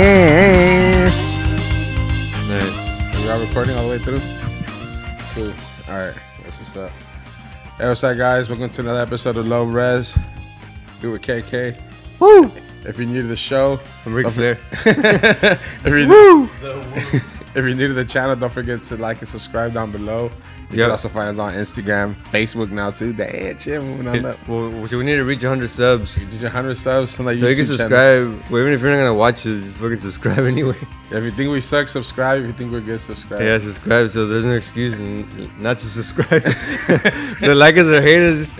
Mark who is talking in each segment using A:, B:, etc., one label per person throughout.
A: Alright.
B: We are recording all the way through. Cool. All right. That's what's up. Hey, what's up, guys? Welcome to another episode of Low Res. Do with KK.
A: Woo!
B: If you're new to the show,
C: I'm Ric
B: don't
C: Flair.
B: for- if, you're
A: Woo!
B: if you're new to the channel, don't forget to like and subscribe down below. You
C: Yeah.
B: can also find us on Instagram, Facebook now too. Damn, shit, moving on up.
C: well, so we need to reach 100 subs.
B: Did you 100 subs on that
C: So you can
B: YouTube channel?
C: subscribe. Well, even if you're not gonna watch it, just fucking subscribe anyway.
B: If you think we suck, subscribe. If you think we're good, subscribe.
C: Yeah, subscribe. So there's no excuse n- not to subscribe. so like us or hate us,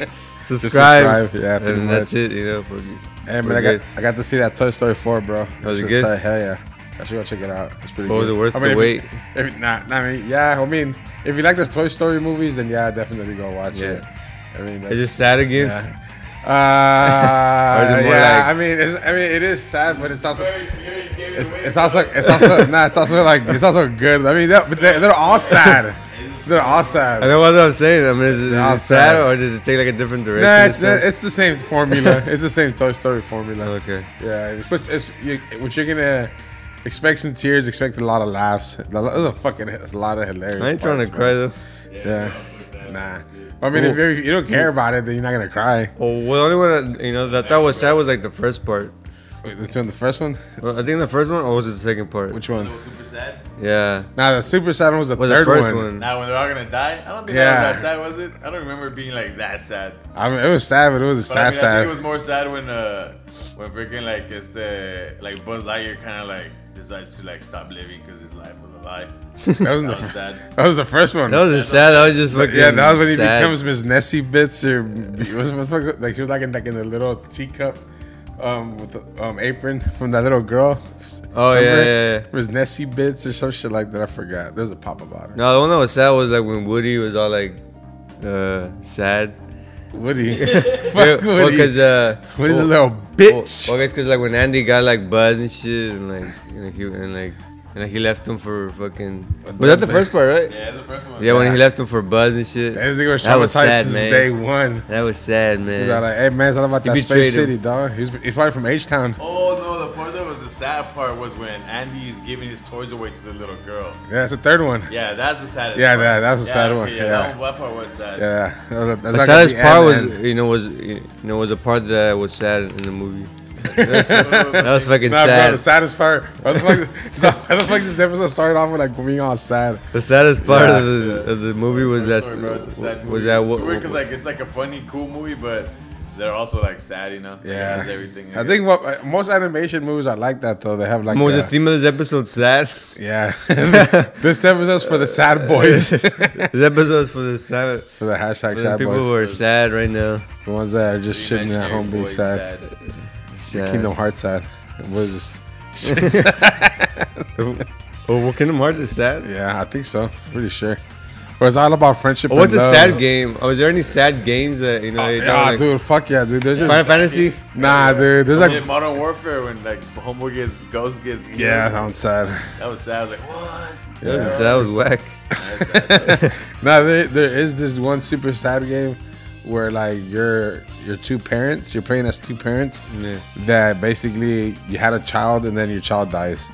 B: Just
C: subscribe.
B: Yeah, pretty
C: and that's
B: much.
C: it. You know, fuck it.
B: Hey, man,
C: We're
B: I got,
C: good.
B: I got to see that Toy Story 4, bro.
C: Was it
B: It's
C: good?
B: like, hell yeah. I should go check it out. It's pretty
C: What
B: good.
C: was it worth
B: I mean,
C: the
B: if you- if you- nah, nah, I mean, yeah, I mean, if you like those Toy Story movies, then yeah, definitely go watch
C: Yeah.
B: it. I mean, that's,
C: Is it sad again?
B: Yeah. Uh,
C: Or is it more
B: yeah,
C: like-
B: I mean, it's, I mean, it is sad, but it's also, it's, it's also, it's also, nah, it's also like, it's also good. I mean, they're, but they're, they're all sad. They're all sad.
C: I know what I'm saying. I mean, is it,
B: Nah,
C: is it sad
B: sad.
C: or did it take like a different direction?
B: Nah,
C: this
B: it's, the,
C: time?
B: it's the same formula. it's the same Toy Story formula.
C: okay.
B: Yeah, it's, but it's you, what you're gonna expect some tears, expect a lot of laughs. There's a fucking it's a lot of hilarious.
C: I ain't trying to
B: parts,
C: cry though.
B: man. Yeah, nah. I mean, if, you're, if you don't care about it, then you're not gonna cry.
C: Oh, well, the only one I, you know that that was sad was like the first part.
B: Wait, That's on the first one.
C: Well, I think the first one or was it the second part?
B: Which one?
D: super sad.
B: Mm.
C: yeah,
B: Nah, the Super Sad one was the
C: was
B: third
C: the first
B: one.
C: one.
D: Now when they're all gonna die, I don't think
B: Yeah.
D: that was that sad, was it? I don't remember it being like that sad. But
B: I mean, it was sad, but it was a
D: I,
B: sad,
D: mean, I
B: sad.
D: think it was more sad when uh when freaking like it's the like Buzz Lightyear kind of like decides to like stop living because his life was a lie.
B: that was
D: That
B: the
D: was
B: fir-
D: sad.
B: that was the first one.
C: That wasn't sad. That was just fucking.
B: yeah, that was when he
C: sad.
B: becomes Miss Nessie Bits or what's, what's fuck- like she was like in like in the little teacup, um, with the um apron from that little girl.
C: Oh, yeah,
B: Remember?
C: yeah, yeah.
B: It was Nessie Bits or some shit like that. I forgot. There's a pop about her.
C: No, the one that was sad was like when Woody was all like, uh, sad.
B: Woody,
C: Yeah,
B: fuck
C: Well,
B: Woody.
C: cause uh,
B: Woody's
C: well-
B: a little
C: well-
B: bitch.
C: Well, guess cause like when Andy got like Buzz and shit, and like, you know, he and like, and like, he left him for fucking. Was that the first part, right?
D: Yeah, the first one.
C: Yeah, when he left him for Buzz and shit.
B: That nigga was
C: That was
B: traumatized
C: sad,
B: since
C: man.
B: day one.
C: That was sad,
B: He's all
C: man.
B: like, "Hey man, it's all about that
C: betrayed
B: Space
C: him.
B: City, dog. He's, he's probably from H Town.
D: Oh no, the part that was the sad part was when Andy is giving his toys away to the little girl.
B: Yeah, that's the third one.
D: Yeah, that's the saddest.
B: Yeah,
D: part.
B: that- that's the
D: yeah,
B: sad
D: okay,
B: one,
D: Yeah,
B: yeah.
D: That, one, that part was sad.
B: Yeah, that was- that's
C: The
B: like at
C: saddest
B: the
C: part
B: end,
C: was,
B: man.
C: you know, was you know was a part that was sad in the movie. That was fucking
B: Nah,
C: sad.
B: bro, the saddest part. Why the fuck? why the fuck this episode started off with like being all sad?
C: The saddest part
B: Yeah.
C: of, the, of the movie was that
D: Sorry, bro, it's a sad movie.
C: was that what
D: it's weird because like it's like a funny, cool movie, but they're also like sad, you know? Like,
B: Yeah,
D: it's everything.
B: I think what, uh, most animation movies are like that though. They have like
C: what was
B: a-
C: the theme of this episode sad.
B: Yeah, this episode's for the sad boys. for
C: this episode is for the sad
B: the hashtag
C: for the
B: sad
C: people
B: boys.
C: who are sad right now.
B: the ones that are
D: The
B: just sitting at
D: imaginary
B: home being
D: boy
B: sad.
C: sad.
B: Kingdom Hearts sad. It was just.
C: Oh, well, Kingdom Hearts is sad.
B: yeah, I think so. Pretty sure. But it's all about friendship.
C: Oh, what's a
B: and love. Oh,
C: sad game? Oh, was there any sad games that you know? they
B: Yeah,
C: don't, like-
B: dude. Fuck yeah, dude. There's
C: Final
B: just.
C: Fantasy.
B: Nah, dude. There's
D: Like, in
B: like.
D: Modern Warfare, when like Homeboy gets Ghost gets killed.
B: Yeah, that one's sad.
D: that was sad. I was like, what?
C: That was- That was whack.
D: That's sad.
B: Now there, there is this one super sad game where like your your two parents, you're playing as two parents
C: Yeah.
B: that basically you had a child and then your child dies.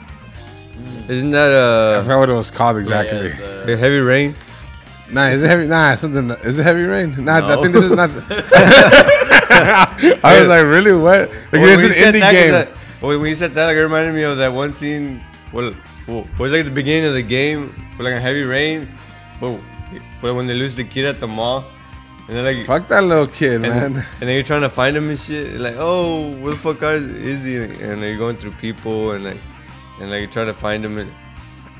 C: Isn't that
B: I
C: uh
B: forgot what it was called exactly.
D: Yeah, the-
C: Heavy Rain?
B: Nah, is it heavy? Nah, something. Is it heavy rain? Nah, I
C: No.
B: think this is not. I was like, really? What? Like,
C: Well,
B: it's
C: you
B: an
C: said
B: indie
C: that, 'cause
B: game.
C: that- well, when you said that, like, it reminded me of that one scene. Well, well, it was like the beginning of the game, with like a heavy rain. Well, well, when they lose the kid at the mall, and they're like,
B: Fuck that little kid,
C: and,
B: man.
C: and then you're trying to find him and shit. You're like, oh, where the fuck is, is he? And like, you're going through people and like, and like you're trying to find him. And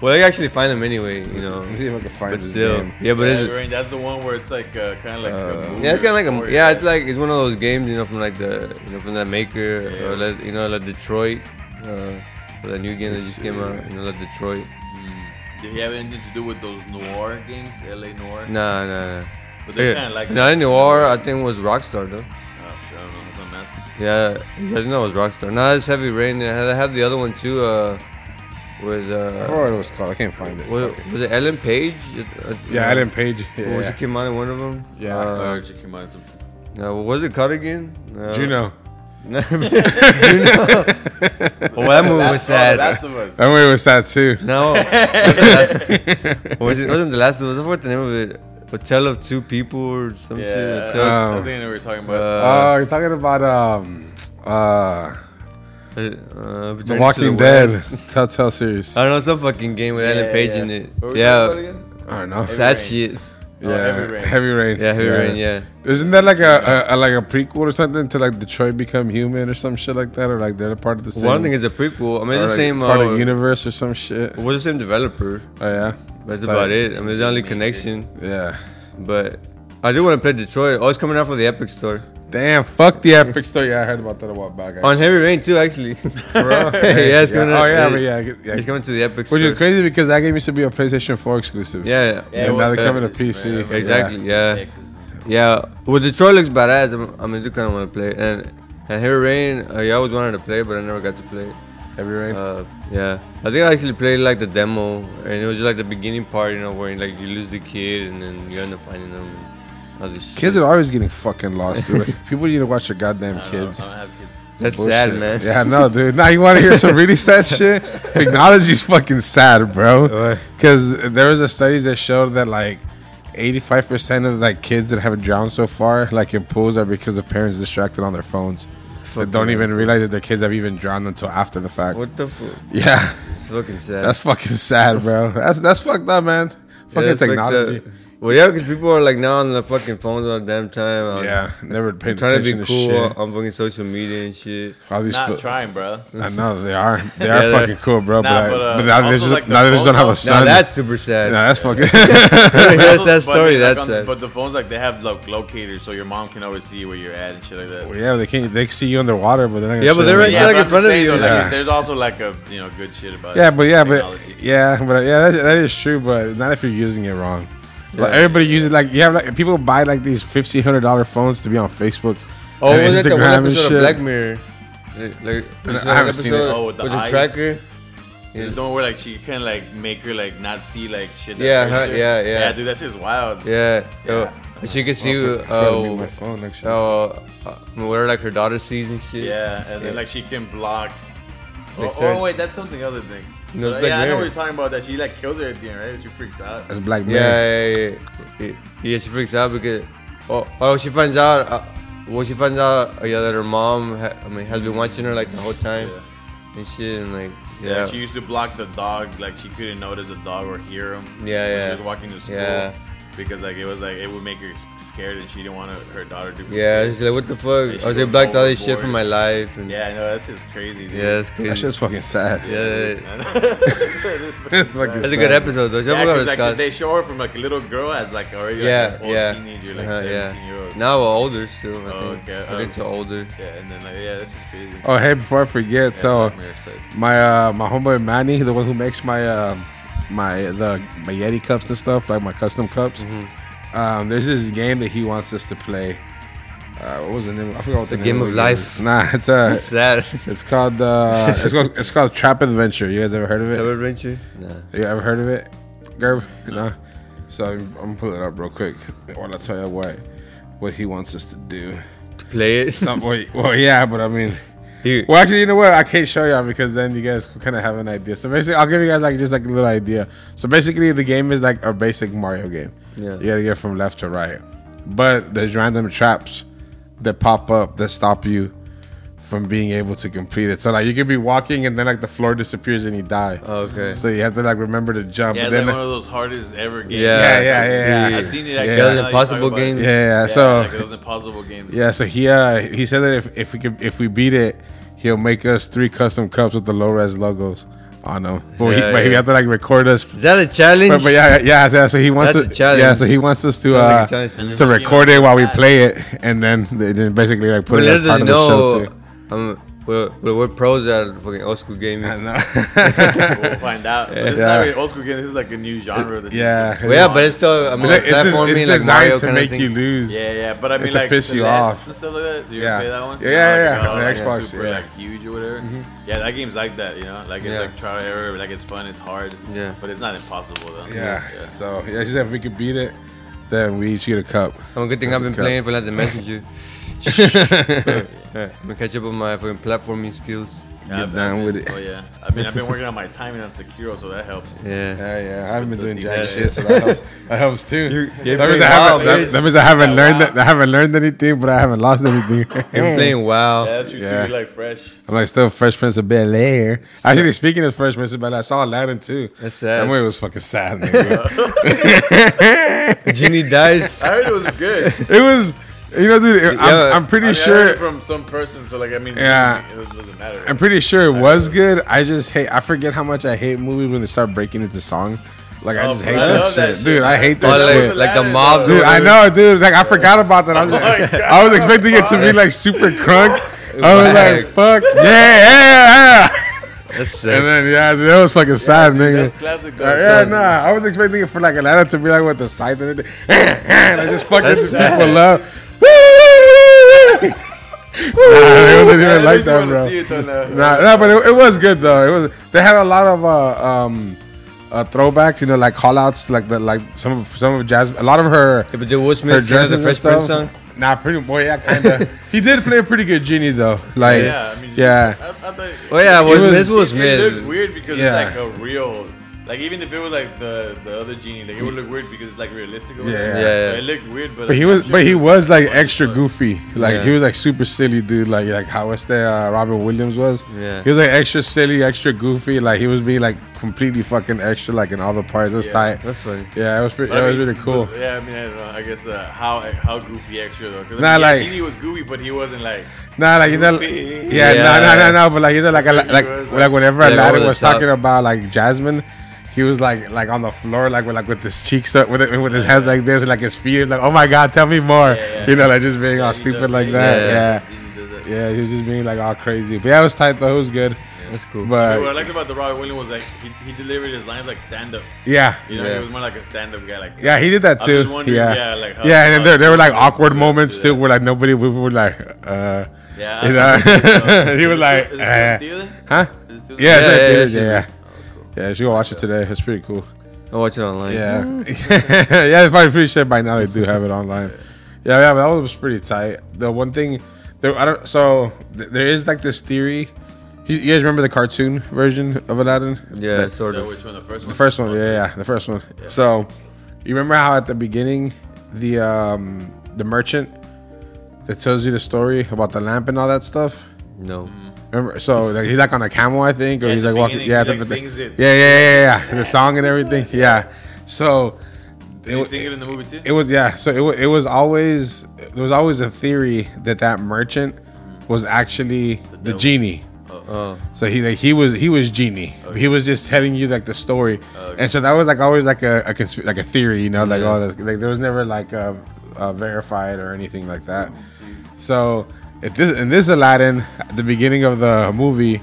C: well, you actually find him anyway, you know.
B: Let me see if I can find
C: But
B: this
C: still,
B: game.
C: yeah, but
D: yeah,
C: it's,
D: Rain, that's the one where it's like uh, kind of like
B: Uh,
D: a movie
C: yeah, it's kind of like
D: story,
C: a, yeah,
D: right?
C: it's like it's one of those games, you know, from like the you know from that maker or like, you know like Detroit, uh, or that new game that just came out, you know, like Detroit.
D: Did he have anything to do with those noir games, LA noir?
C: Nah, nah, nah.
D: but they're kind
C: Okay.
D: of like
C: No, Noir, I think was Rockstar though.
D: Oh, shit, I don't know, I'm not asking.
C: Yeah, I didn't know it was Rockstar. No, it's Heavy Rain. They had- they have the other one too. Uh, with
B: I
C: uh,
B: forgot what it was called. I can't find it.
C: was,
B: Oh, Fuck it.
C: was it Ellen Page? It- uh,
B: Yeah, Adam Page.
C: What was
B: Yeah,
C: she came out in one of them?
B: Yeah.
C: Uh,
D: Oh, Chicken Martin.
C: no, what was it called again? Uh,
B: Juno.
C: Juno. well, that movie was
D: That's, oh,
C: sad.
D: that's the most.
B: That movie was sad too.
C: No, What was it wasn't the last of us. I forgot the name of it. A Tale of Two People or some shit.
D: Yeah, Uh-huh.
C: A Tale-
B: Uh,
D: I think we were talking about.
C: Uh,
B: Oh, you're talking about um uh
C: uh, uh, Journey to
B: The Walking Dead
C: West.
B: Telltale series.
C: I
B: I
C: don't know some fucking game with Ellen Page in it.
D: What were we talking
C: Yeah,
D: about again?
B: don't know.
D: Heavy
C: sad
D: Rain.
C: shit.
B: Yeah,
D: Heavy Rain.
B: Heavy Rain.
C: Yeah, Heavy Rain. Yeah,
B: Isn't that like a, a, a like a prequel or something to like Detroit Become Human or some shit like that, or like they're part of the same?
C: one thing is a prequel. I mean,
B: or,
C: it's the
B: like,
C: same.
B: part of
C: uh,
B: the universe or some shit.
C: We're the same developer.
B: Oh yeah,
C: That's
B: It's
C: about
B: tight.
C: it. I mean, it's the only connection.
B: Yeah.
C: But I do want to play Detroit. Oh, it's coming out for the Epic Store
B: Damn, fuck the epic story. Yeah, I heard about that a while back.
C: on Heavy Rain too, actually.
B: For real?
C: yeah, it's coming.
B: Oh
C: out-
B: yeah,
C: it-
B: but yeah, I get- yeah.
C: it's coming to the Epic.
B: Which
C: Store.
B: is crazy because that game used to be a PlayStation 4 exclusive.
C: Yeah,
D: Yeah,
B: and
D: it
B: now
D: was.
B: they're coming to
D: Yeah.
B: PC.
D: Yeah.
C: exactly. Yeah.
D: Texas.
C: Yeah, well, Detroit looks badass. I'm, I mean, I do kind of want to play it. And and Heavy Rain, uh, I always wanted to play, but I never got to play. it.
B: Yeah. Heavy Rain.
C: Uh, yeah, I think I actually played like the demo, and it was just like the beginning part, you know, where like you lose the kid and then you end up finding them. And all this
B: kids
C: shit.
B: are always getting fucking lost. dude. Like, people need to watch their goddamn
D: I don't know,
B: kids.
D: I don't have kids.
C: That's
B: Bullshit.
C: sad, man.
B: Yeah, I know, dude. Now you want to hear some really sad shit? Technology's fucking sad, bro.
C: Why?
B: Because there was a studies that showed that like 85% of like kids that have drowned so far, like in pools, are because of parents distracted on their phones. They
C: Fucking
B: don't even
C: awesome.
B: realize that their kids have even drowned until after the fact.
C: What the fuck?
B: Yeah,
C: It's fucking sad.
B: that's fucking sad, bro. That's that's fucked up, man.
C: Yeah,
B: Fucking
C: that's like
B: technology.
C: the- well, yeah, because people are like now on their fucking phones all the damn time. um,
B: yeah, never paying
C: Trying to
B: attention
C: be
B: to,
C: cool
B: shit.
C: on fucking social media and shit.
B: All these
D: Not
B: fil-
D: trying, bro.
B: I know they are. They
C: Yeah,
B: are
C: they're-
B: fucking cool, bro.
D: Nah,
B: but,
D: but,
B: I,
D: uh,
B: but now they
D: also,
B: just
D: like, the
B: now they just don't have a
D: phone
B: son.
C: Now that's super sad.
B: no, that's fucking.
C: Here's that
D: Also, but,
C: story.
D: like,
C: that's
D: on,
C: sad.
D: But the phones, like, they have like locators, so your mom can always see where you're at and shit like that.
B: Well, yeah, they can't. They see you underwater, but they're not. Gonna
C: Yeah, but
B: show
C: they're
B: you.
C: right there,
D: Yeah,
C: like,
D: but
C: in
D: I'm
C: front of
D: saying,
C: you.
D: though, like,
B: Yeah.
D: There's also like a you know good shit about.
B: Yeah, but yeah, but
D: technology.
B: yeah, but yeah, that, that is true. But not if you're using it wrong. Like everybody uses like you have like people buy like these fifteen hundred dollar phones to be on Facebook.
C: Oh,
B: and
C: was that the one
B: Instagram and
C: episode of
B: shit.
C: Black Mirror? Like, like,
B: And I
C: like
B: haven't seen
C: episode
B: it.
D: Oh, with the
C: with
D: eyes?
C: tracker.
D: There's
C: Yeah,
D: no where like she can like make her like not see like shit. that
C: Yeah,
D: hurts
C: huh,
D: her.
C: yeah, yeah.
D: Yeah, dude, that shit's wild.
C: yeah.
D: Yeah.
C: Oh, and she can see
B: Oh, fuck,
C: oh,
B: I forgot to mute my
C: oh,
B: phone next year.
C: oh, uh, where like her daughter sees and shit.
D: Yeah, and
C: Yeah.
D: then like she can block. Oh,
C: Like, sorry.
D: oh, wait, that's something other thing.
C: No, it's
D: But,
C: Black
D: yeah, I know
C: Mirror.
D: what you're talking about. That she like kills her at the end, right? She freaks out.
B: That's Black Mirror.
C: Yeah, yeah, yeah, yeah. Yeah, she freaks out because oh, oh she finds out. Uh, well, she finds out uh, yeah that her mom, ha- I mean, has been watching her like the whole time
D: Yeah.
C: and shit, and like
D: Yeah.
C: yeah,
D: she used to block the dog, like she couldn't notice the dog or hear him.
C: Yeah,
D: when
C: yeah.
D: She was walking to school.
C: Yeah.
D: Because like it was like it would make her s- scared, and she didn't want her her daughter to. Be
C: yeah.
D: Scared.
C: She's like, what the fuck?
D: she
C: I was like,
D: goes
C: blocked all this shit
D: overboard.
C: from my life. And,
D: Yeah, I know that's just crazy. Dude.
C: yeah, that's crazy.
B: that shit's fucking sad.
C: yeah.
D: that's
B: That's fucking
C: That's a good episode though.
D: Yeah,
C: Yeah,
D: 'cause, like, they show her from like a little girl as like already like,
C: yeah,
D: an old
C: yeah.
D: teenager, like
C: Uh-huh, yeah.
D: 17 year old.
C: Now we're older still. I
D: Oh,
C: think.
D: okay,
C: I think
D: um,
C: they're older.
D: Yeah, and then like yeah, that's just crazy.
B: Oh hey, before I forget,
D: Yeah,
C: Oh.
B: so
D: Black Mirror type.
B: my uh my homeboy Manny, the one who makes my um my the my Yeti cups and stuff, like my custom cups.
C: Mm-hmm.
B: Um, there's this game that he wants us to play. Uh, what was the name? I forgot what the,
C: The
B: name
C: Game of
B: the
C: Life.
B: is. Nah, it's a.
C: It's sad.
B: It's called uh, it's called it's called Trap Adventure. You guys ever heard of it?
C: Summer adventure? Nah.
B: You ever heard of it, Gerb? No. So I'm, I'm pulling it up real quick while I tell you what what he wants us to do.
C: To play it.
B: Some, well, well, yeah, but I mean.
C: Dude,
B: Well, actually, you know what? I can't show y'all because then you guys kind of have an idea. So basically, I'll give you guys like just like a little idea. So basically, the game is like a basic Mario game.
C: Yeah.
B: You gotta get from left to right, but there's random traps that pop up that stop you from being able to complete it. So like you could be walking and then like the floor disappears and you die.
C: Okay.
B: So you have to like remember to jump.
D: Oh.
B: but
D: Yeah, it's
B: then,
D: like one of those hardest ever games.
C: Yeah,
B: yeah, yeah, yeah, yeah.
D: I've seen it
B: Yeah. Yeah,
C: the
D: actually. now that you talk
C: Impossible
D: about it.
C: game.
B: yeah, yeah. So
D: like those impossible games.
B: Yeah, so he uh, he said that if, if we could if we beat it, he'll make us three custom cups with the low res logos on them. But, we,
C: Yeah,
B: but he
C: yeah.
B: have to like record us.
C: is that a challenge?
B: But, but yeah, yeah, yeah. So he wants
C: That's a
B: to,
C: challenge.
B: yeah. So he wants us to
C: Sounds like a
B: uh,
C: challenge to me.
B: to record it while we play it, and then they then basically like
C: But
B: put it
C: little
B: as
C: does
B: part
C: you
B: of the show
C: know,
B: too.
C: um, we're, we're, we're pros at fucking old school gaming.
B: I
C: Well,
B: know.
D: we'll find out. But this
B: Yeah.
D: is not really old school game. This is like a new genre. that-
B: yeah.
C: yeah, but it's still, I mean, like,
B: it's, it's,
C: platforming,
B: it's
C: like
B: designed
C: Mario
B: to
C: kind of
B: make
C: thing.
B: you lose.
D: Yeah, yeah, but I mean,
B: to
D: like
B: piss you
D: Celeste
B: off.
D: and stuff like that. Do you
B: Yeah.
D: ever play that one?
B: Yeah, yeah, yeah,
D: like,
B: on
D: oh,
B: the
D: like,
B: Xbox,
D: it's super
B: yeah. Mm-hmm.
D: like huge or whatever. Yeah, that game's like that. You know, like it's
C: Yeah.
D: like trial and error. Like it's fun, it's hard.
C: Yeah.
D: but it's not impossible though.
B: Yeah. So yeah, she said if we could beat it, Then we each get a cup.
C: I'm a good thing
B: That's
C: I've been
B: a cup.
C: playing for like the messenger. I'm gonna catch up on my fucking platforming skills.
D: Yeah,
B: Get
D: I've-
B: down
D: I've
B: with
D: been-
B: it.
D: Oh yeah. I mean, I've been working on my timing on Sekiro, so that helps.
C: Yeah.
B: Yeah, yeah. I haven't been doing jack
D: Yeah.
B: shit, so that helps, that helps too.
C: You- you
B: that, means
C: play
B: I haven't,
C: WoW,
B: that,
C: bitch.
B: that means I haven't
D: Yeah,
B: learned
D: WoW.
B: that, I haven't learned anything, but I haven't lost anything.
C: I'm playing WoW.
D: Yeah, that's true
B: Yeah.
D: too. You like fresh.
B: I'm like still Fresh Prince of Bel Air. Actually, speaking of Fresh Prince of Bel Air, I saw Aladdin too.
C: That's sad.
B: That movie was fucking sad. nigga.
C: Genie dies.
D: I heard it was good.
B: it was, you know, dude. it- I'm,
C: Yeah.
B: I'm
D: I
B: pretty
D: mean, I
B: sure.
D: heard it from some person, so like I mean,
B: Yeah.
D: it doesn't matter.
B: I'm pretty sure it was good. I just hate. I forget how much I hate movies when they start breaking into song. Like I
D: Oh,
B: just
D: bro,
B: hate
D: I
B: that
D: love
B: shit.
D: that shit.
B: dude. I hate that
C: Oh, like-
B: shit.
C: like the
D: Aladdin,
C: mob
D: though.
B: Dude, I know, dude. Like I forgot about that. I was,
D: Oh my God.
B: I was expecting it to be like super crunk. I was like,
C: Whack.
B: fuck, yeah, yeah, yeah.
C: That's
B: And
C: sick.
B: then yeah, dude, that was fucking sad,
D: That's
B: nigga.
D: classic. Though.
B: Uh, yeah, nah. I was expecting it for like Atlanta to be like with the scythe and everything. and I just fucking
C: That's sad.
B: people up. nah, it wasn't even like that, bro. Nah, nah, but it, it was good though. It was. They had a lot of uh, um, uh, throwbacks, you know, like call outs, like the like some of some of Jasmine, a lot of her
C: Yeah, but did Will
B: her
C: Smith sing
B: dresses
C: the
B: and
C: Fresh
B: stuff.
C: Prince song?
B: Nah, pretty boy, yeah, kinda. he did play a pretty good genie though. Like,
D: yeah, I mean,
B: yeah.
D: I, I thought,
C: Oh yeah, Will
B: was-
C: Smith. Will
D: it, it looks
C: Smith.
D: weird because
B: Yeah.
D: it's like a real. Like even if it was like the the other genie, like it would look weird because it's like realistic. Or
B: Yeah.
D: whatever.
B: Yeah,
C: yeah.
D: But it looked weird, but,
B: But
D: like,
B: he
D: I'm
B: was,
D: sure
B: but
D: it
B: he was like extra
D: fun.
B: goofy. Like
C: Yeah.
B: he was like super silly, dude. Like like how was the uh, Robin Williams was.
C: Yeah.
B: He was like extra silly, extra goofy. Like he was being like completely fucking extra, like in all the parts. It was
D: Yeah.
B: tight.
C: That's funny.
B: Yeah, it was pretty.
D: But I
B: That was
D: mean,
B: really cool.
D: was- yeah, I mean, I don't know. I guess uh, how how goofy extra though. 'Cause, I
B: Nah,
D: mean, yeah,
B: like-
D: genie was goofy, but he wasn't like.
B: Nah, like you know,
D: Goofy.
B: yeah, no, no, no, no. But like you know, like like like,
D: was like-
B: like whenever
C: Yeah,
B: Aladdin
C: over the
B: was
C: top.
B: talking about like Jasmine, he was like like on the floor, like with like with his cheeks up, with it, with his hands like this, and like his feet, like oh my god, tell me more.
D: yeah.
B: You know, like just being all
D: he
B: stupid
D: does-
B: like
D: yeah,
B: that.
D: he does that.
B: Yeah. yeah, he was just being like all crazy. But yeah, it was tight though. It was good.
C: That's cool.
D: Dude, what I
B: But
D: liked about the Robin Williams was like he, he delivered his lines like stand up.
B: yeah,
D: You know,
C: Yeah.
D: he was more like a stand up guy. Like
B: yeah, he did that
D: I was
B: too.
D: just wondering,
B: Yeah,
D: yeah,
B: yeah,
D: like, how-
B: and then there, there were like
D: how-
B: awkward
D: how-
B: moments
D: yeah.
B: too, where like nobody we were like, uh,
D: yeah.
B: you
D: I-
B: know, he was
D: Is
B: like,
D: this- is this
B: eh.
D: still in theater?
B: huh?
D: Is this still Oh, in
B: Yeah,
D: theater?
B: yeah,
C: yeah,
B: yeah,
C: yeah,
B: yeah, yeah.
C: yeah.
B: Yeah, she gonna watch it today. It's pretty cool.
C: I'll watch it online.
B: Yeah, yeah. It's probably pretty sure by now they do have it online. Yeah, yeah. But that was pretty tight. The one thing, there, I don't. So th- there is like this theory. You, you guys remember the cartoon version of Aladdin?
C: Yeah,
B: The-
C: sort
D: No,
C: of.
D: which one? The first one.
B: the first one. Yeah, yeah, the first one. So you remember how at the beginning, the um the merchant that tells you the story about the lamp and all that stuff.
C: No.
D: mm.
B: Remember, so like, he's like on a camel, I think, or
D: Yeah,
B: he's like
D: at the
B: walking.
D: beginning,
B: Yeah,
D: he,
B: I think
D: like,
B: the-
D: sings it.
B: yeah, yeah, yeah, yeah, yeah. The song and everything. Yeah. So it,
D: Did he
B: wa-
D: sing it in the movie too?
B: it was yeah. So it, wa- it was always there was always a theory that that merchant was actually the
D: Mm-hmm. devil.
B: genie.
C: Oh.
B: So he like he was he was genie. He was just telling you like the story,
D: Okay.
B: and so that was like always like a, a consp- like a theory, you know, like oh that's, like there was never like uh, uh, verified or anything like that. So at this in this Aladdin, at the beginning of the movie,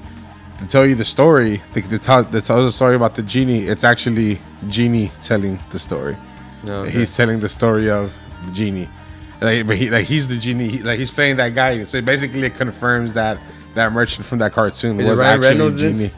B: to tell you the story, they, they tell they tell the story about the genie. It's actually genie telling the story.
C: No. okay.
B: He's telling the story of the genie, like, but he like he's the genie. He, like he's playing that guy. So basically, it confirms that that merchant from that cartoon
C: Is it
B: was
C: Ryan
B: actually
C: Reynolds in?
B: genie.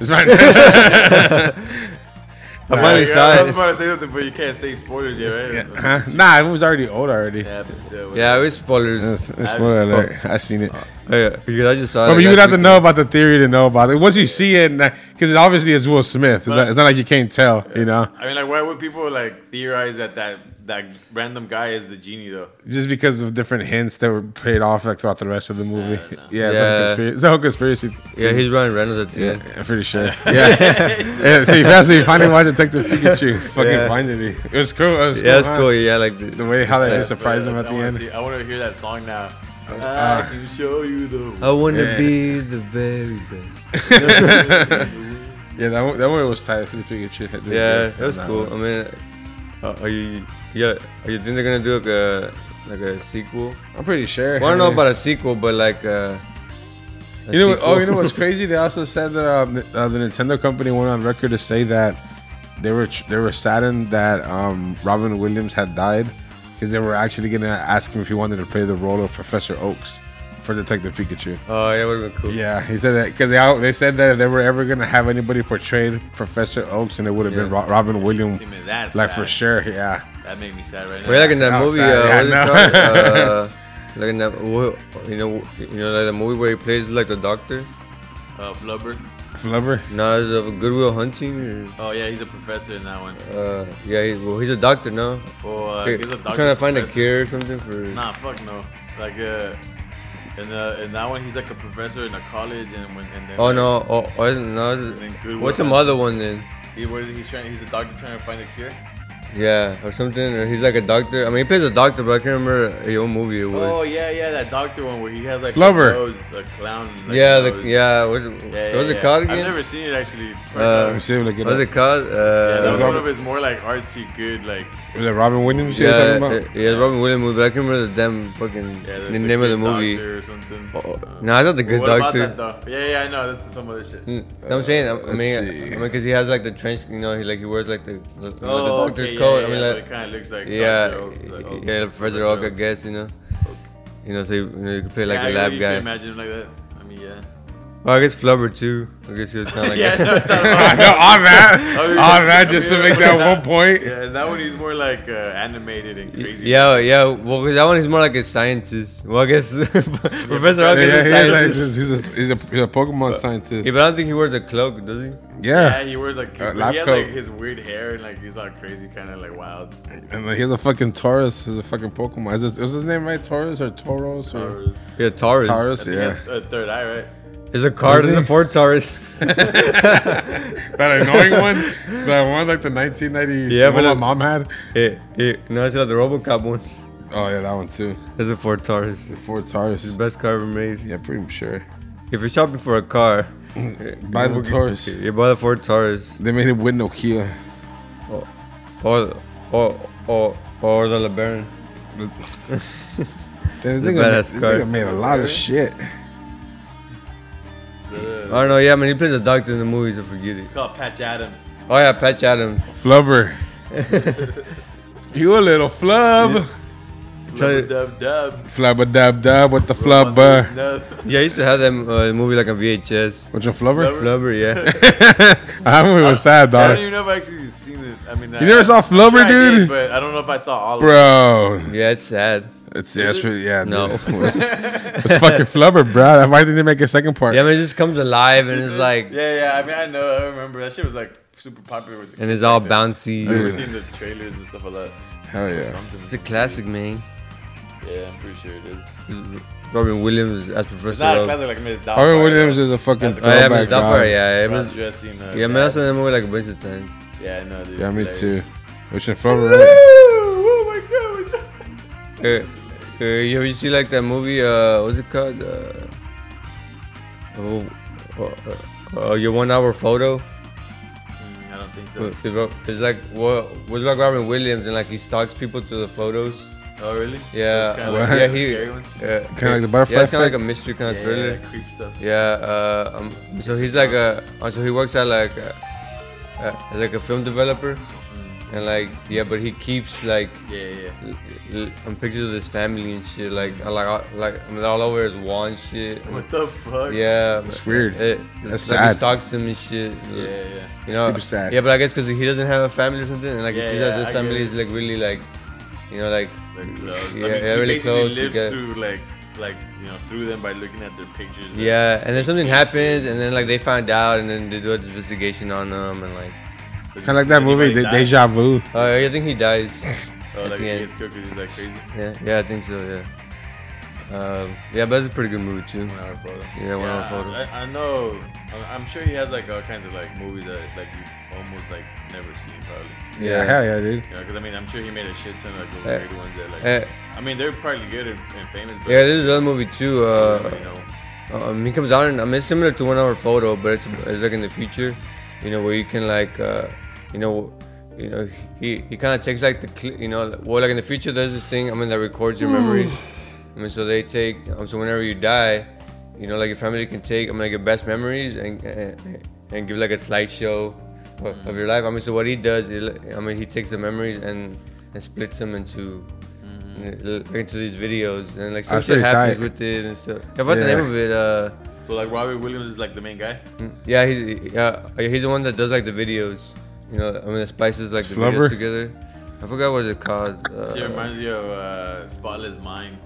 B: It's Ryan Reynolds.
C: I
D: Yeah,
C: finally
D: I
C: saw
D: was
C: it.
D: about to say something, but you can't say spoilers yet, right?
B: huh? Nah, it was already old already.
D: Yeah, but still.
C: Yeah, it was spoilers.
B: It's- it's spoiler alert. I seen it.
C: Oh, yeah, because I just saw it.
B: But
C: like,
B: you would
C: last
B: have to know about the theory to know about it. Once you see it, because obviously it's Will Smith. It's not, it's not like you can't tell, you know,
D: I mean, like, why would people like theorize that that that random guy is the genie though?
B: just because of different hints that were paid off like throughout the rest of the movie.
D: I don't know.
B: Yeah, it's,
C: Yeah.
B: A conspiracy, it's a whole conspiracy.
C: week. Yeah, he's Ryan Reynolds at the
B: Yeah,
C: end.
B: I'm pretty sure. Yeah. yeah so you finally, finally watched Detective Pikachu. Fucking
C: Yeah.
B: blinded me. It was cool. It was
C: Yeah, that's
B: huh?
C: cool. Yeah, like
B: The way how they
C: Yeah,
B: surprised him at
D: But, uh,
B: the
D: I wanna
B: end.
D: see- I want to hear that song now. I
B: uh, oh.
D: can show you the.
C: I want to
B: Yeah.
C: be the very best.
B: Yeah, that one, that one was tight. Detective Pikachu. had really
C: Yeah,
B: good
C: that was
B: on
C: cool. I
B: one.
C: mean, uh, are you? Yeah, are you think they're gonna do like a like a sequel?
B: I'm pretty sure.
C: Well, I don't know
B: Yeah.
C: about a sequel, but like uh, a
B: You know, what-
C: sequel.
B: oh, you know what's crazy? They also said that um, the, uh, the Nintendo company went on record to say that they were tr- they were saddened that um, Robin Williams had died because they were actually gonna ask him if he wanted to play the role of Professor Oaks for Detective Pikachu.
C: oh, yeah, would have been cool.
B: Yeah, he said that because they all, they said that if they were ever gonna have anybody portrayed Professor Oaks, and it would have been
C: Yeah.
B: Ro- Robin Williams,
D: I mean, that's
B: like
D: sad.
B: for sure. Yeah,
D: That made me sad right now.
C: We're like in that
B: Outside,
C: movie. Uh,
B: Oh, yeah,
C: what is it
B: I
C: called?
B: know.
C: uh, like in that, wo- you know, you know, like the movie where he plays like the doctor.
D: uh, Flubber.
B: Flubber.
C: Now it's of Goodwill Hunting.
D: Oh yeah, he's a professor in that one.
C: Or, uh, yeah, he, well, he's a doctor now.
D: Oh, uh,
C: Okay,
D: he's a
C: he's
D: doctor.
C: trying to find a
D: professor.
C: cure or something for.
D: Nah, fuck no. Like uh, in the in that one, he's like a professor in a college, and when and then
C: Oh
D: like,
C: no! Oh, oh it's, no it's-
D: And then Goodwill
C: what's some
D: Hunting.
C: other one then?
D: he what is it, he's trying he's a doctor trying to find a cure.
C: Yeah, or something. Or he's like a doctor. I mean, he plays a doctor, but I can't remember a old movie it was.
D: Oh yeah, yeah, that doctor one where he has like
B: Flubber.
D: a nose, a clown. Like,
C: yeah, the,
D: nose.
C: yeah. What, what was it called again?
D: I've never seen it actually.
B: Let
C: Uh,
B: me see if I get
C: what was
B: it.
C: it called? Uh,
D: yeah, that was
B: Robert-
D: one of his more like artsy, good like.
B: Was it Robin Williams you were
C: Yeah,
B: talking about?
C: uh, yeah, Robin Williams movie. but I can remember the damn fucking
D: Yeah,
C: the, name of
D: Good
C: the movie.
D: Doctor or something.
C: Oh,
D: Uh,
C: no, I thought the
D: but
C: good
D: what about
C: doctor.
D: that, though? Yeah, yeah, I know. That's some other shit.
C: Mm, no, I'm saying, I, I
B: Let's
C: mean,
B: see.
C: I mean, because he has like the trench, you know, he like he wears like the, the, the
D: Oh,
C: doctor's
D: okay, yeah,
C: coat.
D: Yeah,
C: I mean,
D: yeah, so
C: like,
D: it kind of looks like
C: yeah,
D: Dr. Oak, like, Oak,
C: yeah, Professor Oak, I
D: Oak.
C: guess, you know, you know, so you, you know, you could play like
D: yeah,
C: a
D: I-
C: lab
D: you
C: guy.
D: Can imagine him like that. I mean, yeah.
C: Well, I guess Flubber too. I guess he was kind of like,
D: yeah, no,
C: that.
B: I
D: that
B: know, on that,
D: Oh,
B: on
D: yeah.
B: that, just to make that one point.
D: yeah, that one he's more like uh, animated and crazy.
C: yeah, yeah. Well, 'cause that one is more like a scientist. Well, I guess Professor
B: Yeah,
C: Oak is
B: yeah,
C: a
B: he's, like,
C: scientist.
B: he's, a, he's, a, he's a Pokemon
C: yeah,
B: scientist.
C: but I don't think he wears a cloak, does he?
D: Yeah,
B: Yeah,
D: he wears like
B: Uh,
D: he
B: lab
D: has
B: coat.
D: like his weird hair and like he's all crazy, kind of like wild.
B: and like, he's a fucking Taurus. He's a fucking Pokemon. Is, it, is his name right? Taurus or Tauros? Or?
D: Taurus.
C: Yeah, Taurus.
D: I
B: Taurus,
D: think he
B: yeah.
D: has a third eye, right?
C: There's a car.
B: Is
C: There's a
B: he?
C: Ford Taurus.
B: that annoying one, that one like the 1990s.
C: Yeah,
B: Yeah, one
C: but
B: my
C: it-
B: mom had.
C: Hey, hey, no, it's not the RoboCop one.
B: Oh yeah, that one too.
C: It's a Ford Taurus.
B: The Ford
C: It's
B: Taurus.
C: the best car ever made.
B: Yeah, pretty sure.
C: If you're shopping for a car,
B: Buy the
C: you-
B: Taurus.
C: You buy the Ford Taurus,
B: They made it with Nokia.
C: or or or or, or the LeBaron.
B: The, They- they nigga-
C: badass
B: they
C: car.
B: nigga made a lot of shit.
D: The-
C: I don't know. Yeah, man, he plays a doctor in the movies. I forget
D: it's
C: it.
D: called Patch Adams.
C: Oh yeah, Patch Adams.
B: Flubber. you a little flub.
C: Tell you-
D: Dub dub.
B: Flubber dub dub with the flubber.
C: Yeah, I used to have that uh, movie like on VHS.
B: What's your flubber?
D: Flubber?
C: Flubber, yeah.
B: I remember it was sad,
D: I don't
B: dog.
D: even know if I actually seen it. I mean, you
B: never saw Flubber, dude?
D: but I don't know if I saw all of
B: Bro,
C: yeah, it's sad.
B: it's yeah, it's pretty, yeah.
C: No.
B: dude. it's, it's fucking flubber, bro. Why didn't they make a second part?
C: Yeah, man, it just comes alive and
D: it.
C: it's like,
D: yeah, yeah. I mean, I know. I remember that shit was like super popular with the.
C: and
D: kids
C: it's all
D: back then.
C: bouncy.
D: I remember
B: Dude.
D: seeing the trailers and stuff like that.
B: Hell
D: Or
B: yeah.
D: something.
C: It's a classic, man.
D: Yeah, I'm pretty sure it is.
C: Robin Williams as
D: It's
C: Professor.
D: not a
C: Oak.
D: classic like Miss Doubtfire.
B: Robin Williams is a fucking
D: That's a
C: Oh, yeah,
B: throwback,
C: Miss Duffer,
B: dog.
C: yeah. Miss-
D: cross-dressing. Uh,
C: Yeah, man, I saw that movie like a bunch of times.
D: Yeah, I know. Dude,
B: Yeah,
D: it's
B: me
D: hilarious.
B: too. Which in
D: Woo!
B: flubber, right?
D: Oh my god.
C: Uh, uh, you ever see like that movie? Uh, what's it called? Uh, oh, uh, uh, your one-hour photo.
D: Mm, I don't think so.
C: It's like what was like Robin Williams and like he stalks people to the photos.
D: Oh really?
C: Yeah,
D: It's kinda
B: What?
D: like
C: yeah,
D: a
C: he.
D: scary one.
C: Yeah,
B: Kinda like the butterfly
C: Yeah, it's kind of
B: effect?
C: like a mystery kind of
D: Yeah,
C: thriller.
D: yeah, creep stuff.
C: Yeah, uh, um, so he's like a, uh, so he works at like, a, uh, like a film developer,
D: Mm.
C: and like, yeah, but he keeps like,
D: Yeah, yeah.
C: l- l- um, pictures of his family and shit, like, uh, like, uh, like, I mean, all over his wall and shit.
D: What the fuck?
C: Yeah,
B: It's weird.
C: It,
B: That's
C: it's like he
B: sad.
C: stalks him and shit.
D: Yeah, yeah.
C: you know,
B: Super sad.
C: Yeah, but I guess because he doesn't have a family or something, and like he
D: Yeah,
C: sees
D: yeah,
C: that this
D: I
C: family
D: get
C: is
D: it.
C: like really like, you know, like,
D: They're close.
C: Yeah,
D: I mean,
C: yeah,
D: he
C: really
D: basically
C: close, you
D: lives
C: get-
D: through like, like you know, through them by looking at their pictures. and-
C: yeah, and then something happens, and then like they find out, and then they do an investigation on him, and like.
D: Does
B: Kind of like that
D: anybody
B: movie, De-
D: die?
B: Deja Vu.
C: Uh, I think he dies.
D: Oh,
C: at
D: like
C: the
D: he
C: end.
D: gets killed 'cause he's like crazy.
C: yeah, yeah, I think so. Yeah. Um, yeah, but it's a pretty good movie too.
D: One hour photo.
C: Yeah, one hour photo.
D: I, I know. I- I'm sure he has like all kinds of like movies that like you've almost like never seen probably.
B: Yeah,
C: Yeah.
B: hell yeah, dude.
D: You know, because I mean, I'm sure he made a shit ton of like,
C: Eh,
D: weird ones that like.
C: Uh,
D: I mean, they're probably good and, and famous. But
C: yeah, there's another movie too.
D: you
C: Uh,
D: know,
C: um, he comes out, and I mean, it's similar to One Hour Photo, but it's, it's like in the future, you know, where you can like, uh, you know, you know, he he kind of takes like the, cl- you know, well, like in the future, there's this thing. I mean, that records
B: Hmm.
C: your memories. I mean, so they take. Um, so whenever you die, you know, like your family can take. I mean, like your best memories and and, and give like a slideshow
B: Hmm.
C: of, of your life. I mean, so what he does, is, I mean, he takes the memories and, and splits them into into these videos and like some
B: Hmm. That's pretty
C: shit happens
B: tight.
C: with it and stuff. I forgot the
B: Yeah.
C: name of it. Uh,
D: so like Robbie Williams is like the main guy.
C: mm, yeah, he's yeah he's the one that does like the videos. You know, I mean, that spices like the
B: Flubber?
C: videos together. I forgot what it's called. Uh,
D: She reminds you of uh, Spotless Mind.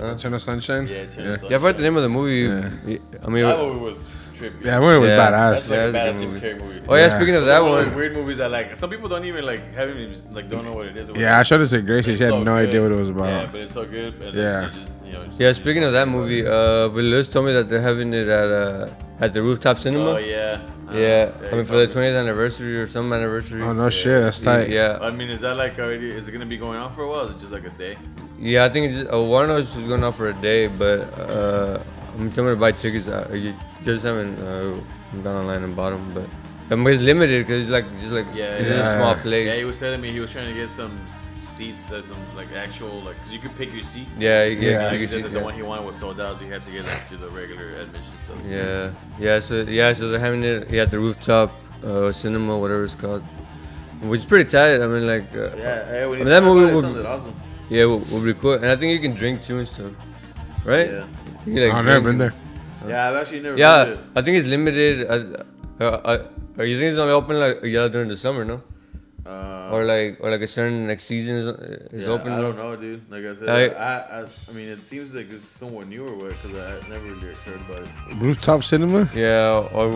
B: Eternal Sunshine.
D: Yeah,
B: yeah.
D: Eternal Sunshine.
C: yeah, I forgot the name of the movie.
B: Yeah.
C: I mean,
D: That
C: oh
D: movie was trippy.
B: Yeah, when it was
C: Yeah.
D: That's
B: badass.
D: like
C: Yeah,
D: a
C: that's
D: bad
C: a
D: Jim
C: good
D: Carrey movie.
C: Oh, yeah,
B: Yeah.
C: speaking of
D: It's
C: that
D: one of
C: one,
D: those weird movies that like some people don't even like haven't even like don't know what it is. or what
B: yeah, I
D: it is.
B: showed it to Gracie.
D: It's
B: She had
D: so
B: no
D: good.
B: idea what it was
D: Yeah,
B: about.
D: but it's so good. and, like,
B: Yeah.
D: you just, you know, just-
C: yeah, speaking of that movie, uh, Will Lewis told me that they're having it at uh, at the rooftop cinema.
D: Oh yeah. Uh,
C: Yeah, I mean for the
D: probably.
C: 20th anniversary or some anniversary.
B: oh no shit, that's tight.
C: Yeah,
D: I mean, is that like already? Is it gonna be going on for a while? Is it just like a day?
C: yeah. I think it's just, uh, one of us is going out for a day, but uh, I'm telling her to buy tickets. I I just haven't uh, gone online and bought them, but I mean, it's limited because it's like just like
D: Yeah,
C: it's
D: yeah.
C: a small
B: Yeah.
C: place.
D: Yeah, he was telling me he was trying to get some s- seats, uh, some like actual like, cause you could pick your seat.
C: Yeah, you get-
B: Yeah.
C: you
D: Like you
C: get
D: said, that
C: seat,
D: the
C: yeah.
D: one he wanted was sold out, so you had to get like to the regular admission stuff.
C: Yeah, yeah. So yeah, so they're having it yeah, at the rooftop uh, cinema, whatever it's called, which is pretty tight. I mean, like uh,
D: Yeah, hey, when
C: I mean,
D: you
C: that
D: talk about
C: movie
D: it, it
C: would-
D: sounded awesome.
C: yeah, will will be cool. And I think you can drink too and stuff, right?
D: Yeah.
C: You can,
B: I've
C: like, drink
B: Oh, never been
C: and-
B: there.
D: Yeah, I've actually never.
C: Yeah,
D: heard of it.
C: I think it's limited. Uh, uh, uh, you think it's only open like yeah during the summer, no?
D: Uh,
C: or like or like a certain next season is, is
D: yeah,
C: open.
D: I
C: no?
D: don't know, dude. Like I said,
C: I-
D: I, I, I, mean, it seems like it's somewhat newer because I never really heard about it.
B: Rooftop cinema.
C: Yeah, or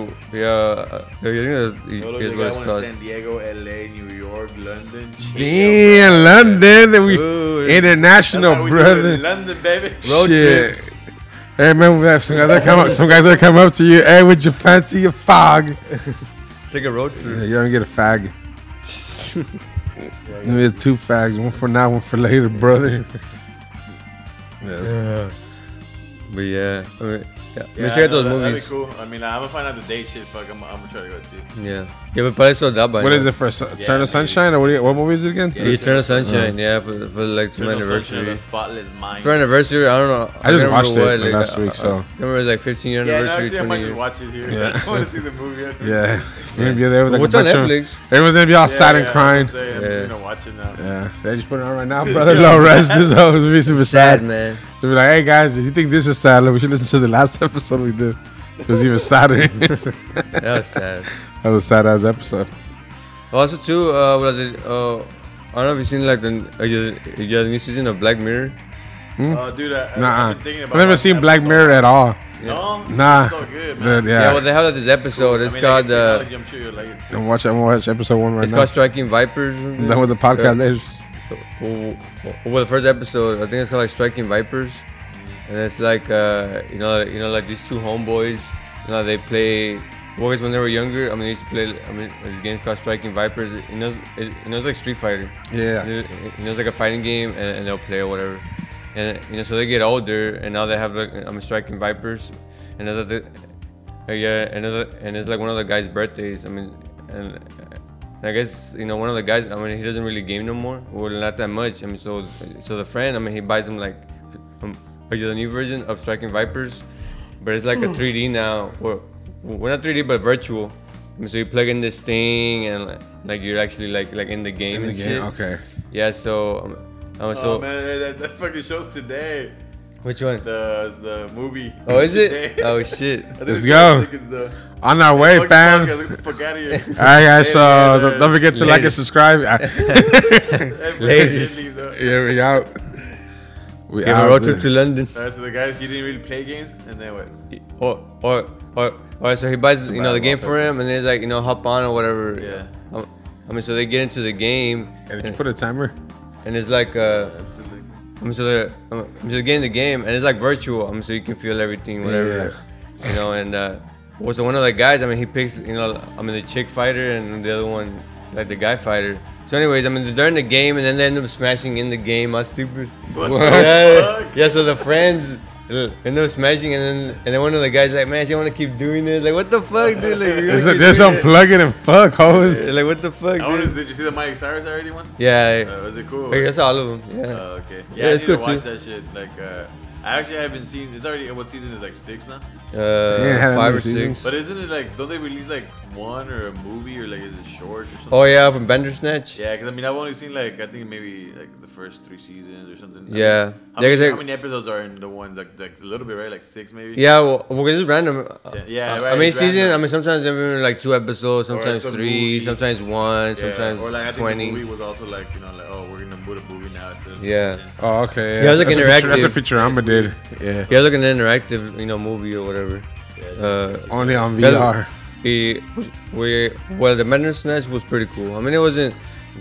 C: yeah, uh, you think
D: Oh,
C: that's,
D: look,
C: here's
D: they
C: what
D: got
C: it's
D: one
C: called.
D: in San Diego, LA, New York, London.
B: Damn, London. that We
C: Ooh,
B: international,
D: That's how we do it
B: brother.
D: in London, baby.
C: Road
B: Shit.
C: trip.
B: Hey, remember that some guys that come up, some guys that come up to you, hey, would you fancy your fog?
C: Take a road
B: Yeah,
C: trip.
B: you don't get a fag. Give me two fags, one for now, one for later, brother. Yeah,
C: But yeah, I mean, yeah, I mean,
D: Yeah,
C: check out
D: no,
C: those
D: that-
C: movies.
D: That'd be cool. I mean, I'm gonna find out the date shit. Fuck, I'm, I'm gonna try to go too.
C: Yeah, yeah, but probably sold out by
B: what
C: now.
B: is it for? Su-
D: Yeah,
B: Turn
D: maybe.
B: of Sunshine or what? do you- What movie is it again?
C: The Eternal Sunshine,
B: Uh-huh.
C: yeah, for, for like two
D: Eternal Sunshine of
C: anniversary.
D: the Spotless Mind.
C: For anniversary, I don't know.
B: I just
C: can't remember
B: watched it,
C: what,
B: like, last week,
C: I-
B: so.
C: I remember it was like 15 year
D: yeah, no,
C: anniversary,
D: actually, I
C: 20
D: might just
C: year.
D: watch it here.
B: Yeah.
D: I just want to see the movie. I think.
B: Yeah, We're gonna be there with, like, a
C: What's on
B: bunch of-
C: Netflix?
B: Everyone's gonna be all sad and
D: yeah,
B: crying.
D: I'm, saying, I'm
C: Yeah.
D: just gonna watch it now.
B: Yeah, they just put it on right now, brother. Low res. This whole is gonna be super sad.
C: Sad man.
B: They'll be like, hey guys, if you think this is sad, we should listen to the last episode we did. It was even sadder. that
C: That was sad.
B: was a sad ass episode.
C: Also, too, uh, what is it? Uh, I don't know if you've seen like the uh, yeah, yeah, the new season of Black Mirror.
D: Oh, dude, I,
B: Hmm? Nah,
D: I've been
B: I've
D: thinking about
B: never
D: watching
B: seen
D: that
B: Black
D: episode.
B: Mirror at all.
D: No,
B: Nah,
D: It's so good,
B: The-
D: man.
B: yeah.
C: Yeah, well, they have like this episode. It's
D: I mean,
C: called
D: I
C: uh,
D: can see how I'm sure you'll like it.
B: I'm watching. I'm gonna watch episode one right
C: it's
B: now.
C: called Striking Vipers. or
B: I'm done with the podcast
C: something.
B: later.
C: well, well, the first episode, I think it's called like Striking Vipers, and it's like uh, you know, you know, like these two homeboys, you know, they play. Boys, when they were younger, I mean, they used to play. I mean, this game called Striking Vipers. You know, it, you know, it's like Street Fighter.
B: Yeah.
C: You know, it's like a fighting game, and, and they'll play or whatever. And you know, so they get older, and now they have like I'm striking vipers, and it's like the- uh, yeah, and it's, like- and it's like one of the guys' birthdays. I mean, and, and I guess you know one of the guys. I mean, he doesn't really game no more, well, not that much. I mean, so so the friend, I mean, he buys him like um, uh, the new version of striking vipers, but it's like
B: Hmm.
C: a 3D now, or well, not 3D but virtual. I mean, so you plug in this thing, and like you're actually like like in the
B: In
C: game
B: the
C: and
B: game.
C: shit.
B: Okay.
C: Yeah, so um, uh, so
D: oh man, that- that, that fucking show's today.
C: which one?
D: The the movie.
C: oh, is
D: Today.
C: it? Oh shit!
D: I think
B: Let's
D: it's-
B: go.
D: I think it's the-
B: On our way,
D: Fuck,
B: fam.
D: fuck, get the fuck outta here.
B: All right, guys. So
D: Later.
B: don't- don't forget to like
C: Later.
B: and subscribe.
D: Hey, bro,
C: Ladies.
D: you didn't leave, though.
B: yeah, we out. We
C: Give a road trip to London. Oh,
D: All right, so the guy he didn't really play games, and then what?
C: Or or or or oh, so he buys you know the
B: bad
C: game for him, and he's like you know hop on or whatever.
D: Yeah.
C: Um, I mean, so they get into the game,
B: Hey, did you put a timer?
C: and it's like uh,
D: Absolutely.
C: I mean, so they're um, so they're getting the game, and it's like virtual. I mean, so you can feel everything, whatever, you know. And uh, well, so one of the guys, I mean, he picks you know, I mean, the chick fighter, and the other one like the guy fighter. So, anyways, I mean, they're in the game, and then they end up smashing in the game. I stupid.
D: What
B: What?
C: yeah,
D: the fuck?
C: yeah. So the friends uh, and they were smashing, and then and then one of the guys like, man, she want to keep doing this. Like, what the fuck, dude? Like, you
B: Just,
C: wanna keep
B: just
C: doing
B: unplug it and fuck, hoes.
C: it? Like, what the fuck,
D: I wonder,
C: dude?
D: did you see the Mike Cyrus already one?
C: Yeah,
D: Uh, was it cool?
C: like, that's all of them. Yeah.
D: Oh, okay.
C: Yeah,
D: Yeah, I
C: it's
D: need to
C: good,
D: watch
C: too.
D: that shit. Like, uh, I actually haven't seen. It's already what season is like six now.
B: They had
C: Uh,
B: another
C: five or
B: season?
C: six.
D: But isn't it like don't they release like one or a movie or like is it short or something?
C: Oh yeah, from Bandersnatch.
D: Yeah, because I mean I've only seen like I think maybe like the first three seasons or something. I mean,
C: Yeah.
D: how,
C: They-
D: many,
C: they-
D: how many episodes are in the one? Like, like a little bit, right? Like six maybe.
C: Yeah, well, well, this is random.
D: Ten- yeah,
C: I-
D: right,
C: I mean,
D: it's
C: season.
D: random.
C: I mean, sometimes they're like two episodes,
D: Or it's
C: sometimes
D: a
C: three,
D: movie.
C: sometimes one,
D: Yeah,
C: sometimes
D: or like I think
C: twenty.
D: the movie was also like you know like oh we're gonna put a movie now instead of
C: Yeah.
B: Oh, okay.
C: Yeah, it was,
B: that's a
C: like,
B: feature-
C: interactive.
B: That's what Futurama did. Yeah.
C: Yeah, like an interactive, you know, movie or whatever.
D: Yeah.
C: Uh,
B: Only on
C: Yeah.
B: VR.
C: we, we, well, the Bandersnatch was pretty cool. I mean, it wasn't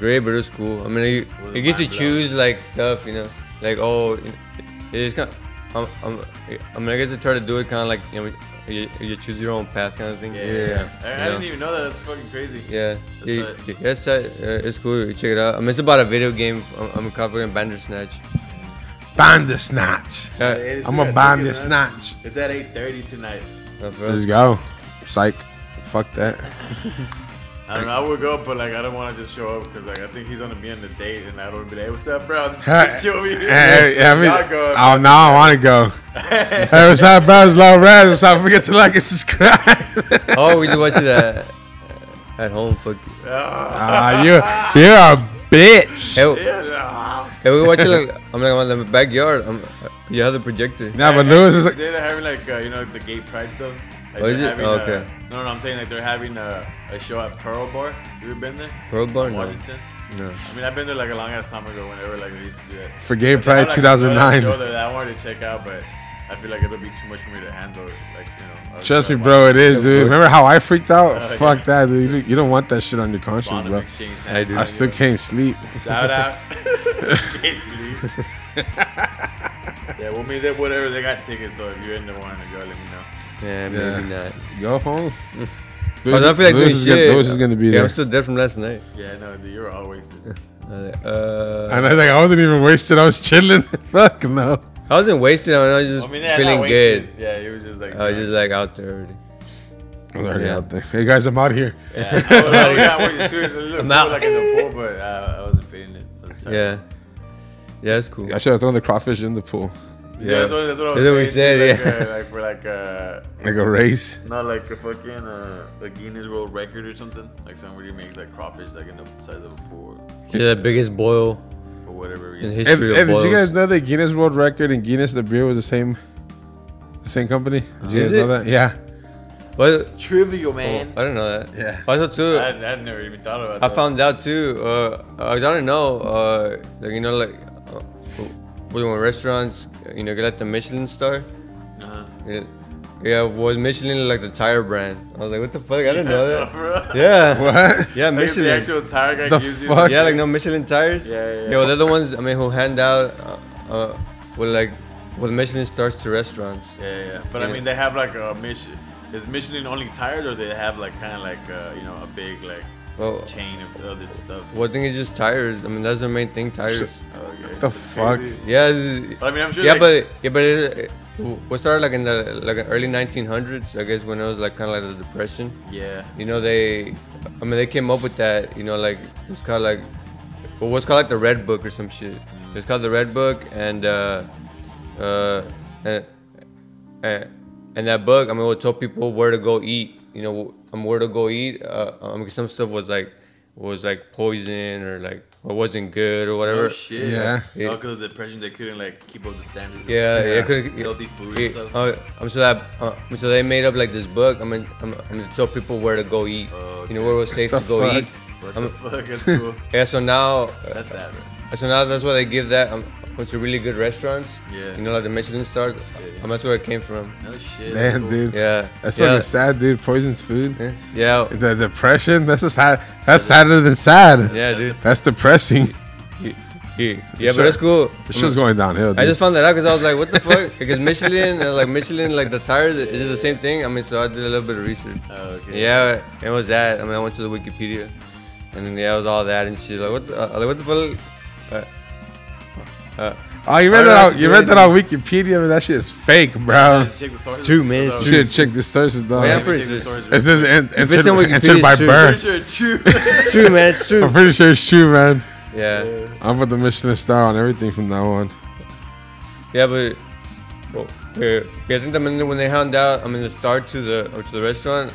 C: great, but it was cool. I mean, you,
D: Was
C: you
D: it
C: get to
D: mind-blowing?
C: choose like stuff, you know, like oh, it- it's kind. Of, I'm, I'm, I mean, I guess I try to do it kind of like you know, you, you choose your own path kind of thing.
D: yeah,
B: Yeah.
D: I, I didn't even know that. That's fucking crazy.
C: Yeah,
D: That's
C: yeah,
D: right.
C: yeah, that's right. Uh, it's cool. You check it out. I mean, it's about a video game. I'm, I'm covering Bandersnatch.
B: Bandersnatch.
C: Yeah,
D: It is
B: I'm a
D: tonight,
B: bandersnatch.
D: It's at eight thirty tonight.
C: uh, for
B: Let's
C: us.
B: go. Psych. Fuck that.
D: I don't know. I would go, but like I don't want to just show up because like I think he's gonna be on the date, and I don't be like, "Hey, what's up, bro?" I'm just gonna chill over here.
B: Hey, hey, I mean,
D: Y'all go.
B: oh no, I want to go. hey, what's up, bro? It's Low Raz. What's up? Forget to like and subscribe.
C: oh, we do watch it at, at home. Fuck.
D: Ah,
B: Ah, you, you're a bitch.
C: Hey, w-
D: yeah, ah.
C: hey, we watch it. Like, I'm like, I'm in the backyard. I'm, you have the projector.
B: Nah, but
D: Hey,
B: Lewis is like,
D: Today they're having like uh, you know the gay pride stuff. Like,
C: Oh, is
D: they're
C: it?
D: having,
C: Oh,
D: uh,
C: okay.
D: no, no, I'm saying like they're having a, a show at Pearl Bar. You ever been there?
C: Pearl Bar?
D: In
C: No.
D: Washington.
C: No.
D: I mean, I've been there like a long ass time ago. Whenever like they used to do that.
B: for Gay
D: I have,
B: Pride
D: like, another Show
B: 2009.
D: that I wanted to check out, but I feel like it'll be too much for me to handle. Like you know.
B: Trust me, bro. It is, dude. Remember how I freaked out?
D: Oh, yeah.
B: Fuck that, dude. You don't- You don't want that shit on your conscience,
D: Bottom
B: bro.
D: exchange
C: I do.
B: I
D: happening,
B: still
D: you know.
B: can't sleep.
D: Shout out. Basically. yeah, we'll meet there. Whatever they got tickets, so if you're in the wanting to go, let me know.
C: Yeah, maybe
B: Yeah.
C: not.
B: Go home.
C: I don't Oh, feel like doing
B: is
C: shit.
B: Gonna, Lewis is gonna be
C: yeah,
B: there.
C: I'm still dead from last night.
D: Yeah, no, dude, you're always.
C: I was like, uh,
B: and I like I wasn't even wasted. I was chilling. Fuck no.
C: I wasn't wasted. I was just
D: I mean, yeah,
C: feeling
D: not
C: good.
D: wasted. Yeah, it was just like.
C: I was just like out there already.
B: I was already
C: Yeah.
B: out there. Hey guys, I'm out here.
D: yeah, I was like, yeah, I wanted to. It looked
C: I'm out.
D: cool, like in the pool, but uh, I wasn't feeling it. I was sorry.
C: Yeah, yeah, it's cool.
B: I should have thrown the crawfish in the pool.
D: yeah. That's what, that's what I was
C: That's what we said,
D: saying, too,
C: yeah.
D: Like, uh, like for like. Uh,
B: Like a race.
D: Not like a fucking uh, a Guinness World Record or something. Like somebody makes like crawfish like in the size of a pool
C: Yeah, the biggest boil
D: or, or whatever.
C: in
D: Yeah.
B: Hey,
C: history
B: hey,
C: of
B: did
C: boils.
B: you guys know that Guinness World Record and Guinness the beer was the same, the same company? Did you
C: Oh.
B: guys
C: Is
B: know
C: it?
B: that? Yeah.
C: What?
D: Trivial
C: Oh,
D: man.
C: I don't know that.
B: Yeah.
C: Also too,
D: I, I never even thought about
C: I
D: that.
C: found out too. Uh, I don't know. Uh, like you know, like uh, when when restaurants, you know, get like the Michelin star.
D: Uh-huh.
C: Yeah, yeah, was Michelin like the tire brand? I was like, what the fuck? I didn't know that.
D: Bro.
C: Yeah.
B: What?
C: Yeah,
D: Uh-huh. Like if the
C: Michelin.
D: actual tire guy
B: The
D: gives
B: fuck?
D: you.
C: Yeah, like no Michelin tires.
D: Yeah, yeah, yeah.
C: well, they're the ones I mean who hand out uh, uh, with like with Michelin stars to restaurants.
D: Yeah, yeah, yeah. But I
C: Yeah.
D: mean, they have like a mission. Is Michelin only tires, or they have like kind of like uh, you know a big like
C: Well,
D: chain of other stuff?
C: well, I think it's just tires. I mean, that's the main thing, tires.
D: Okay.
B: The
D: It's
B: fuck?
D: crazy.
C: Yeah. it's-
D: But I mean, I'm sure.
C: yeah,
D: like,
C: but yeah, but it, it, we started like in the like early 1900s, I guess, when it was like kind of like the depression.
D: yeah,
C: You know, they, I mean, they came up with that. You know, like it's called like, well, what's called like the Red Book or some shit.
D: Mm.
C: It's called the Red Book, and uh, uh, and, and and that book, I mean, will tell people where to go eat. You know, I mean, where to go eat. Uh, I mean, some stuff was like was like poison or like or wasn't good or whatever.
D: Oh shit!
B: Yeah.
C: Yeah.
D: because of the depression, they couldn't like keep up the standards.
C: Yeah,
B: Yeah.
C: yeah. could
D: Healthy food and
C: Yeah,
D: stuff.
C: uh, I'm so that uh, so they made up like this book. I mean, I'm, I'm to tell people where to go eat.
D: Oh,
C: You know where it was safe
B: The
C: to go
B: fuck?
C: eat.
D: What
C: I'm-
D: the fuck? That's cool.
C: Yeah, so now, uh,
D: That's sad, bro.
C: so now that's why they give that um, to really good restaurants.
D: Yeah.
C: You know, like the Michelin stars.
D: yeah.
C: Um, that's where it came from.
D: No shit. that's
B: Damn,
D: cool.
B: dude.
C: Yeah.
B: That's
C: yeah.
B: fucking sad, dude. Poison's food.
C: Yeah.
B: The depression. That's a sad. That's sadder than sad.
C: Yeah, dude.
B: That's depressing.
C: Yeah, yeah
B: Sure.
C: but that's cool.
B: The
C: I
B: show's
C: mean,
B: going downhill. Dude.
C: I just found that out because I was like, "What the fuck?" Because Michelin, uh, like Michelin, like the tires, is it the same thing? I mean, so I did a little bit of research.
D: Oh, okay.
C: Yeah, it was that. I mean, I went to the Wikipedia, and then, yeah, it was all that and shit. Like, what? The, uh, like, what the fuck? Uh, uh,
B: oh, you read
C: I don't know
B: that?
C: what
B: On,
C: to
B: you
C: do
B: read that on Wikipedia, but that shit is fake, bro.
D: Check the sources.
C: two minutes,
D: Those
B: You
D: are-
C: two-
B: should check this Thursday, dog.
C: Yeah,
D: Maybe
C: pretty
D: check the
C: serious.
D: sources.
B: It says en-
C: it's
B: entered,
C: on Wikipedia,
B: entered by
C: it's true.
B: Burr.
D: Pretty sure it's true.
C: it's true, man. It's
B: I'm
C: true.
B: pretty sure it's true, man.
C: Yeah,
B: I'm with the Michelin star on everything from now on.
C: yeah, but Well, eh, I think the minute when they hound out, I mean the start to the or to the restaurant.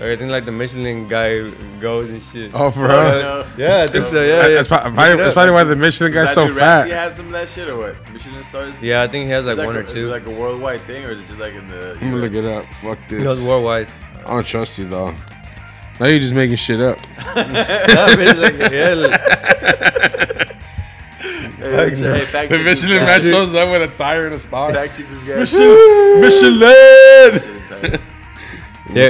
C: eh, I think like the Michelin guy goes and shit.
B: Oh, for
C: Yeah,
D: real?
C: Yeah, I think so. Yeah, yeah.
B: That's pro-
C: Look
B: probably,
C: it
B: that's
C: up.
B: probably why the Michelin guy's
D: Does
B: so
D: Andrew Ramsey
B: fat.
D: have some of that shit or what? Michelin stars? Is
C: Yeah, I think he has like,
D: that
C: one
D: a-
C: or
D: is it
C: two.
D: like a worldwide thing, or is it just like in the?
B: I'm gonna look it up. Fuck
C: he goes
B: this.
C: worldwide.
B: I don't trust you though. Now you're just making shit up.
C: yeah, but it's like, yeah, like-
D: Hey, hey, fact
B: The
D: check this
B: Michelin
D: guy.
B: man shows up with a tire and a star.
D: Fact check this guy.
B: Michelin. Michelin.
D: Have
B: Let's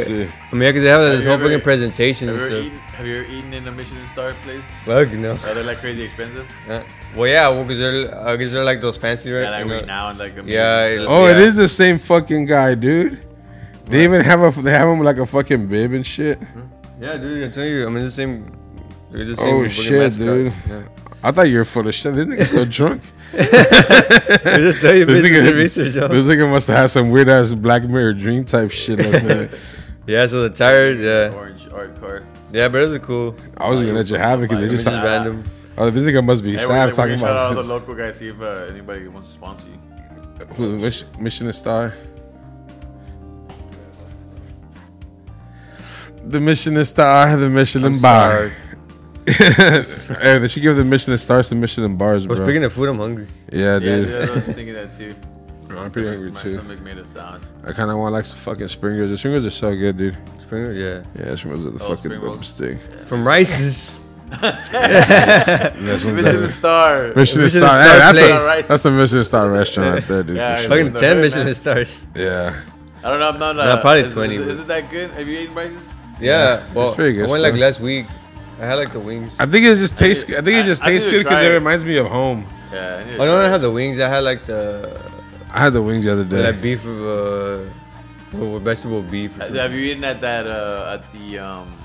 C: yeah.
B: see.
C: I mean, because they have like, this
D: you
C: whole
D: ever-
C: freaking presentation
D: you
C: and
D: ever
C: stuff.
D: eaten? Have you ever eaten in a Michelin star place?
C: Fuck no.
D: Are they like crazy expensive?
C: Uh, well, yeah, well, because they're, uh, cause they're like those fancy, right?
D: Yeah, like
C: you know?
D: renowned, like a
C: Yeah,
D: Michelin star.
B: Oh, it
C: Yeah.
B: is the same fucking guy, dude. They even have a they have him with, like a fucking bib and shit.
C: Yeah, dude, I'm telling you, I mean, the same. they're The same
B: Oh,
C: fucking
B: shit,
C: mascot.
B: dude.
C: Yeah.
B: I thought you were full of shit. This nigga's still drunk.
C: I just tell you,
B: This
C: based on
B: nigga,
C: the research. yo.
B: this nigga must have had some weird ass Black Mirror dream type shit. Last night.
C: Yeah, so the tires, yeah,
D: Orange art car.
C: yeah, but those are cool.
B: I wasn't gonna let you have it because
C: I
B: they
C: mean,
B: just.
C: just
D: Ah.
C: random.
B: Oh, this nigga must be
D: Hey,
B: sad
D: we're,
B: talking
D: we're shout out all
B: about
D: the local guys. See if uh, anybody wants to sponsor you.
B: who, which Michelin star. The Michelin star, the Michelin
C: I'm
B: bar.
C: sorry.
B: hey, they should give the Michelin stars to Michelin bars,
C: Well,
B: bro.
C: speaking of food, I'm hungry.
B: yeah,
D: Yeah,
B: dude.
D: dude, I was thinking that too.
B: I'm pretty hungry
D: My
B: too.
D: stomach made a sound.
B: I kind of want like some fucking spring rolls. The spring rolls are so good, dude.
C: Spring, yeah,
B: Yeah, spring rolls are the
D: Oh,
B: fucking
D: spring rolls.
B: dopest thing.
C: from Rice's.
B: That's one's
D: Michelin
B: better.
D: star.
B: Michelin
C: Michelin
B: star.
C: star
B: Hey, that's a
D: place.
B: that's a Michelin star restaurant right there, dude.
D: Yeah,
B: for
D: I
B: sure.
D: know.
C: Fucking ten
D: They're
C: Michelin
D: nice.
C: stars.
B: Yeah,
D: I don't know. I'm not. Uh,
C: Nah, probably
D: is-
C: 20,
D: Is,
C: but-
D: is it that good? Have you eaten prices?
C: Yeah, well,
B: pretty good
C: I went like
B: stuff.
C: last week. I had like the wings.
B: I think it just tastes.
D: need-
B: I think it just
D: I- I need
B: tastes
D: to
B: good because
D: try
B: it
D: it.
B: reminds me of home.
D: Yeah. I need to
C: Oh, I don't
D: try
C: know
D: it.
C: how the wings. I had like the
B: I had the wings the other day.
C: that beef of uh, well, vegetable beef. Or
D: Have-
C: something.
D: Have you eaten at that uh, at the um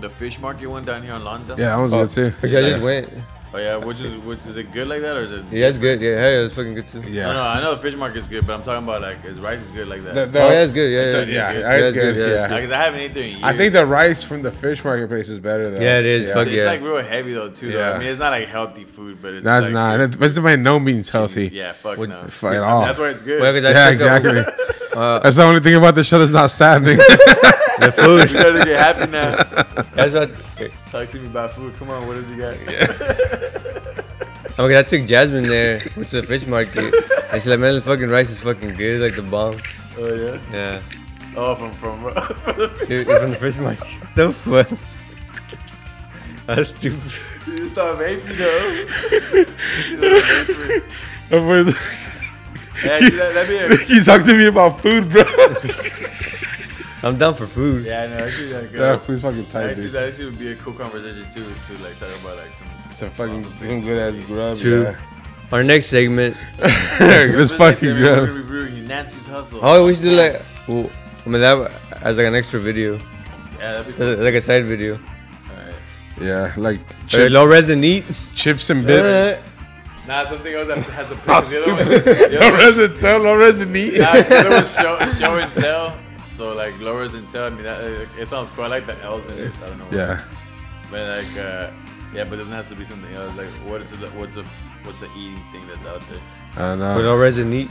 D: the fish market one down here on London?
B: yeah, that was
C: Oh,
B: good too.
C: Which I just went.
D: Oh yeah. Which is which, is it good like that or is it? Oh,
C: Yeah, it's good. Yeah, hey, it's fucking good too.
B: Yeah.
D: No, no. I know the fish market's good, but I'm talking about like is rice is good like that.
B: The- the-
C: Oh, yeah, it's good. Yeah,
B: Yeah,
C: yeah,
B: yeah,
C: yeah,
B: it's good.
C: it's
B: Yeah,
D: Because I haven't eaten there in years.
B: I think the rice from the fish marketplace is better though.
C: Yeah, it is. Fuck
D: it's
C: yeah.
D: like real heavy though too. Though.
B: Yeah.
D: I mean, it's not like healthy food, but it's
B: That's
D: like,
B: not. That's, that's by no means healthy. Yeah,
D: Yeah, fuck
C: Would-
D: no.
B: fuck at all.
D: That's where it's good.
C: Well, 'cause I picked up-
B: exactly.
C: Uh,
B: that's the only thing about the show that's not sad. nigga.
C: the
D: we
C: food.
D: started to get happy now.
C: That's what. Okay,
D: Talk to me about food. Come on, what does he got?
C: I took Jasmine there, which is a fish market. And she's like, man, the fucking rice is fucking good. It's like the bomb.
D: Oh yeah.
C: Yeah.
D: Oh, from from.
C: Dude, you're from the fish market. the fuck? That's stupid.
D: you start vaping though. Yeah, actually, that, that'd be a,
B: you talk to me about food, bro.
C: I'm down for food.
D: yeah, no, actually that good.
B: yeah, food's fucking tight,
D: Actually,
B: dude.
D: that actually would be a cool conversation too, to like talk about like
B: Some
D: some.
B: fucking good ass grub.
C: True.
B: Yeah.
C: Our next segment.
B: this fucking
D: We're gonna
B: grub.
D: be reviewing Nancy's hustle.
C: Oh, we should do like. Well, I mean, that as like an extra video,
D: Yeah, that'd be cool.
C: as, like a side video.
D: Alright.
B: Yeah, like
C: Or
B: chip,
C: low res and eat.
B: chips and
C: Uh,
B: bits.
D: Nah, something else that has to
B: How
D: pick the other one.
B: Oh, stupid. No
D: The other one-
B: resin tell, no resin eat.
D: Nah, the other one's show, show and tell. So like lowers and tell. I mean, that, uh, it sounds cool. I like the L's in it. I don't know. why.
B: Yeah.
D: But like, uh, yeah, but it doesn't have to be something else. Like, what's a, what's a what's a eating thing that's out there?
B: I
C: Or
B: know.
C: low res and eat.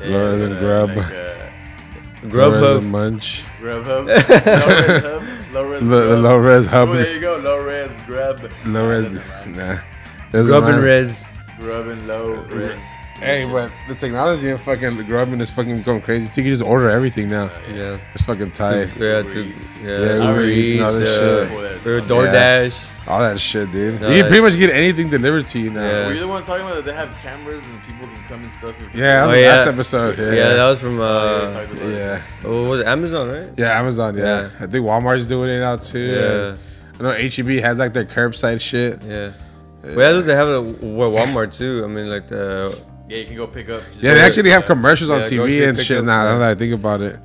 D: Yeah,
B: Lower than
D: uh,
B: grub.
D: Like, uh,
B: Low res
C: Grubhub.
B: munch.
D: Grubhub. Low-res hub. Low-res
B: The, the
D: grub.
B: low res hub.
D: Oh, there you go. Low-res grub.
B: Low res.
D: Nah, that's not
B: Nah. Doesn't
C: Grub and
B: matter.
C: res.
D: Grub and low-res.
B: Hey, but the technology and fucking the grubbing is fucking going crazy. You can just order everything now.
C: Yeah.
B: It's fucking tight.
C: Yeah,
D: Uber
C: to,
D: Eats.
C: yeah,
B: Yeah,
C: Uber
D: Uber
B: Eats and all
C: Eats,
B: this
C: uh,
D: shit. Yeah.
C: Or DoorDash.
B: All that shit, dude.
C: No,
B: you can pretty
C: that's-
B: much get anything delivered to you now.
C: Yeah.
B: Yeah,
D: Were you the one talking about that they have cameras and people can come and stuff? if-
B: that was
C: Oh,
B: the
C: yeah.
B: last episode.
C: Yeah.
B: Yeah.
C: that was from
D: Oh, yeah,
C: uh,
D: we talked about it.
B: yeah.
C: what was it? Amazon, right?
B: Yeah, Amazon. Yeah.
C: Yeah.
B: I think Walmart's doing it now too.
C: Yeah,
B: I know HEB has like their curbside shit.
C: yeah. Well, that's what they have at Wa- Walmart too. I mean, like uh, the
D: Yeah, you can go pick up. just- uh,
B: Yeah, they actually have commercials on
C: Yeah, grocery
B: TV and shit
C: pickup,
B: now. Now
C: yeah.
B: that I think about it,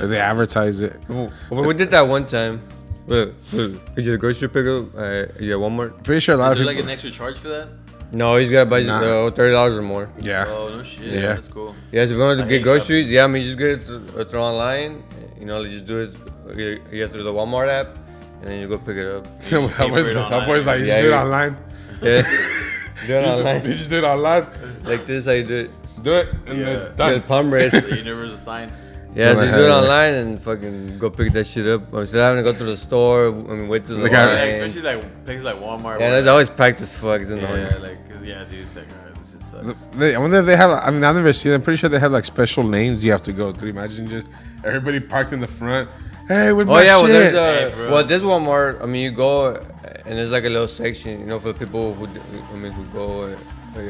B: Like, they advertise it.
C: w- we did that one time. Look, look, is your grocery pickup? Uh, yeah, Walmart.
B: Pretty sure a lot
D: Is
B: of people.
D: there like an extra charge for that?
C: No, he's gotta buy
B: Nah.
C: uh, thirty dollars or more.
B: yeah,
D: Oh no shit.
B: Yeah.
D: That's cool.
C: Yeah, so if you want to
D: I
C: get
D: hate
C: groceries, yeah, I mean, just get it through, uh, through online. You know, you just do it uh, yeah, through the Walmart app, and then you go pick it up.
B: that boy's,
D: pay for it
B: that
D: online.
B: boy's like, you
C: Yeah,
B: just do it
C: yeah.
B: online.
C: Yeah, do it
B: You
C: online
B: just do it online.
C: like this. I do it.
B: do it, and
D: Yeah.
B: it's
C: Yeah,
B: done.
C: palm raise.
D: The universal sign.
C: Yeah,
B: Never
C: just
B: had
C: do it
B: it.
C: online and fucking go pick that shit up. Instead of having to go to the store and wait to the
B: Like
D: Oh, Yeah,
B: I-
C: line.
D: like, especially like places like
C: yeah,
D: Walmart. where,
C: that's always packed as fuck. It's annoying.
D: yeah, like, 'cause, yeah, dude, that guy, this just sucks.
B: They, I wonder if they have. I mean, I've never seen. I'm pretty sure they have like special lanes you have to go through. Imagine just everybody parked in the front. Hey, with
C: Oh
B: my
C: yeah, well
B: shit.
C: there's a
D: Hey, bro.
C: well there's Walmart. I mean, you go and there's like a little section, you know, for the people who d- I mean who go. uh,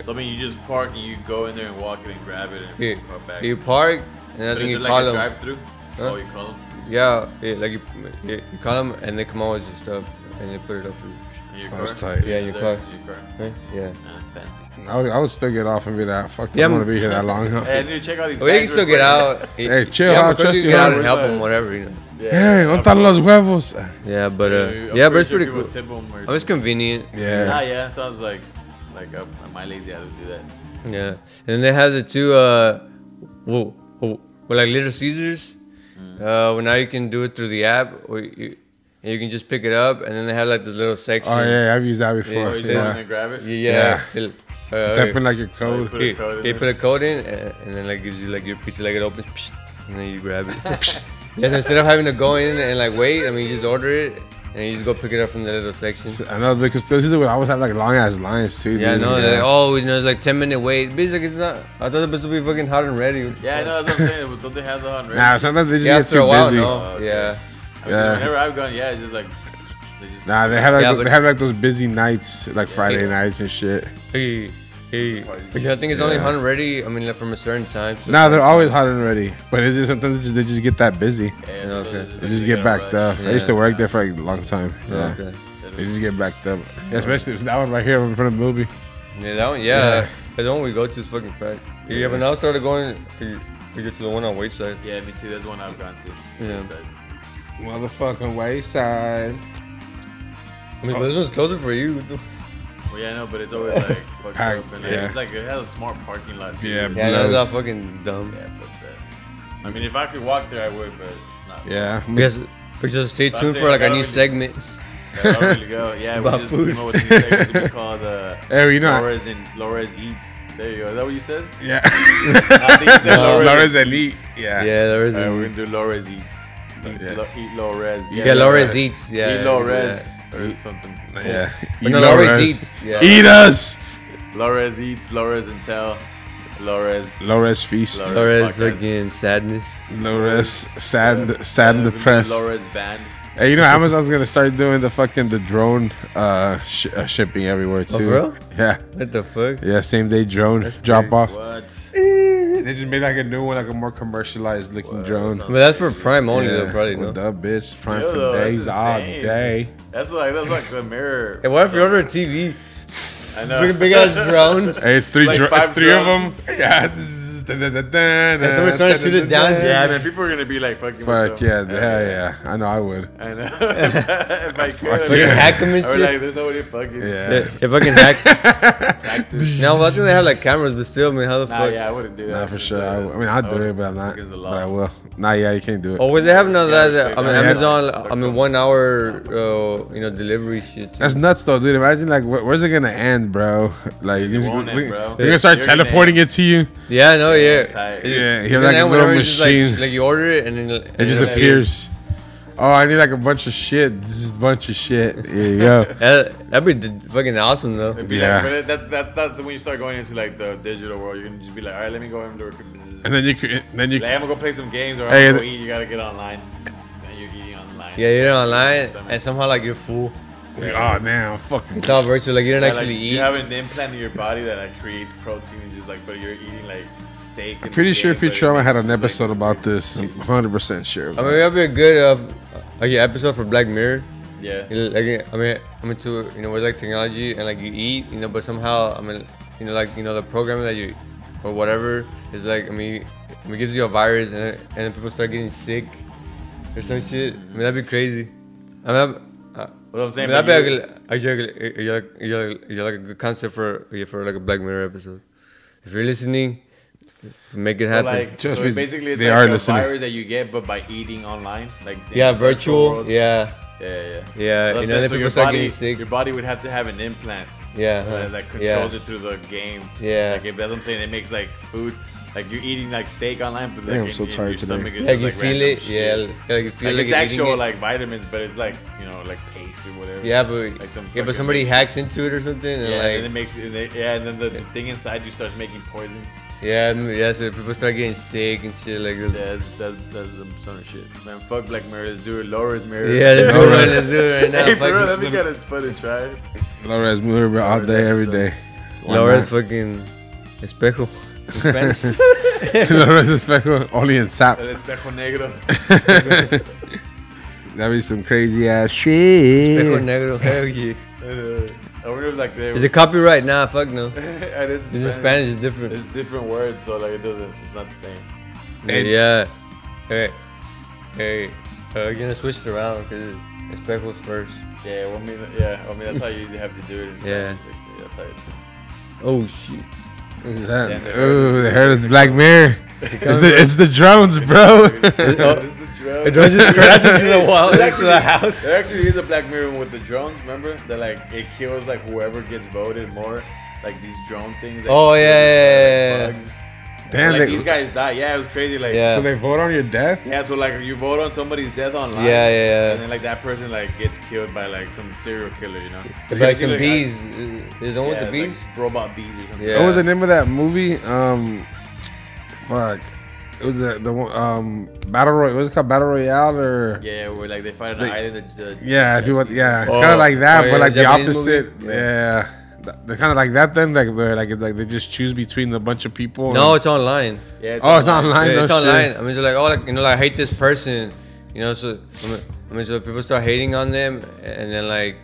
D: So, I mean, you just park and you go in there and walk it and grab it and
C: You,
D: park back.
C: you park and I
D: But
C: think
D: is
C: you
D: it
C: call
D: like a
C: them.
D: drive-through?
C: Huh?
D: Oh, you call them.
C: Yeah, yeah, like you, you, you call them and they come out with your stuff and they put it up for you.
D: In your
B: Oh,
D: car.
B: that's tight.
C: Yeah, in your
D: there,
C: car.
D: in Your car.
C: Huh? Yeah.
D: Nah, fancy.
B: I would, I would still get off and be like, "Fuck,
C: Yeah,
B: I don't want
C: I'm-
B: to be here that long." Huh?
D: Hey, dude, check out these.
C: Well, you
D: bags
C: can still
D: we're
C: get
D: putting-
C: out.
B: Hey, chill
C: yeah,
B: out,
C: because
B: trust
C: you
B: your
C: get out
B: heart.
C: and help them, whatever. You know.
D: Yeah,
B: hey, ¿dónde
D: I'm
B: están los huevos?
C: Yeah, but uh,
D: pretty- I'm
C: yeah, but it's
D: sure
C: pretty
D: people
C: cool.
D: Tip them or
C: Oh, it's
D: something.
C: convenient.
D: Ah,
B: Yeah,
D: yeah. Sounds like, like uh, my lazy ass would do that.
C: Yeah, and then they have the two, uh, whoa, whoa, well, like Little Caesars. Uh, well, now you can do it through the app, or you, and you can just pick it up, and then they have like this little section.
B: oh yeah, I've used that
D: Oh,
B: before.
D: you
B: Yeah,
D: just yeah. want to grab it?
C: yeah, yeah. Uh,
B: Type in, like your
D: Oh,
B: code.
D: put a
C: you,
D: code in
C: you
D: there.
C: put a code in, and, and then like gives you like your pizza, like it opens, psh, and then you grab it. yeah, so instead of having to go in and like wait, I mean, you just order it, and you just go pick it up from the little section.
B: I know because this is what I always have like long ass lines too.
C: Yeah,
B: dude.
C: no, they're like, oh, you know, it's like 10 minute wait. But it's like, it's not, I thought it was supposed to be fucking hot and ready.
D: Yeah, I know that's what I'm saying. But don't they have that on red?
B: Nah, sometimes they just
C: yeah,
B: get
C: after a
B: too
C: while,
B: busy.
C: no.
D: Oh, okay.
C: Yeah.
D: I mean,
B: yeah.
D: Whenever I've gone, yeah, it's just like they just
B: Nah, they have like
C: Yeah,
B: those-
C: but-
B: they have like those busy nights, like Friday nights and shit.
C: Hey, hey. But yeah, I think it's only
B: Yeah.
C: hot and ready. I mean, like from a certain time. So
B: Nah, they're always hot and ready, but it's just sometimes they just, they just get that busy.
D: Yeah,
C: Yeah, okay.
D: it's
B: They
D: like
B: just
D: they
B: get
D: gotta
B: backed up.
D: rush.
B: I used to work there for like a long time.
C: Yeah.
B: Yeah.
C: Okay.
B: They just get backed up, yeah, especially if that one right here in front of the movie.
C: Yeah, that one. Yeah,
B: Yeah.
C: the one we go to is fucking packed. Yeah, but now I started going. We we get to the one on Wayside.
D: Yeah, me too. That's one I've gone to.
C: Yeah.
D: It's like-
B: Motherfucking wayside.
C: I mean, but this one's closer for you. What the-
D: Well, yeah, I know, but it's always like fucked
B: Packed,
D: up. And, like,
B: yeah.
D: It's like it has a smart parking lot. Too.
B: Yeah,
C: Yeah, that's
B: Blows.
C: not fucking dumb.
D: Yeah, fuck that. I mean, if I could walk there, I would, but it's not.
B: Yeah.
C: Because we just stay
D: That's
C: tuned
D: it,
C: for like
D: I
C: a
D: gotta
C: new
D: be-
C: segment.
D: I don't really go. Yeah, we
C: About
D: just
C: food.
D: came up with a new segment we called uh,
B: Hey, you know-
D: Laura's and Laura's eats. There you go. Is that what you said?
B: Yeah.
D: I think you said
C: No,
D: Laura's.
B: Laura's elite. Yeah.
C: Yeah, there is.
D: All right, we're
C: a-
D: gonna do Laura's eats. Eats
B: Yeah.
D: Lo- eat Laura's.
C: Yeah, Laura's eats. Yeah,
D: eat Laura's.
C: yeah.
D: Or eat something.
B: Yeah.
C: But
B: Eat
C: no, Laura's
B: Laura's.
C: eats. Yeah.
B: Eat us.
D: Laura's eats. Laura's and tell. Laura's.
B: Laura's feast.
C: Laura's
D: Laura's. Podcast.
C: again sadness.
B: Laura's sad,
D: uh,
B: sad and
D: we do
B: depressed.
D: Laura's band.
B: Hey, you know Amazon's gonna start doing the fucking the drone uh, sh- uh shipping everywhere too.
C: for real?
B: Yeah.
C: What the fuck?
B: Yeah, same day drone drop
C: weird.
B: off.
D: What?
B: They just made like a new one, like a more commercialized looking
D: What?
B: drone.
D: That
C: But that's for Prime only, though, probably.
B: with
C: No?
B: the bitch trying
D: Still,
B: for
D: though, that's
B: days all
D: insane.
B: day.
D: That's like that's like the mirror.
C: Hey, what if you order a TV?
D: I
C: Freaking big ass drone. And
B: Hey, it's three,
D: Like
B: dro- it's
D: five
B: three of them.
D: drones.
B: Yeah.
C: someone's trying to shoot it down.
D: Yeah, man, people are gonna be like fucking.
B: Fuck
D: with
B: yeah,
D: them.
B: hell yeah. I know I would.
D: I know. if I could,
B: Fucking hack
C: 'em and
D: I was
C: shit.
D: like, there's nobody fucking.
B: Yeah.
C: If I can hack.
D: Practice.
C: No, but I think they have like cameras, but still, I mean, how the
D: Nah,
C: fuck?
D: yeah, I wouldn't do that.
B: Nah, for
D: It's,
B: sure.
D: uh,
B: I, would. I mean, I'll do
D: would-
B: it, but I'm not.
D: It's a
B: But
D: lot.
B: I will. Nah, yeah, you can't do it.
C: Oh, well, they have none of
D: Yeah,
C: that. that- I mean,
D: yeah.
C: Amazon. I mean,
D: Yeah.
C: one hour, uh, you know, delivery shit.
B: That's nuts, though, dude. Imagine like, wh- where's it gonna end, bro? Like, you're, just-
D: won't end,
B: we-
D: bro.
B: we're gonna start
D: You're gonna
B: teleporting it to you.
C: Yeah, no, yeah. It-
D: tight.
B: Yeah, you
C: and
B: have like
C: then
B: a little
C: whenever it's just, like-
B: machine.
C: Like, you order it and then and
B: It just
C: then-
B: appears. Oh, I need like a bunch of shit. This is a bunch of shit. Here you go.
C: That, that'd be d- fucking awesome though.
D: It'd be
B: Yeah.
D: Like, but it- that, that, that's when you start going into like the digital world. You're gonna just be like, all right, let me go and do a quick.
B: and then you, c- then you. oh,
D: Like, I'm gonna go play some games or
B: Hey,
D: I'm gonna go
B: the-
D: eat. You gotta get online. And you're eating online.
C: Yeah, you're online
D: Stomach.
C: and somehow like you're full.
B: Oh damn, I'm fucking.
C: It's all virtual. Like you don't
D: Yeah, like,
C: actually
D: You
C: eat.
D: have an implant in your body that like, creates protein, and just like, but you're eating like steak.
B: I'm pretty sure Futurama had an episode about this. I'm 100% sure.
C: I mean, that'd be a good uh, f- like an episode for Black Mirror.
D: Yeah.
C: You know, Like I mean, I'm into you know, with like technology and like you eat, you know, but somehow I mean, you know, like you know, the program that you or whatever is like I mean, I mean, it gives you a virus and and then people start getting sick or some shit. I mean, that'd be crazy. I mean, that- uh,
D: What
C: I
D: I'm
C: mean
D: saying.
C: that'd
D: but
C: be
D: you-
C: like, a- a- you're- you're- you're- you're like a good concept for yeah, for like a Black Mirror episode. If you're listening, make it
D: but,
C: happen.
D: like,
B: Trust
D: so
B: me,
D: basically, it's
B: they
D: like
B: are
D: a
B: listening.
D: virus that you get, but by eating online, like in
C: yeah,
D: the virtual
C: virtual.
D: world.
C: Yeah.
D: yeah, yeah.
C: Yeah,
D: That's
C: you know,
D: it.
C: then
D: so
C: people
D: your
C: start
D: body,
C: getting sick. Uh,
D: your body would have to have an implant uh,
C: Yeah,
D: that,
C: huh.
D: that controls
C: Yeah.
D: it through the game.
C: Yeah.
D: like if that's what I'm saying. It makes like food, like you're eating like steak online, but like,
B: Damn, I'm
D: in-
B: so
D: in your
B: tired today.
D: stomach is
C: Like
D: just,
C: you feel
D: random
C: it,
D: shit.
C: yeah. Like you feel
D: Like,
C: like
D: it's
C: you're eating
D: actual
C: it.
D: like vitamins, but it's like you know like paste or whatever.
C: yeah, but
D: like some
C: yeah,
D: fucking-
C: but somebody hacks into it or something, and
D: Yeah, and then it
C: like
D: makes and they, yeah, and then the, the thing inside you starts making poison.
C: yeah, mm, yeah, so people start getting sick and shit like
D: Yeah, that's that's, that's some sort of shit, man. Fuck Black Mirror. Let's do it. Laura's Mirror.
C: Yeah, let's
B: do it right-
C: let's do it right now.
D: hey,
C: Fuck
D: for real, let
C: it.
D: me get it for the try.
B: Lores Mujer all
D: Lores,
B: day, every
D: so-
B: day. Why
C: Laura's
B: not?
C: fucking espejo.
B: Lores Espejo, only in SAP.
D: El espejo negro.
B: That'd be some crazy ass shit.
C: Espejo negro. Hell yeah.
D: Uh, I wonder if like they.
C: Is it copyright? Nah, fuck no.
D: and it's
C: In Spanish, it's different.
D: It's different words, so like it doesn't. It's not the same.
B: And-
C: yeah. Hey, hey, uh, you're gonna switch it around because espejo's first.
D: Yeah, well, I mean, yeah, I mean that's how you have to do it. In Spanish.
C: Yeah.
D: Like, that's how. It,
C: Oh shit.
B: That, oh,
D: they heard
B: ooh,
D: it.
B: they heard it's Black Mirror. It's the, it's the drones, bro.
C: Oh.
D: It's the drone.
C: It was just crashed into the wall
D: There
C: next to the
D: actually-
C: house.
D: There actually is a Black Mirror with the drones. Remember that? Like it kills like whoever gets voted more. Like these drone things. that
C: Oh,
D: kill
C: yeah, yeah, yeah,
D: bugs.
B: Damn,
D: like
B: they,
D: these guys die. Yeah, it was crazy. Like
C: Yeah.
D: yeah.
B: so they vote on your death?
D: so like you vote on somebody's death online.
C: Yeah, yeah, yeah.
D: And then like that person like gets killed by like some serial killer, you know?
C: It's like some
D: Like,
C: bees. Is the one with
D: yeah,
C: the
D: it's
C: bees?
D: like robot bees or something.
C: Yeah.
B: What was the name of that movie? Um, fuck. It was the, the one, um, Battle Royale. Was it called Battle Royale or? Yeah.
D: Yeah, where like they find an
B: They-
D: island. That, that,
B: Yeah, if you want, yeah, it's
C: Oh.
B: kind of like that,
C: Oh, yeah,
B: but like the
C: Japanese
B: opposite.
C: movie? Yeah.
B: Yeah, Th- they're kind of like that. Then like they're like it's like they just choose between a bunch of people.
C: No,
B: and-
C: it's online.
D: yeah
B: oh, it's online.
C: Yeah,
B: no
C: it's
B: shit.
C: online. I mean, it's like, oh, like, you know, like, I hate this person. You know, so I mean, I mean, so people start hating on them, and then like,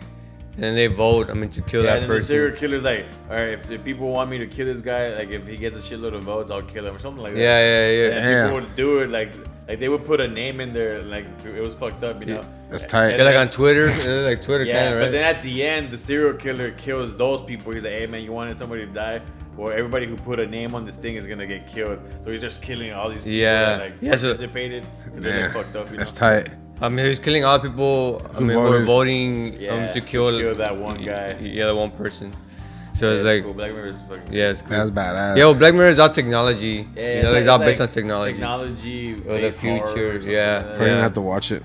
C: and then they vote. I mean, to kill
D: Yeah, and
C: that
D: then the serial
C: person.
D: killer's like, all right, if, if people want me to kill this guy, like if he gets a shitload of votes, I'll kill him or something like that.
C: Yeah, yeah, yeah.
D: And
B: Yeah.
D: people would do it like, like they would put a name in there, like it was fucked up, you know.
B: That's tight.
D: And
C: Yeah, like
D: then-
C: on Twitter, uh, like Twitter,
D: Yeah,
C: kind of,
D: but
C: right?
D: then at the end, the serial killer kills those people. He's like, "Hey, man, you wanted somebody to die? Well, everybody who put a name on this thing is gonna get killed." So he's just killing all these people
C: Yeah.
D: that like
C: Yeah, so-
D: participated because they
B: Yeah,
D: look fucked up. You
B: that's
D: know?
B: tight.
C: I mean, he's killing all people. I
B: Who
C: mean, we're
B: voted?
C: voting
D: Yeah,
C: um, to
D: to
C: kill,
D: kill that one guy.
C: Yeah, that one person. So
D: Yeah,
C: it's
D: it's
C: like,
D: cool. Black Mirror is fucking.
C: yeah, it's cool.
B: That's badass.
C: yeah, well, Black Mirror is all technology.
D: Yeah,
C: you know, it's, all based on technology.
D: Technology
C: the
D: based horror
C: future,
D: something
C: yeah.
D: like that.
B: Probably
C: Yeah.
B: gonna have to watch it.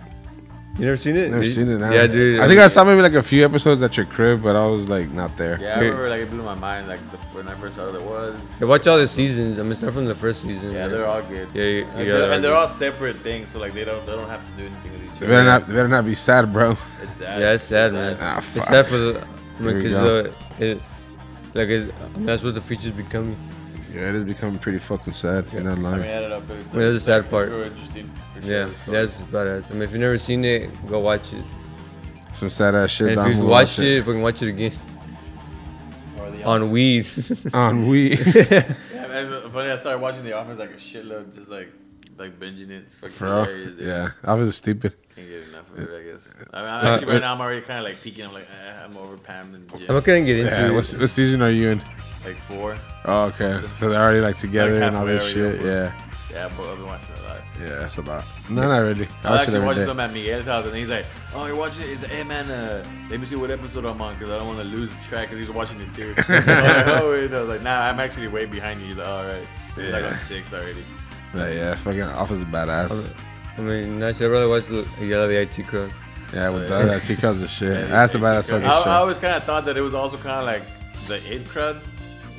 C: You never seen it?
B: Never
C: Did-
B: seen it. Now.
C: Yeah, dude.
B: I think I saw maybe like a few episodes at your crib, but I was like not there.
D: Yeah, I remember like it blew my mind like the, when I first saw it. It was
C: Hey, watch all the seasons. I mean, start from the first season.
D: yeah,
C: man.
D: they're all good.
C: Yeah, you-
D: and,
C: you
D: they're,
C: gotta-
D: and they're all separate things, so like they don't they don't have to do anything with each
B: You
D: other.
B: better not, you better not be sad, bro.
D: It's sad.
C: Yeah, it's sad, man.
B: Ah, fuck.
C: it's sad for the. I
B: Here
C: mean,
B: we
C: because
B: go.
C: uh, it, like it, I mean, that's what the future's becoming.
B: Yeah, it is becoming pretty fucking sad. You're not
D: I mean,
B: lying.
D: add it up. It's,
C: Well, that's
D: it's,
C: the sad
D: like,
C: part.
D: super Interesting. for sure,
C: Yeah,
D: the story.
C: that's badass. I mean, if you've never seen it, go watch it.
B: Some sad ass shit.
C: And
B: that
C: if
B: I'm
C: you
B: gonna
C: watched it, we can watch it again
D: Or the
C: on weed.
B: on weed,
D: Yeah, man, funny, I started watching The Office like a shitload, just like like binging it. It's fucking
B: bro.
D: hilarious. dude.
B: Yeah, I was stupid.
D: Can't get enough of it, I guess. I mean, honestly, right now I'm already kind of like peeking. I'm like, eh, I'm over Pam and
C: Uh, I'm
D: Jim.
C: not gonna get into
B: Yeah,
C: it.
B: what, what season are you in?
D: Like four.
B: Oh, okay, so they're already like together
D: Like
B: and all this
D: halfway
B: shit.
D: already
B: Yeah,
D: Yeah, but I've been watching it a lot.
B: yeah, that's a lot. No, not really. I
D: I
B: watch it
D: actually
B: every
D: watched
B: day.
D: some at Miguel's house, and he's like, "Oh, you're watching it? He's like, hey man, uh, let me see what episode I'm on, cause I don't want to lose track, cause he's watching it too." I was like, oh, wait. I was like, "Nah, I'm actually way behind you." He's like, "All right, oh, right, like
B: Yeah.
D: on six already."
B: But yeah, fucking office is badass.
C: I mean, no, I'd rather watch the Yellow the IT Crowd.
B: Yeah, with
D: Yeah.
B: that, he calls the shit.
D: And
B: that's a
D: it's-
B: badass
D: it's cra-
B: fucking
D: I, I
B: show.
D: always kind of thought that it was also kind of like the it crowd.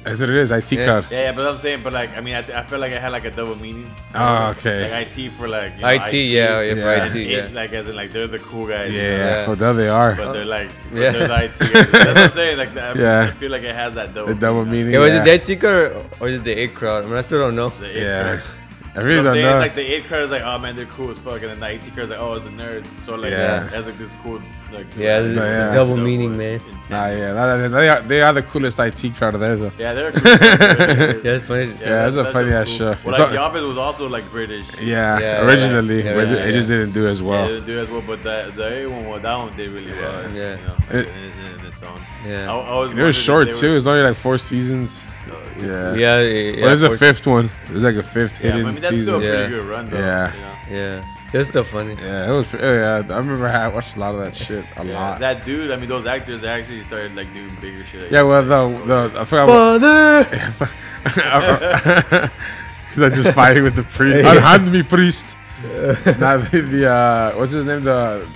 B: That's what it is. IT
C: Yeah.
B: card.
D: Yeah, yeah, but I'm saying, but like, I mean, I, th- I felt like it had like a double meaning.
B: Oh, okay.
D: Like IT for like you know,
C: IT, yeah, yeah,
B: Yeah.
C: for
D: and
C: IT,
D: it,
C: yeah.
D: like as in like they're the cool guys. you know?
B: Yeah,
C: Yeah.
B: for that they are.
D: But they're like, but
C: Yeah.
D: they're the IT. That's what I'm saying. Like, that,
B: Uh, Yeah.
D: I feel like it has that double.
B: The double
D: meaning.
B: meaning.
C: yeah, was
B: yeah.
C: it the IT Crowd or, or is it the It Crowd? I mean, I still don't know.
D: The it
B: Yeah,
D: crowd.
B: I
D: You
B: really
D: know what I'm
B: don't
D: saying?
B: know.
D: It's like the it crowd is like, oh man, they're cool as fuck, and then the IT crowd is like, oh, it's the nerds. So like,
B: Yeah. Oh,
D: yeah, it has like this cool, like,
C: Yeah, it's,
B: Yeah.
C: it's double meaning, man.
D: intent.
B: Nah, yeah, nah, they, they are, they are the coolest IT crowd there, though.
D: Yeah, they're. cool. They're-
C: Yeah, it's funny.
B: Yeah. that's a funny
D: just
B: ass show.
D: Well, like,
B: So-
D: The Office was also like British.
B: Yeah,
C: Yeah,
B: originally,
C: yeah,
B: but
C: yeah,
B: it just didn't do as
D: They
B: well.
D: didn't do as well, but the the A one, well, that one did really well.
C: Yeah.
D: you know,
B: It-
D: in, in, in its own.
C: Yeah.
D: I, I was
B: It was short too. It's only like four seasons.
D: Oh, Yeah,
B: Yeah,
C: Yeah, yeah, yeah
B: Well, there's
C: for-
B: a fifth one. There's like a fifth
D: yeah but I
B: hidden
D: mean that's still
B: season.
D: a pretty
C: Yeah.
D: good run though.
B: Yeah.
D: you know?
C: Yeah, That's still funny.
B: Yeah, it was. oh, Yeah, I remember I watched a lot of that shit. A
D: Yeah,
B: lot.
D: That dude, I mean, those actors actually started like doing bigger shit.
B: yeah, well, the the I forgot. What,
C: Father.
B: He's like just fighting with the priest. Unhand me, priest. now the, the uh, what's his name? The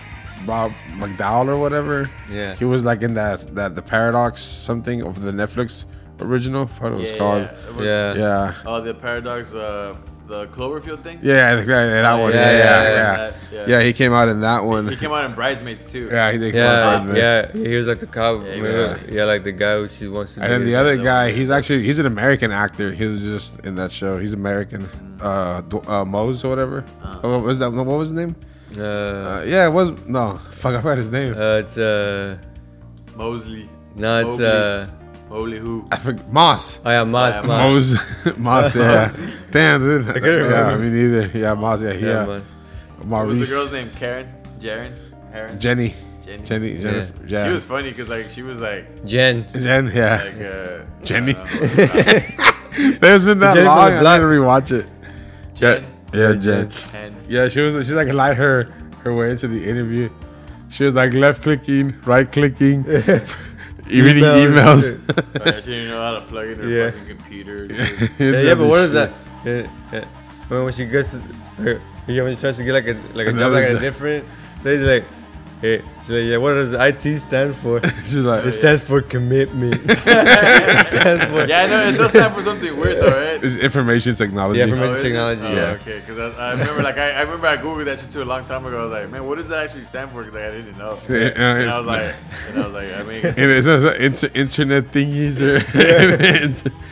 B: Bob McDowell or whatever.
C: Yeah.
B: He was like in that that the paradox something of the Netflix original. I forgot what it was called.
C: Yeah.
B: Yeah.
D: Oh, the paradox, uh, the Cloverfield thing.
B: Yeah, yeah, yeah, that one.
C: Yeah,
B: Yeah, yeah,
C: yeah,
B: yeah.
D: yeah.
B: Yeah,
D: Yeah.
B: he came out in that
D: He
B: one.
D: came out in Bridesmaids too.
B: Yeah, he did. come out in
C: Yeah,
B: that, man.
C: yeah, he was like the cop.
D: Yeah,
C: Yeah,
D: he
B: was-
C: yeah, like the guy who she wants to.
B: And then
C: date.
B: the other
D: that
B: guy,
D: one.
B: he's actually he's an American actor. He was just in that show. He's American. Uh, Dw- uh Mose or whatever.
D: Uh-huh.
B: Oh, what was that? What was his name?
C: Uh,
B: Uh, yeah, it was no. Fuck, I forgot his name.
C: uh, it's uh,
D: Mosley.
C: no, it's
D: Mowgli.
C: uh,
D: Holy who?
B: I forgot Moss.
D: Uh,
C: oh yeah, Moss,
D: Yeah,
C: Moss.
B: Mose, Moss, yeah. Damn, dude. I
C: couldn't
B: yeah,
C: remember.
B: me neither. Yeah, Moss, yeah,
C: Yeah,
B: yeah.
C: Moss.
D: What was
B: Maurice,
D: the girl's name? Karen, Jaren, Karen,
B: Jenny,
D: Jenny.
B: Jenny, Jennifer, yeah.
D: She was funny because like she was like
C: Jen.
B: Jen, yeah.
D: like uh,
B: Jenny.
D: I don't know.
B: There's been that
C: Jenny from
B: long.
C: the
B: I
C: block.
B: gotta rewatch it.
D: Jen
B: Yeah,
C: Yeah, Jen.
B: Jen.
D: and
B: Yeah, she was. She's like lied her her way into the interview. She was like left clicking, right clicking, reading
C: Emails.
B: emails.
D: oh, yeah, she didn't know how to plug in her
C: Yeah.
D: fucking computer. dude.
C: Yeah, yeah, but what is that? Yeah, yeah. When, when she gets, her, yeah, when she tries to get like a like a job
B: Another
C: like a
B: job.
C: different, she's like, hey, she's like, yeah, what does IT stand for?
B: She's like,
C: It stands for commitment. it stands for
D: Yeah, I know it does stand for something weird though, right?
B: it's information technology.
C: Yeah, information-
D: is it?
C: technology,
D: Oh,
B: yeah.
D: Okay, because I, I remember, like, I, I remember I googled that shit too a long time ago. I was like, man, what does that actually stand for? Because like, I didn't know.
B: Yeah, yeah,
D: and I was like,
B: it's-
D: and I was like, I mean, I guess-
B: And it's not inter- internet thingies or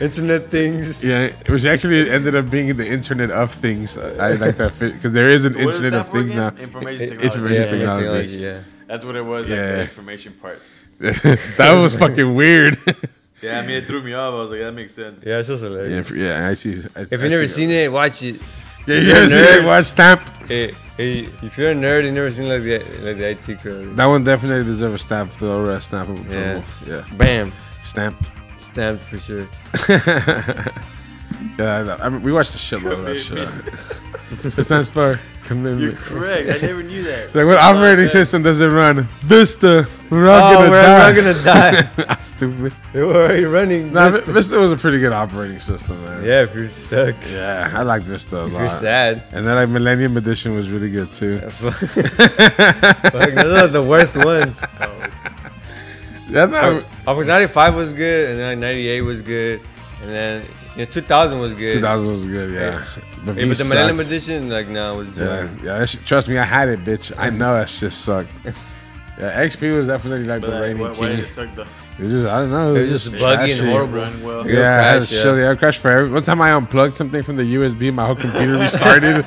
C: internet things.
B: yeah, which actually ended up being the Internet of Things. I like that because there is an
D: What does it
B: Internet
D: stand
B: of
D: for
B: Things
D: again?
B: now.
D: Information
B: I-
D: technology.
B: information
D: Yeah,
B: technology.
C: technology, yeah.
D: That's what it was. Like,
B: Yeah.
D: the information part.
B: that was fucking weird.
D: Yeah, I mean, it threw me off. I was like, that makes sense.
C: Yeah, it's just hilarious.
B: yeah, for- yeah, I see. I,
C: If you've never seen it, watch it.
B: yeah, you ever seen
C: nerd-
B: it? Watch Stamp.
C: Hey, hey, if you're a nerd, you never seen like the like the IT crowd.
B: That one definitely deserves a stamp. The old red stamp. of
C: Yeah.
B: approval. yeah.
C: Bam,
B: Stamp.
C: stamped for sure.
B: Yeah, I know. I mean, we watched a shitload of that shit. it stands for
D: You're
B: commitment.
D: correct. I never knew that.
B: Like, what
D: That's all it
B: operating
D: says.
B: system does it run? Vista. We're all
C: oh,
B: gonna
C: we're,
B: die.
C: we're gonna die.
B: Stupid.
C: We're already running.
B: Nah,
C: Just-
B: Vi- Vista was a pretty good operating system, man.
C: yeah, if you suck, if
B: Yeah, I liked Vista a
C: you're
B: lot.
C: sad.
B: And then like Millennium Edition was really good too.
C: Fuck, Fuck, those are the worst ones.
B: Yeah, no,
C: I was 95 was good, and then like 98 was good, and then you know, 2000 was good.
B: 2000 was good. Yeah, but,
C: Hey, but the
B: sucked.
C: Millennium Edition, like, nah, was
B: Yeah,
C: junk.
B: yeah. That shit, trust me, I had it, bitch. I know that shit sucked. Yeah, XP was definitely like
D: But uh,
B: the
D: like,
B: reigning
D: why, why
B: king.
D: did it suck though?
B: It's just I don't know. It's
C: was just buggy and
B: trashy.
C: horrible.
D: Run well.
B: Yeah, I
C: It'll
B: had a
C: crash, yeah.
B: shitty yeah, crash for every. One time I unplugged something from the USB, my whole computer restarted.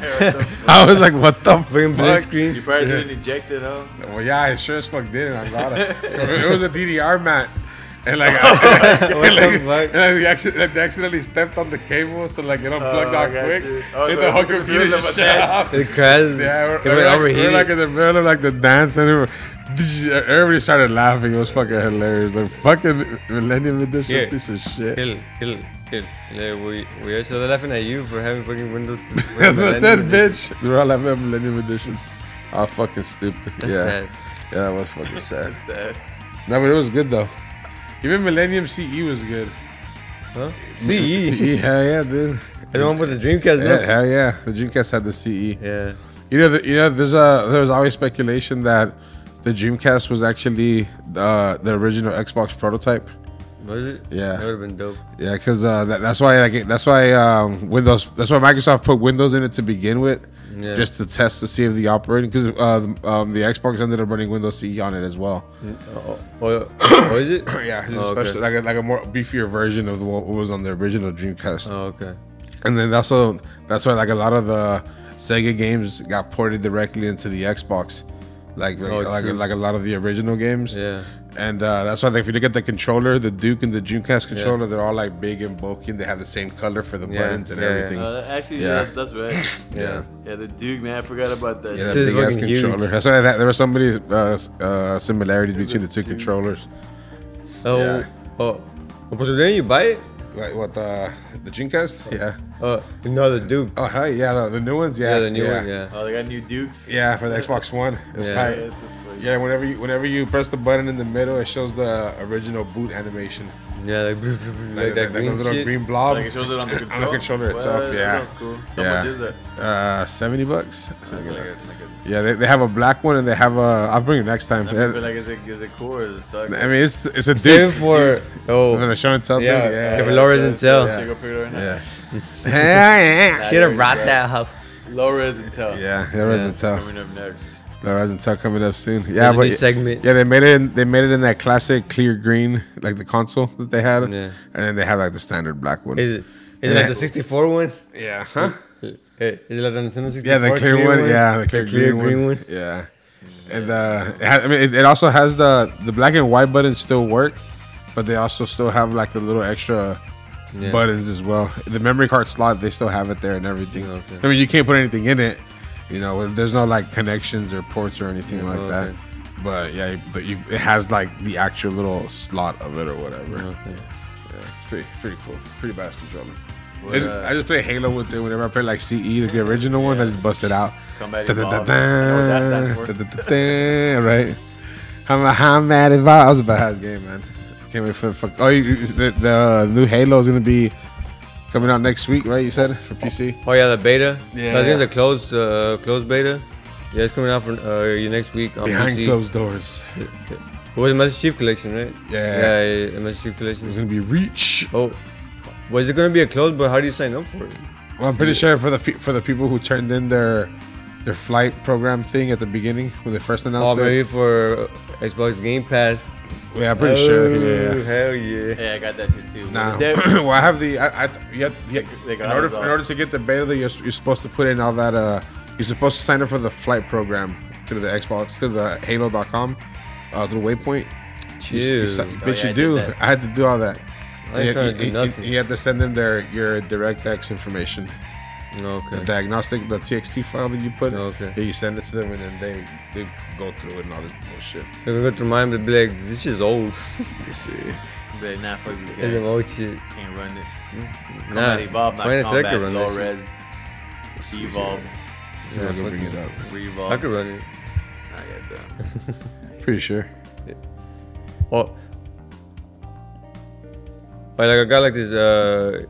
B: I was like, "What the
C: Fucking blue
B: fuck?"
D: You
C: screen.
D: probably didn't eject it, huh?
B: Well, yeah, I sure as fuck did, and I got it. it was a DDR mat, and like, I,
C: What
B: and, like
C: the fuck?
B: and I accidentally, accidentally stepped on the cable, so like it unplugged
D: Oh, I
B: out
D: got
B: quick,
D: you.
B: and
D: Oh, so
B: the whole
D: it's in the
B: computer
D: middle of
B: just
D: a
B: shut
D: dance.
B: off.
C: It crashed.
B: Yeah, we're, we're
C: it went
B: like, we're
C: overheated.
B: like in the middle of like the dance, and we were, everybody started laughing. It was fucking hilarious. Like fucking Millennium Edition
C: Yeah.
B: piece of shit.
C: Kill, kill, kill. Like, we, we are still laughing at you for having fucking Windows.
B: That's what I said, bitch. We're all having a Millennium Edition. Oh, fucking stupid.
C: That's
B: yeah,
C: sad.
B: yeah, that was fucking sad.
D: Sad.
B: No, but it was good though. Even Millennium CE was good.
C: Huh? CE.
B: CE, hell yeah, dude.
C: The one with the Dreamcast.
B: Yeah,
C: no?
B: hell yeah. The Dreamcast had the CE.
C: Yeah.
B: You know, the, you know, there's a there's always speculation that the Dreamcast was actually uh, the original Xbox prototype.
C: Was it?
B: Yeah.
C: That would have been dope.
B: Yeah, because uh, that, that's why like it- that's why um, Windows that's why Microsoft put Windows in it to begin with,
C: Yeah.
B: just to test to see if the operating because uh, um, the Xbox ended up running Windows CE on it as well.
C: Oh, oh, oh is it?
B: Yeah, just
C: Oh, okay.
B: especially like a, like a more beefier version of what was on the original Dreamcast.
C: Oh, okay.
B: And then that's also that's why like a lot of the Sega games got ported directly into the Xbox, like like-
C: Oh,
B: like,
C: true.
B: like a lot of the original games.
C: Yeah.
B: And uh, that's why like, if you look at the controller, the Duke and the Dreamcast controller, they're all like big and bulky, and they have the same color for the
C: Yeah,
B: buttons and
C: yeah, yeah.
B: everything.
D: Uh, actually, yeah.
B: Yeah.
D: that's right.
B: Yeah.
D: Yeah, the Duke, man, I forgot about that.
B: Yeah, that
D: shit.
C: Shit's
B: big ass
C: fucking huge.
B: controller. That's why that, there were so many uh, uh, similarities between the two controllers.
C: Oh,
B: Yeah.
C: oh, oh, but didn't you buy it?
B: Like what the the Dreamcast? Yeah.
C: Uh, no, the Duke.
B: Oh hell yeah, the, the new ones. Yeah,
C: Yeah, the new one. Yeah.
D: Oh, they got new Dukes.
B: Yeah, for the Xbox One, it's
C: Yeah.
B: tight.
D: Yeah, that's funny.
B: Yeah, whenever you whenever you press the button in the middle, it shows the original boot animation,
C: Yeah, like, blub, blub, blub, like that
B: a
C: green
B: little
C: shit.
B: green blob.
D: Like it shows it on the controller.
B: controller itself,
D: Well,
B: yeah.
D: That sounds cool. How
B: Yeah.
D: much is that?
B: Uh, seventy bucks. Something like
D: Like,
B: that.
D: it's like a-
B: Yeah, they, they have a black one and they have a. I'll bring it next time. Uh,
D: I feel like is it is it cool or is it suck?
B: I mean, it's it's a
C: Dude
B: div
C: for
B: for the
C: oh,
B: show and tell
C: Yeah,
B: thing.
C: yeah,
B: Yeah,
C: but Laura's
D: so-
C: Intel.
D: so you go pick it right now.
B: yeah, yeah,
C: should have brought that up.
D: Laura's Intel.
B: yeah. Laura's
C: Yeah.
B: Intel.
D: Coming up next.
B: Laura's Intel coming up soon.
C: There's
B: Yeah,
C: a
B: but
C: new segment.
B: yeah, they made it. In, they made it in that classic clear green, like the console that they had,
C: Yeah.
B: and then they have like the standard black one.
C: Is it? Is it like the 64 one?
B: yeah, huh?
C: Eh, Is it like the Nintendo 64?
B: Yeah, the clear, one. Yeah, the clear, green, one. Yeah, and uh, it ha- I mean, it, it also has the the black and white buttons still work, but they also still have like the little extra
C: Yeah.
B: buttons as well. The memory card slot they still have it there and everything.
C: Okay.
B: I mean, you can't put anything in it. You know, there's no like connections or ports or anything like that.
C: okay.
B: But yeah, you, but you, it has like the actual little slot of it or whatever.
C: Okay.
B: Yeah, it's pretty pretty cool. Pretty badass controller.
D: What,
B: It's-
D: uh,
B: I just play Halo with it. Whenever I play like CE, the original one, I just bust it out.
D: Combat
B: Dun, dun, dun,
D: Evolved. Oh, that's
B: dun,
D: that's worth.
B: dun, dun, dun, Right. How am how mad if I was about his game, man. Can't wait for fuck. Oh, you, you- the, the new Halo is gonna be coming out next week, right? You said for PC.
C: Oh yeah, the beta.
B: Yeah.
C: I think the closed uh, closed beta. Yeah, it's coming out for uh, you next week on
B: Behind
C: PC.
B: closed doors,
C: It was a Master Chief Collection, right?
B: Yeah.
C: Yeah, yeah Master Chief
B: it's
C: Collection.
B: gonna be Reach.
C: Oh, was it gonna be a closed? But how do you sign up for it?
B: Well, I'm pretty sure for the fe- for the people who turned in their their flight program thing at the beginning when they first announced
C: Oh,
B: it.
C: maybe for uh, Xbox Game Pass.
B: Yeah, I'm pretty sure. Yeah.
C: Oh, Hell yeah.
D: Hey, I got that shit too.
B: Nah.
D: They-
B: well, I have the. I, I you have, you
D: They
B: in
D: got
B: order
D: us
B: in
D: all.
B: order to get the beta, you're, you're supposed to put in all that. Uh, you're supposed to sign up for the flight program through the Xbox, through the Halo.com, uh, through Waypoint. You, s- you,
C: Chill.
B: si-
C: Oh, I ain't
B: bitch,
D: yeah, I
B: you
D: did
B: do.
D: that.
B: I had to do all that. You-
C: trying
B: you,
C: to do
B: you-
C: nothing.
B: you have to send them their your DirectX information, the
C: Okay.
B: diagnostic, the TXT file that you put.
C: Okay.
B: Yeah, you send it to them, and then they they go through it and all this bullshit.
C: If we go through mine, they'd be like, this is old.
B: Let's see.
D: But nah, fuck these
C: It's some
D: guys.
C: old shit.
D: Can't run it. It's
C: Mm, Nah,
D: combat evolved, not
C: Planet Sega
D: combat.
C: run that
D: Low
C: shit.
D: res. Evolve.
B: See if I can
C: fuck
B: bring
C: it.
B: it up.
D: Revolve.
C: I could run it.
D: I got that.
B: Pretty sure.
C: Oh, but like I got like this uh,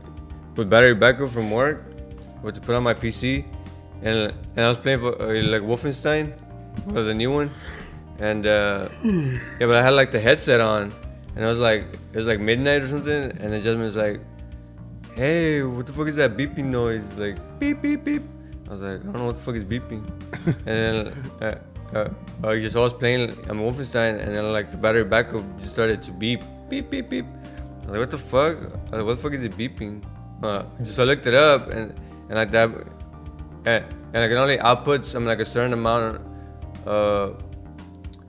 C: with battery backup from work, what to put on my PC, and and I was playing for uh, like Wolfenstein, or the new one, and uh, yeah, but I had like the headset on, and I was like it was like midnight or something, and the gentleman was like, "Hey, what the fuck is that beeping noise? Like beep beep beep." I was like, "I don't know what the fuck is beeping," and then. Uh, uh, I just I was playing I'm Wolfenstein and then like the battery backup just started to beep beep beep beep. I was like, what the fuck? I was like, what the fuck is it beeping? Uh, so I looked it up and and like that, and, and I can only output some like a certain amount, uh,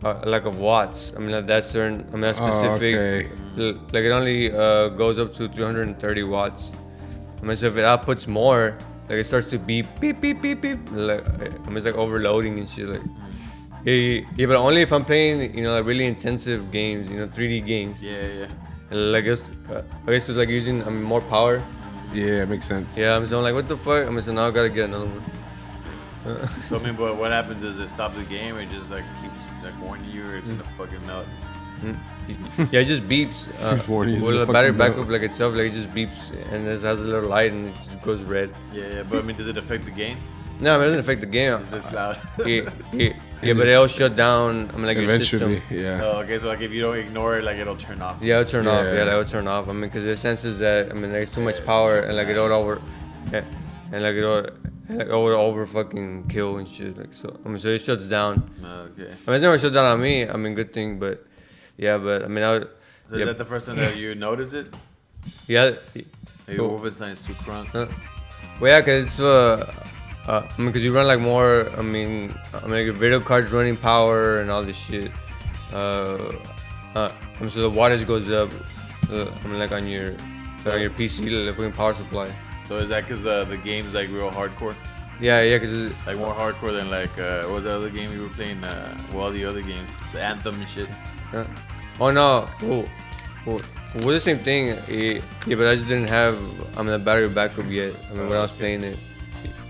C: uh like of watts. I mean like that certain I mean that
B: Oh,
C: specific.
B: okay.
C: l- Like it only uh, goes up to 330 watts. I mean so if it outputs more, like it starts to beep beep beep beep beep. Like I mean it's like overloading and shit like. Yeah, yeah, but only if I'm playing, you know, like really intensive games, you know, 3D games.
D: Yeah, yeah.
C: Like, I guess, uh, I guess it's like using I mean, more power.
B: Yeah, it makes sense.
C: Yeah, I'm so I'm like, what the fuck? I'm so now I gotta get another one.
D: So, I mean, but what happens is it stops the game or it just like keeps like warning you or it's gonna
C: Mm.
D: fucking melt.
C: Mm-hmm. yeah, it just beeps. Uh,
B: Just warning you,
C: well,
B: the
C: the battery
B: fucking
C: backup like itself, like it just beeps and it has a little light and it just goes red.
D: Yeah, yeah. But I mean, does it affect the game?
C: No, I mean, it doesn't affect the game.
D: Is this loud?
C: Uh, Yeah, yeah, yeah, but it'll shut down. I'm mean, like your
B: Eventually,
C: system.
B: yeah.
D: Oh, okay. So like, if you don't ignore it, like it'll turn off.
C: Yeah, it'll turn off.
B: Yeah.
C: Yeah, that'll turn off. I mean, because it senses that. I mean, there's too much power, and like it all over, yeah, and like it all, like all over fucking kill and shit. Like so, I mean, so it shuts down.
D: Okay.
C: I mean, it's never shut down on me. I mean, good thing, but yeah, but I mean, I would,
D: So
C: yeah,
D: is that the first time that you notice it?
C: yeah,
D: Maybe
C: Cool.
D: Wolfenstein's too crunk.
C: uh, well, yeah, cause it's uh, uh, I mean, cause you run like more. I mean, I mean, like, your video cards running power and all this shit. Uh, uh, I mean, so the wattage goes up. Uh, I mean, like on your, on your PC, like fucking power supply.
D: So is that because the the game's like real hardcore,
C: Yeah, yeah, because
D: like more hardcore than like uh, what was that other game you were playing? Uh, well, the other games, the Anthem and shit.
C: uh, oh no, oh, oh, Well, the same thing. eh, yeah, but I just didn't have. I mean, the battery backup yet. I mean, when I was playing it.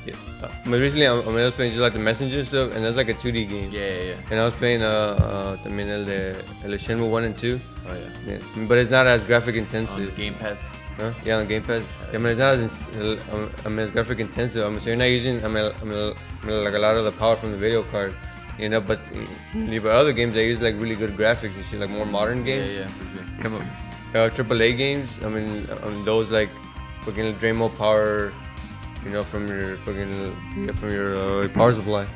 C: Yeah. uh, I mean, recently, I I mean, I was playing just like the messenger stuff, and that's like a 2D game.
D: Yeah, yeah, yeah.
C: And I was playing uh, uh I mean, el de, el de Shenmue one and two.
D: Oh yeah.
C: Yeah. But it's not as graphic
D: On the
C: intensive.
D: Game Pass.
C: Huh? Yeah, on Game Pass. I mean, it's not as ins- uh, I mean, it's graphic intensive. I mean, so you're not using I mean, I mean, I mean, like a lot of the power from the video card, you know. But uh, but other games, they use like really good graphics and shit, like more modern games.
D: Yeah, yeah. for sure.
C: Come on. Uh, AAA games. I mean, I mean those like fucking drain more power, you know, from your fucking yeah, from your uh, power supply.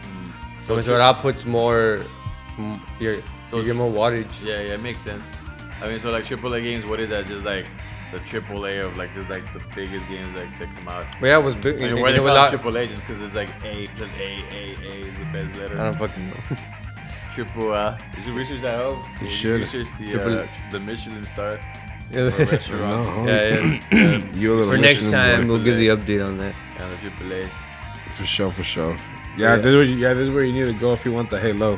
C: So, Mm-hmm. so it outputs more. m- Your,
D: So
C: you get more wattage.
D: Yeah, yeah, it makes sense. I mean, so like AAA games, what is that? Just like the AAA of like just like the biggest games like that come out.
C: But yeah, it was big.
D: I
C: you
D: mean, why they
C: know, a
D: call it
C: lot-
D: AAA just because it's like A plus A A A is the best letter.
C: I don't fucking know.
D: Triple A. Did you research that? Help? Did
B: should.
D: research the
C: Triple-
D: uh, the Michelin star for
C: yeah,
D: restaurants
B: No.
C: yeah.
B: You a little
C: For next
B: Michelin
C: time,
B: boy.
C: we'll give the update on that.
D: and the AAA.
B: for sure, for sure. Yeah,
C: Yeah.
B: this is where you, yeah, this is where you need to go if you want the Halo.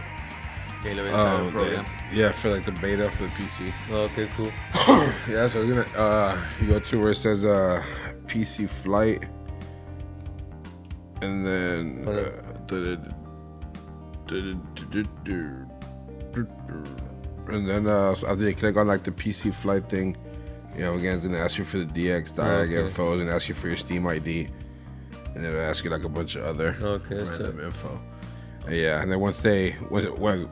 D: Halo Insider
B: Um,
D: program.
B: yeah, for like the beta for the PC.
C: Oh, okay, cool.
B: Yeah, so we're gonna uh, you go to where it says uh, PC flight, and then
C: Hold
B: uh, du- du- du- du- du- du- du- and then uh, so after you click on like the PC flight thing, you know again it's gonna ask you for the DX diag
C: Oh, okay.
B: info, and ask you for your Steam ID, and it'll ask you like a bunch of other
C: Okay, that's
B: random info. Yeah, and then once they was it, well, it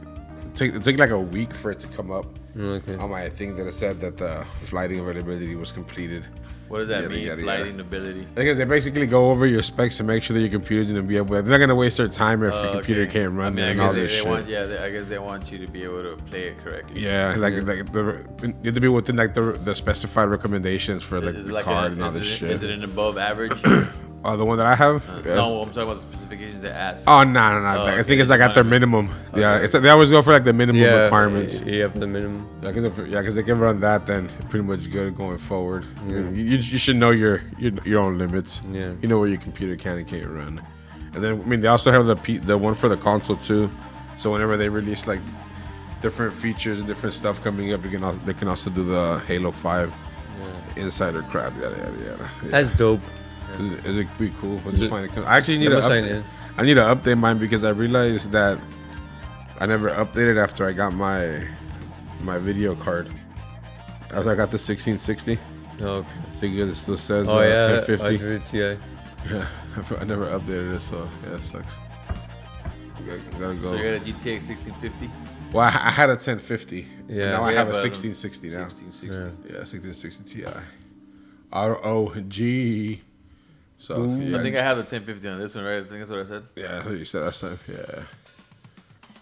B: took it took like a week for it to come up
C: Okay.
B: on my thing Um, that it said that the flighting availability was completed.
D: What does that
B: Yada,
D: mean?
B: yada,
D: Lighting ability.
B: Because they basically go over your specs to make sure that your computer's gonna be able. They're not gonna waste their time if your
D: Oh,
B: computer
D: okay.
B: can't run
D: I mean, I
B: and
D: guess
B: all
D: they,
B: this
D: they
B: shit.
D: Want, yeah, they, I guess they want you to be able to play it correctly.
B: yeah, like, like the, you have to be within like the, the specified recommendations for like
D: Is
B: the
D: it like
B: card
D: an-
B: and all
D: is
B: this
D: it-
B: shit.
D: Is it an above average?
B: uh, the one that I have? Yes.
D: No, I'm talking about the specifications that ask.
B: Oh no, no, no!
D: Oh,
B: I
D: okay,
B: think it's
D: it's
B: like at their
D: minimum.
B: minimum. Yeah,
D: Okay.
B: it's they always go for like the minimum
C: Yeah,
B: requirements.
C: Yeah, for the minimum.
B: Yeah, because yeah, because they can run that, then you're pretty much good going forward. You, you, you should know your, your your own limits.
C: Yeah.
B: you know where your computer can and can't run. And then I mean, they also have the P, the one for the console too. So whenever they release like different features and different stuff coming up, you can also, they can also do the Halo Five insider crap. Yada yada yada. Yeah.
C: That's dope.
B: Is, is it be cool? Once you
C: Is it-
B: find it, comes- I actually need to
C: Let me sign
B: update,
C: in.
B: I need to update mine because I realized that I never updated after I got my my video card. After I got the 1660,
C: Oh, okay.
B: so because it still says
C: Oh
B: uh,
C: yeah,
B: 1050.
C: yeah.
B: Yeah, I never updated it, so yeah, it sucks. I gotta, gotta go.
D: So you got a GTX 1650.
B: well, I, I had a 1050.
C: Yeah.
B: now I
D: Yeah,
B: have a
D: but, um,
B: 1660 now.
D: 1660.
B: Yeah, 1660 Ti. R O G. So yeah,
D: I think I have the 1050 on this one, right? I think that's what I said.
B: yeah, that's what you said last time. Yeah.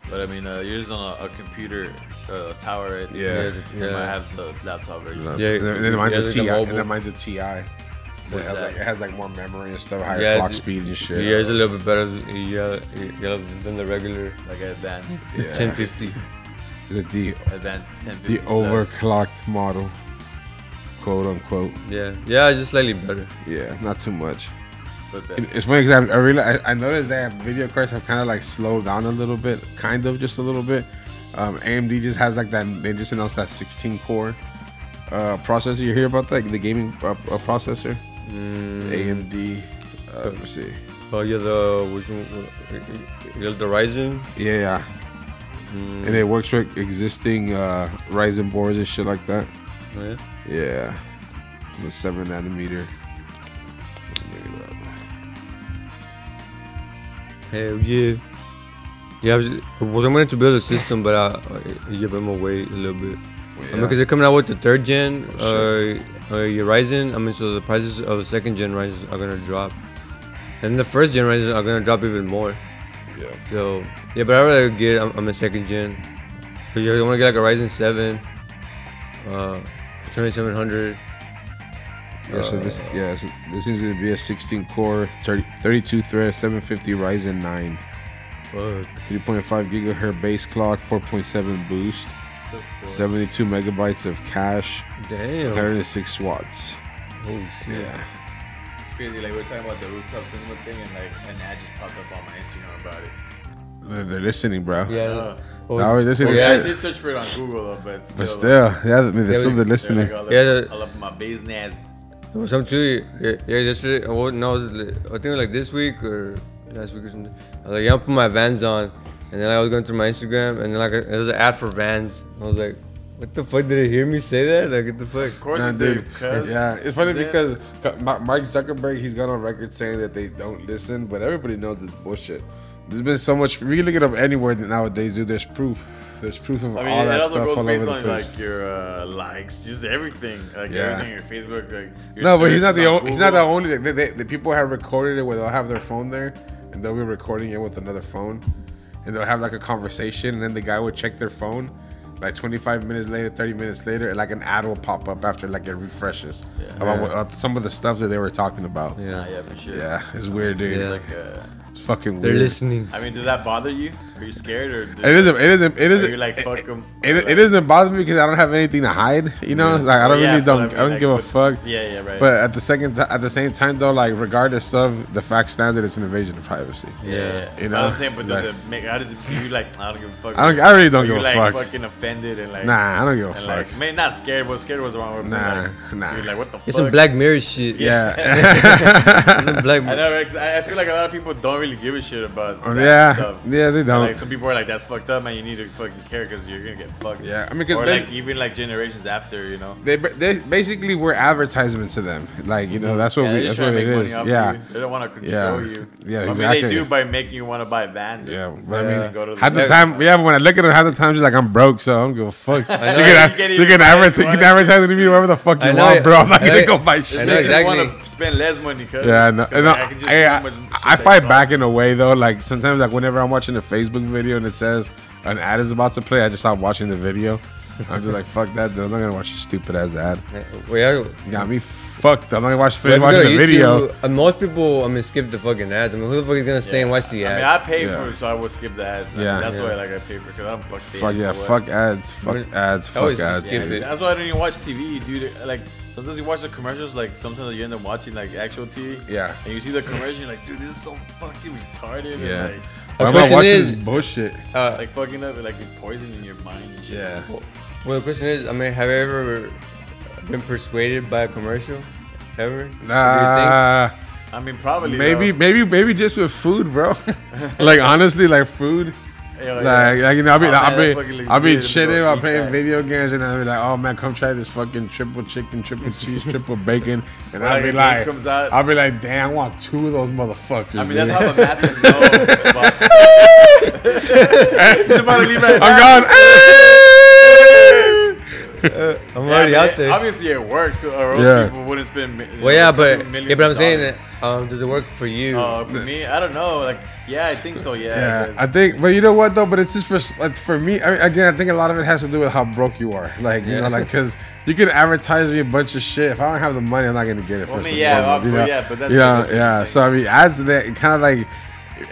D: But I mean, uh, you're just on a, a computer uh, tower, right?
B: Yeah.
D: You might
C: Yeah.
D: have the laptop version.
B: Yeah,
D: Yeah.
B: and then, and then mine's
C: yeah,
B: a
C: the
B: TI, and
C: mobile.
B: then mine's a TI. So it has,
D: that?
B: like, it has like more memory and stuff, higher
C: Yeah,
B: clock
C: the-
B: speed and
C: Yeah,
B: shit.
C: it's a little bit better. Yeah, yeah, than the regular
D: Like advanced,
B: Yeah.
C: 1050.
B: The, the
D: advanced 1050.
B: the
D: plus.
B: overclocked model, quote unquote.
C: Yeah, yeah, just slightly better.
B: Yeah, not too much.
D: But
B: It-
D: the-
B: It's funny because I, I realized I, I noticed that video cards have kind of like slowed down a little bit, kind of just a little bit. Um, AMD just has like that. They just announced that 16 core uh, processor. You hear about that? The gaming uh, uh, processor.
C: Mm-hmm.
B: AMD. Uh, let me see.
C: Mm. Oh yeah, the which one? Yeah, the Ryzen. Mm.
B: Yeah, yeah. And it works with existing uh, Ryzen boards and shit like that.
C: Oh, yeah.
B: Yeah. The 7 nanometer.
C: Hell yeah. Yeah, I was, I was wanting to build a system, but I, I give them away a little bit. I mean,
B: Yeah.
C: because they're coming out with the third gen
B: Oh,
C: uh, uh, your Ryzen. I mean, so the prices of the second gen Ryzen are gonna drop, and the first gen Ryzen are gonna drop even more.
B: Yeah.
C: So yeah, but I rather get I'm, I'm a second gen. But you want to get like a Ryzen seven, uh, twenty seven hundred.
B: Yeah, so this yeah, so this is gonna be a 16 core, 30, 32 thread, 750 Ryzen 9,
C: Fuck.
B: 3.5 gigahertz base clock, 4.7 boost, 72 megabytes of cache,
C: Damn.
B: 106 watts.
C: Oh shit.
B: Yeah,
D: it's crazy. Like we we're talking about the rooftop cinema thing, and like an ad just popped up on my Instagram about it.
B: They're, they're listening, bro.
C: Yeah.
D: Uh,
C: Oh,
B: Now we're listening.
C: Yeah.
D: I did search for it on Google though, but still,
B: But still, yeah, they're still
C: we-
B: they're
D: there we
B: listening.
D: go, I'll
C: Yeah,
D: up-
C: the-
D: I'll up my business.
C: There was some too. Yeah, yeah, yesterday. I was, no, it was li- I think it was like this week or last week or something. I was like, yeah, I'll put my Vans on, and then I was going through my Instagram, and then like there was an ad for Vans. I was like, what the fuck? Did it hear me say that? Like, what the
D: Of
C: fuck?
D: course,
B: Nah,
D: it
B: dude.
D: did, cuz.
B: Yeah, it's funny
D: Then-
B: because Ma- Mark Zuckerberg, he's gone on record saying that they don't listen, but everybody knows this bullshit. There's been so much. We can look it up anywhere nowadays, dude. There's proof. There's proof of
D: I mean,
B: all
D: it
B: that
D: also
B: stuff
D: goes
B: all over
D: based
B: the
D: on
B: place.
D: like your uh, likes, just everything, like
B: Yeah.
D: everything your Facebook. Like, your
B: no, but he's
D: searches
B: not the
D: on
B: only, he's not the
D: Google.
B: only. They, they, the people have recorded it where they'll have their phone there, and they'll be recording it with another phone, and they'll have like a conversation, and then the guy will check their phone, like 25 minutes later, 30 minutes later, and like an ad will pop up after like it refreshes about what, uh, some of the stuff that they were talking about. Yeah,
D: Nah, yeah, for sure.
B: it's weird, dude.
C: Yeah.
D: Like, uh,
B: It's fucking
C: They're
B: weird.
C: listening.
D: I mean, does that bother you? Are you scared or? Does,
B: It isn't. It isn't. It
D: Or
B: isn't.
D: you're like,
B: it-
D: fuck 'em.
B: It,
D: Or like-
B: it doesn't bother me because I don't have anything to hide. You know, It's like I don't
D: Yeah,
B: really
D: but
B: don't. I,
D: mean,
B: don't
D: like,
B: give a
D: but-
B: fuck.
D: Yeah, yeah, right.
B: But at the second, ti- at the same time, though, like regardless of the fact stands that it's an invasion of privacy.
D: yeah, yeah,
B: you
D: you
B: know,
D: know, I'm saying, but does
B: like-
D: it make? How does it? You like? I don't give a fuck.
B: I don't- I really don't
D: Are you,
B: give a
D: like,
B: fuck.
D: Fucking offended and like.
B: Nah, I don't give a
D: And
B: fuck.
D: like, man, not scared. Well, scared was the wrong word. but,
B: Nah,
D: like,
B: nah.
D: You're like, what the
C: It's
D: fuck?
C: some Black Mirror shit.
B: yeah,
C: It's some Black
D: I
C: Mirror.
D: know. right? 'Cause I I feel like a lot of people don't really give a shit about.
B: Oh,
D: that
B: yeah.
D: stuff.
B: Yeah, they don't.
D: Like some people are like, "That's fucked up, man. You need to fucking care because you're gonna get fucked."
B: Yeah, I mean, 'cause
D: or
B: basi-
D: like even like generations after, you know.
B: they, ba- they basically we're advertisements to them. Like you know, that's what
D: Mm-hmm. Yeah,
B: we.
D: they
B: That's
D: just
B: what
D: trying to
B: it
D: make
B: is.
D: money off
B: Yeah.
D: you. They don't want to
B: Yeah.
D: control you.
B: Yeah,
D: I
B: exactly.
D: mean, they do by making you want to buy vans.
B: Yeah,
D: and-
B: but
D: and
B: I mean,
D: go to
B: half the
D: the
B: time, yeah. When I look at it, half the time, she's like, "I'm broke, so I don't give a fuck." you
D: You
B: can,
D: can't
B: you
D: even
B: can
D: buy
B: advertise,
D: what
B: you can
D: you-
B: advertise to me wherever the fuck
C: I
B: you
C: know
B: want,
C: it.
B: bro. I'm not
C: I know
B: gonna
C: it.
B: go buy
D: I
B: shit.
C: know exactly.
D: want to spend less money. Cause
B: Yeah, no, no, I,
D: can just see
B: I,
D: how much shit
B: I
D: they
B: fight
D: cost.
B: back in a way though. Like sometimes, like whenever I'm watching a Facebook video and it says an ad is about to play, I just stop watching the video. I'm just like, fuck that, dude. I'm not gonna watch your stupid ass ad.
C: We are.
B: Got me fucked. I'm not gonna watch
C: But
B: finish
C: if you go
B: watching the
C: to
B: video.
C: YouTube, uh, most people, I mean, skip the fucking ads. I mean, who the fuck is gonna stay and watch the
D: I
C: ad?
D: mean, I pay
B: Yeah.
D: for it, so I will skip the ads. I mean,
B: Yeah.
D: that's
C: Yeah.
D: why like I pay for because I'm fucked.
B: Fuck yeah, fuck ads, fuck
C: Remember-
B: ads,
C: I always
B: fuck ads.
C: skip
B: dude.
C: it.
D: That's why I don't even watch TV, dude. Like sometimes you watch the commercials, like sometimes you end up watching like actual TV.
B: Yeah.
D: And you see the commercial, you're like, dude, this is so fucking retarded. and,
B: Yeah.
D: like,
B: Why am I
C: question
B: watching
C: is-
B: this bullshit?
C: uh,
D: like fucking up, like poisoning your mind. And shit.
B: Yeah.
C: Well, the question is, I mean, have you ever been persuaded by a commercial? Ever? What do you think?
B: Nah.
D: I mean, probably.
B: Maybe,
D: though.
B: maybe, maybe just with food, bro. like honestly, like food.
D: Yeah, like,
B: Like, like you know, I'll be,
D: Oh, man, that
B: I'll
D: fucking
B: be,
D: looks
B: I'll be
D: good.
B: chilling
D: Bro,
B: while
D: eat
B: playing
D: that.
B: video games, and I'll be like, "Oh man, come try this fucking triple chicken, triple cheese, triple bacon," and
D: Like,
B: I'll be
D: it
B: like,
D: comes out-
B: "I'll be like, damn, I want two of those motherfuckers."
D: I mean,
B: dude."
D: that's how the masses know. About, He's about to leave right now.
B: I'm going. "Ah!"
C: I'm
D: Yeah, I
C: already
D: mean,
C: out
D: it-
C: there.
D: Obviously, it works, 'cause- or else
B: Yeah.
D: people wouldn't spend. mi-
C: well, yeah, but
D: millions
C: yeah, but I'm
D: of
C: saying,
D: dollars.
C: that, um, does it work for you?
D: Uh, for me, I don't know. Like, yeah, I think so. Yeah.
B: Yeah,
D: 'cause-
B: I think, but you know what though? But it's just for like, for me. I mean, again, I think a lot of it has to do with how broke you are. Like you know, like because you can advertise me a bunch of shit. If I don't have the money, I'm not gonna get it.
D: Well,
B: first
D: I mean,
B: and
D: yeah,
B: foremost,
D: of
B: you
D: course,
B: know?
D: yeah, but that's
B: yeah,
D: the thing,
B: yeah.
D: like-
B: So I mean, ads to that kind of like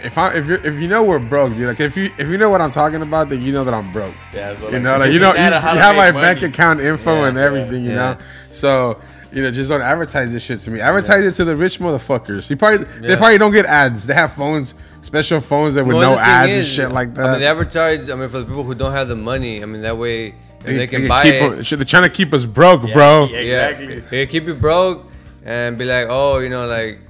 B: if I if you if you know we're broke, dude. Like if you if you know what I'm talking about, then you know that I'm broke.
D: Yeah, that's what
B: you
D: I'm
B: know,
D: saying.
B: like you
D: If
B: know,
D: you
B: you,
D: had a
B: you
D: how to
B: have my
D: make
B: bank
D: money.
B: account info
D: Yeah,
B: and
D: yeah,
B: everything. you
C: yeah.
B: know, so. You know, just don't advertise this shit to me. Advertise it to the rich motherfuckers. You probably they
C: Yeah.
B: probably don't get ads. They have phones, special phones that with
C: Well,
B: no
C: the thing
B: ads and
C: is,
B: shit like that.
C: I mean, they advertise. I mean, for the people who don't have the money, I mean, that way if they, can buy
B: keep,
C: it.
B: Shit, they're trying to keep us broke, bro.
D: yeah,
C: Yeah,
D: Exactly.
C: They keep you broke and be like, oh, you know, like,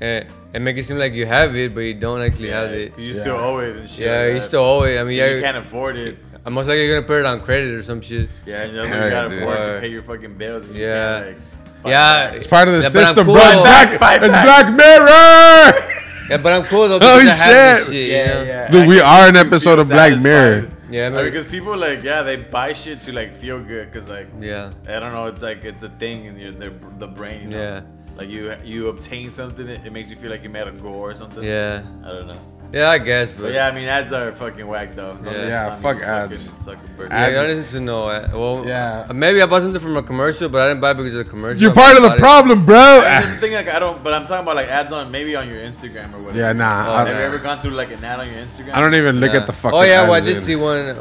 C: eh, and make it seem like you have it, but you don't actually have it.
D: 'cause You still
B: Yeah.
D: owe it and shit.
C: Yeah,
D: like
C: you
D: that.
C: still owe it. I mean,
D: You
C: yeah,
D: can't afford it.
C: I'm most likely gonna put it on credit or some shit.
D: Yeah, and that's
B: Yeah,
D: you gotta
B: dude.
D: afford to
C: Or-
D: pay your fucking bills. and you
C: Yeah.
D: can't, like, fight
C: Yeah.
D: back.
B: It's part of the
C: Yeah, but I'm
B: system,
C: cool.
B: bro. It's
C: Fight
B: Black,
D: back,
B: it's
D: fight
B: Black Mirror.
C: Yeah, but I'm cool though
B: Oh,
C: because I have this
B: shit.
C: shit.
D: Yeah,
C: you know?
D: yeah.
B: Dude, we
D: I
B: are
D: can
B: an
D: see
B: episode
D: people
B: of Black
D: satisfied.
B: Mirror.
C: Yeah,
D: Like,
C: but-
D: because people like yeah, they buy shit to like feel good because like
C: Yeah.
D: I don't know, it's like it's a thing in your their, the brain. You know?
C: Yeah.
D: like you you obtain something, it, it makes you feel like you made a goal or something.
C: Yeah.
D: I don't know.
C: Yeah, I guess, but,
D: But yeah, I mean ads are fucking whack though. Don't
C: Yeah.
D: listen
B: Yeah,
D: to me,
B: fuck
D: fucking
B: ads.
D: Zuckerberg.
C: Yeah,
B: Ads-
C: I don't listen to no. ad. Well,
B: Yeah.
C: uh, maybe I bought something from a commercial, but I didn't buy it because of the commercial.
B: You're
C: I
B: part of the
C: bought it-
B: problem, bro. Ah.
D: That's the thing, like I don't. But I'm talking about like ads on maybe on your Instagram or whatever.
B: Yeah, nah,
D: Oh,
B: I-
D: have you ever gone through like an ad on your Instagram?
B: I don't even look
C: Yeah.
B: at the fucking.
C: Oh yeah, well I
B: ads,
C: did
B: dude.
C: see one. uh,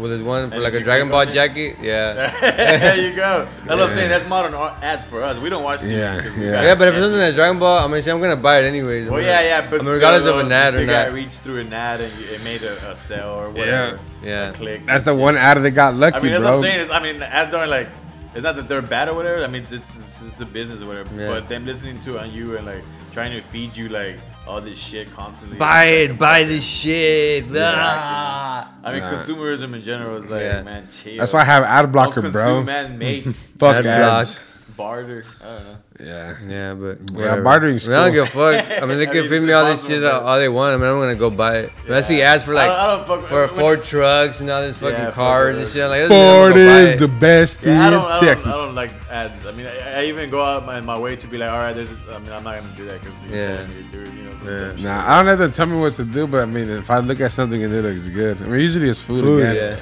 C: Well, there's one for
D: And
C: like
D: did
C: a
D: you
C: Dragon
D: click
C: Ball
D: on it?
C: jacket. Yeah.
D: there you go. That's what I'm saying.
B: Yeah.
D: That's modern ar- ads for us. We don't watch. TV
B: Yeah,
D: because we
B: yeah.
D: got-
C: Yeah, but if it's something that's Dragon Ball, I'm gonna say I'm gonna buy it anyways.
D: Well, yeah, yeah, but
C: I mean, regardless
D: still,
C: of an
D: though,
C: ad
D: just
C: or an
D: guy
C: ad.
D: reached through an ad and it made a, a sale or whatever.
C: Yeah.
D: A click.
B: That's the
D: and
B: one
D: shit.
B: out of that got lucky,
D: I mean, that's
B: bro.
D: what I'm saying. It's, I mean, ads aren't like. It's not that they're bad or whatever. I mean, it's it's, it's a business or whatever.
C: Yeah.
D: But them listening to it on you and like trying to feed you like all this shit constantly.
C: Buy it, buy this shit. Ah.
D: I mean,
B: Nah.
D: consumerism in general is like,
C: Yeah.
D: man, chill.
B: That's why I have ad
D: Don't
B: blocker, bro.
D: consume and make
B: Fuck
C: Ad
B: ads.
D: barter. I don't know.
B: Yeah.
C: Yeah, but
B: Yeah, bartering's
C: I mean, I
B: cool.
C: don't give a fuck. I mean, they
D: I
C: can
D: mean,
C: feed
D: it's
C: me all this
D: impossible,
C: shit that-
D: but-
C: all they want. I mean, I'm gonna go buy it. When I see
D: Yeah.
C: ads for like
D: I don't- I don't fuck-
C: for
D: when-
C: Ford trucks and all this fucking
D: Yeah,
C: cars
D: Ford
C: and shit, I'm like
B: Ford is the
C: the
B: best
D: Yeah, I don't,
B: in
D: I, don't,
B: Texas.
D: I don't like ads. I mean, I, I even go out my, my way to be like, all right, there's. I mean, I'm not gonna do that because
C: Yeah.
D: yeah. me to do it, you know. some
C: Yeah.
D: dumb shit.
B: Nah, I don't have to tell me what to do, but I mean, if I look at something and it looks good, I mean, usually it's food.
C: Food,
B: again. yeah.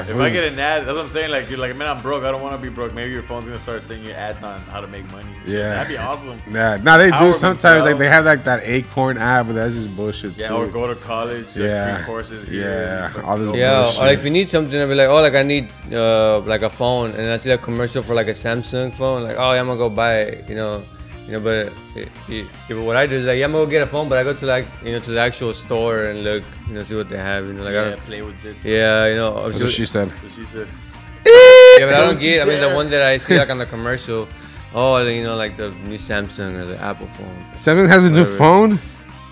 D: If I get an ad, that's what I'm saying. Like you're like, man, I'm broke. I don't want to be broke. Maybe your phone's gonna start sending you ads on how to make money.
B: Yeah.
D: that'd be awesome.
B: Nah, nah, they do
D: Powerman,
B: sometimes.
D: bro.
B: Like they have like that Acorn ad, but that's just bullshit
D: Yeah,
B: too.
D: or go to college. Like,
B: Yeah.
D: free courses. Here,
B: Yeah,
D: Like,
B: all this
D: go-
C: yeah,
B: bullshit.
C: or like if you need something, I'll be like, oh, like I need uh, like a phone, and I see that commercial for like a Samsung phone, like oh, yeah, I'm gonna go buy it, you know, you know. But it, it, it- what I do is like, yeah, I'm gonna go get a phone, but I go to like you know to the actual store and look, you know, see what they have, you know, like I
D: yeah,
C: don't,
D: play with it.
C: yeah, you know.
B: That's what she said.
D: So she said,
C: Yeah, but I don't
D: Don't you
C: get. I mean, the
D: dare.
C: one that I see like on the commercial, oh, you know, like the new Samsung or the Apple phone.
B: Seven has a new
C: Whatever.
B: phone.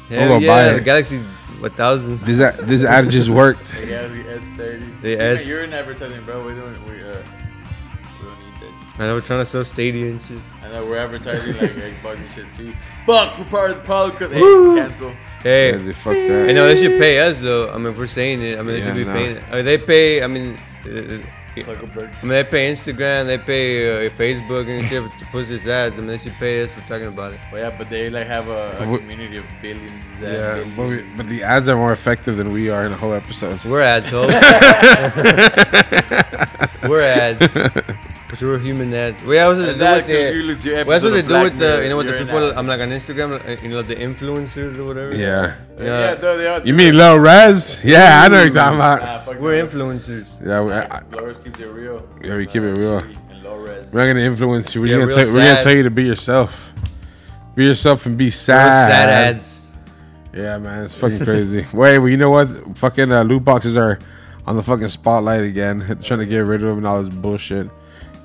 C: Hell
B: gonna
C: yeah,
B: buy
C: the
B: it.
C: Galaxy 1000.
B: This ad, this ad just worked.
D: "Hey, yeah, the S30.
C: The
D: See,
C: S-
D: man, You're in advertising, bro. We don't. We uh. We don't need that.
C: I know we're trying to sell Stadia and shit.
D: I know we're advertising like Xbox and shit too. Fuck, we're part of the podcast. Hey, cancel.
B: Yeah,
C: Hey,
B: they fucked that.
C: I know they should pay us though. I mean, if we're saying it, I mean, they
B: Yeah,
C: should be
B: no.
C: paying. It. I mean, they pay. I mean, uh, uh,
D: Zuckerberg.
C: I mean, they pay Instagram, they pay uh, Facebook and shit to push these ads. I mean, they should pay us for talking about it.
D: But yeah, but they like have a, a
B: Wh-
D: community of billions. And
B: Yeah, but, we,
D: billions.
B: but the ads are more effective than we are in a whole episode.
C: We're ads, ho. we're ads. But we're human ads. Wait, I was
D: And
C: just
D: that
C: with the,
D: you lose your
C: Well, that's
D: episode
C: what they
D: of
C: do
D: Black
C: with the
D: Mirror.
C: you know with the
D: You're in
C: people.
D: that.
C: I'm like on Instagram, uh, you know the influencers or whatever.
B: Yeah.
C: You know,
D: yeah, though they are.
B: You mean low res? Yeah, I know what you're talking
D: Nah,
B: about.
D: fuck
C: we're
D: that.
C: influencers.
B: Yeah, we, I, I-
D: Low res keeps it real.
B: Yeah, we keep it real.
D: And low res.
B: we're not gonna influence you. We're,
C: Yeah,
B: gonna
C: real
B: tell, we're gonna
C: sad.
B: tell you to be yourself. Be yourself and be
C: We're
B: sad.
C: sad ads.
B: Yeah, man, it's fucking crazy. Wait, well, you know what? Fucking uh, loot boxes are on the fucking spotlight again. They're trying to get rid of them and all this bullshit.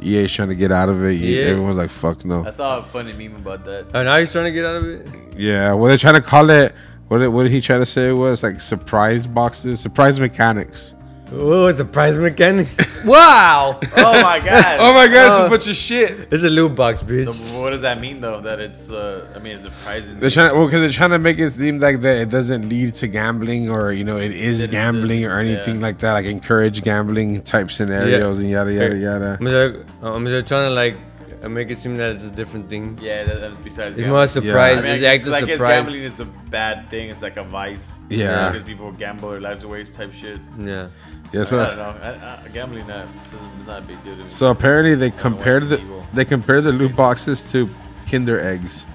B: EA's trying to get out of it. EA,
C: Yeah.
B: Everyone's like, fuck no.
D: I saw a funny meme about that.
C: Oh, now he's trying to get out of it.
B: Yeah, well, they're trying to call it. What did, what did he try to say it was? Like surprise boxes, surprise mechanics.
C: Oh, it's a prize mechanic. wow.
D: Oh my god.
B: Oh my god,
C: Uh,
B: it's a bunch of shit.
C: It's a loot box,
D: So
C: bitch.
D: what does that mean though? That it's uh, I mean, it's surprising.
B: They're trying to, well, because they're trying to make it seem like that it doesn't lead to gambling or, you know, it is
D: It- it-
B: gambling or anything
D: yeah.
B: like that. Like encourage gambling type scenarios and yada, yada, yada.
C: I'm just, I'm just trying to like uh, make it seem that it's a different thing.
D: yeah, that, that's besides.
C: It's
D: gambling.
C: more a surprise.
D: I
C: It's
D: mean, I
C: like
D: guess,
C: a
D: I guess
C: surprise.
D: gambling is a bad thing. It's like a vice.
B: Yeah.
D: Because people gamble their lives away, type shit.
C: Yeah.
B: Yeah,
D: I
B: so
D: don't know. I, I, gambling not doesn't not a big deal to me.
B: So apparently they
D: know why
B: compared
D: it's
B: the
D: illegal.
B: they compared the loot boxes to Kinder eggs,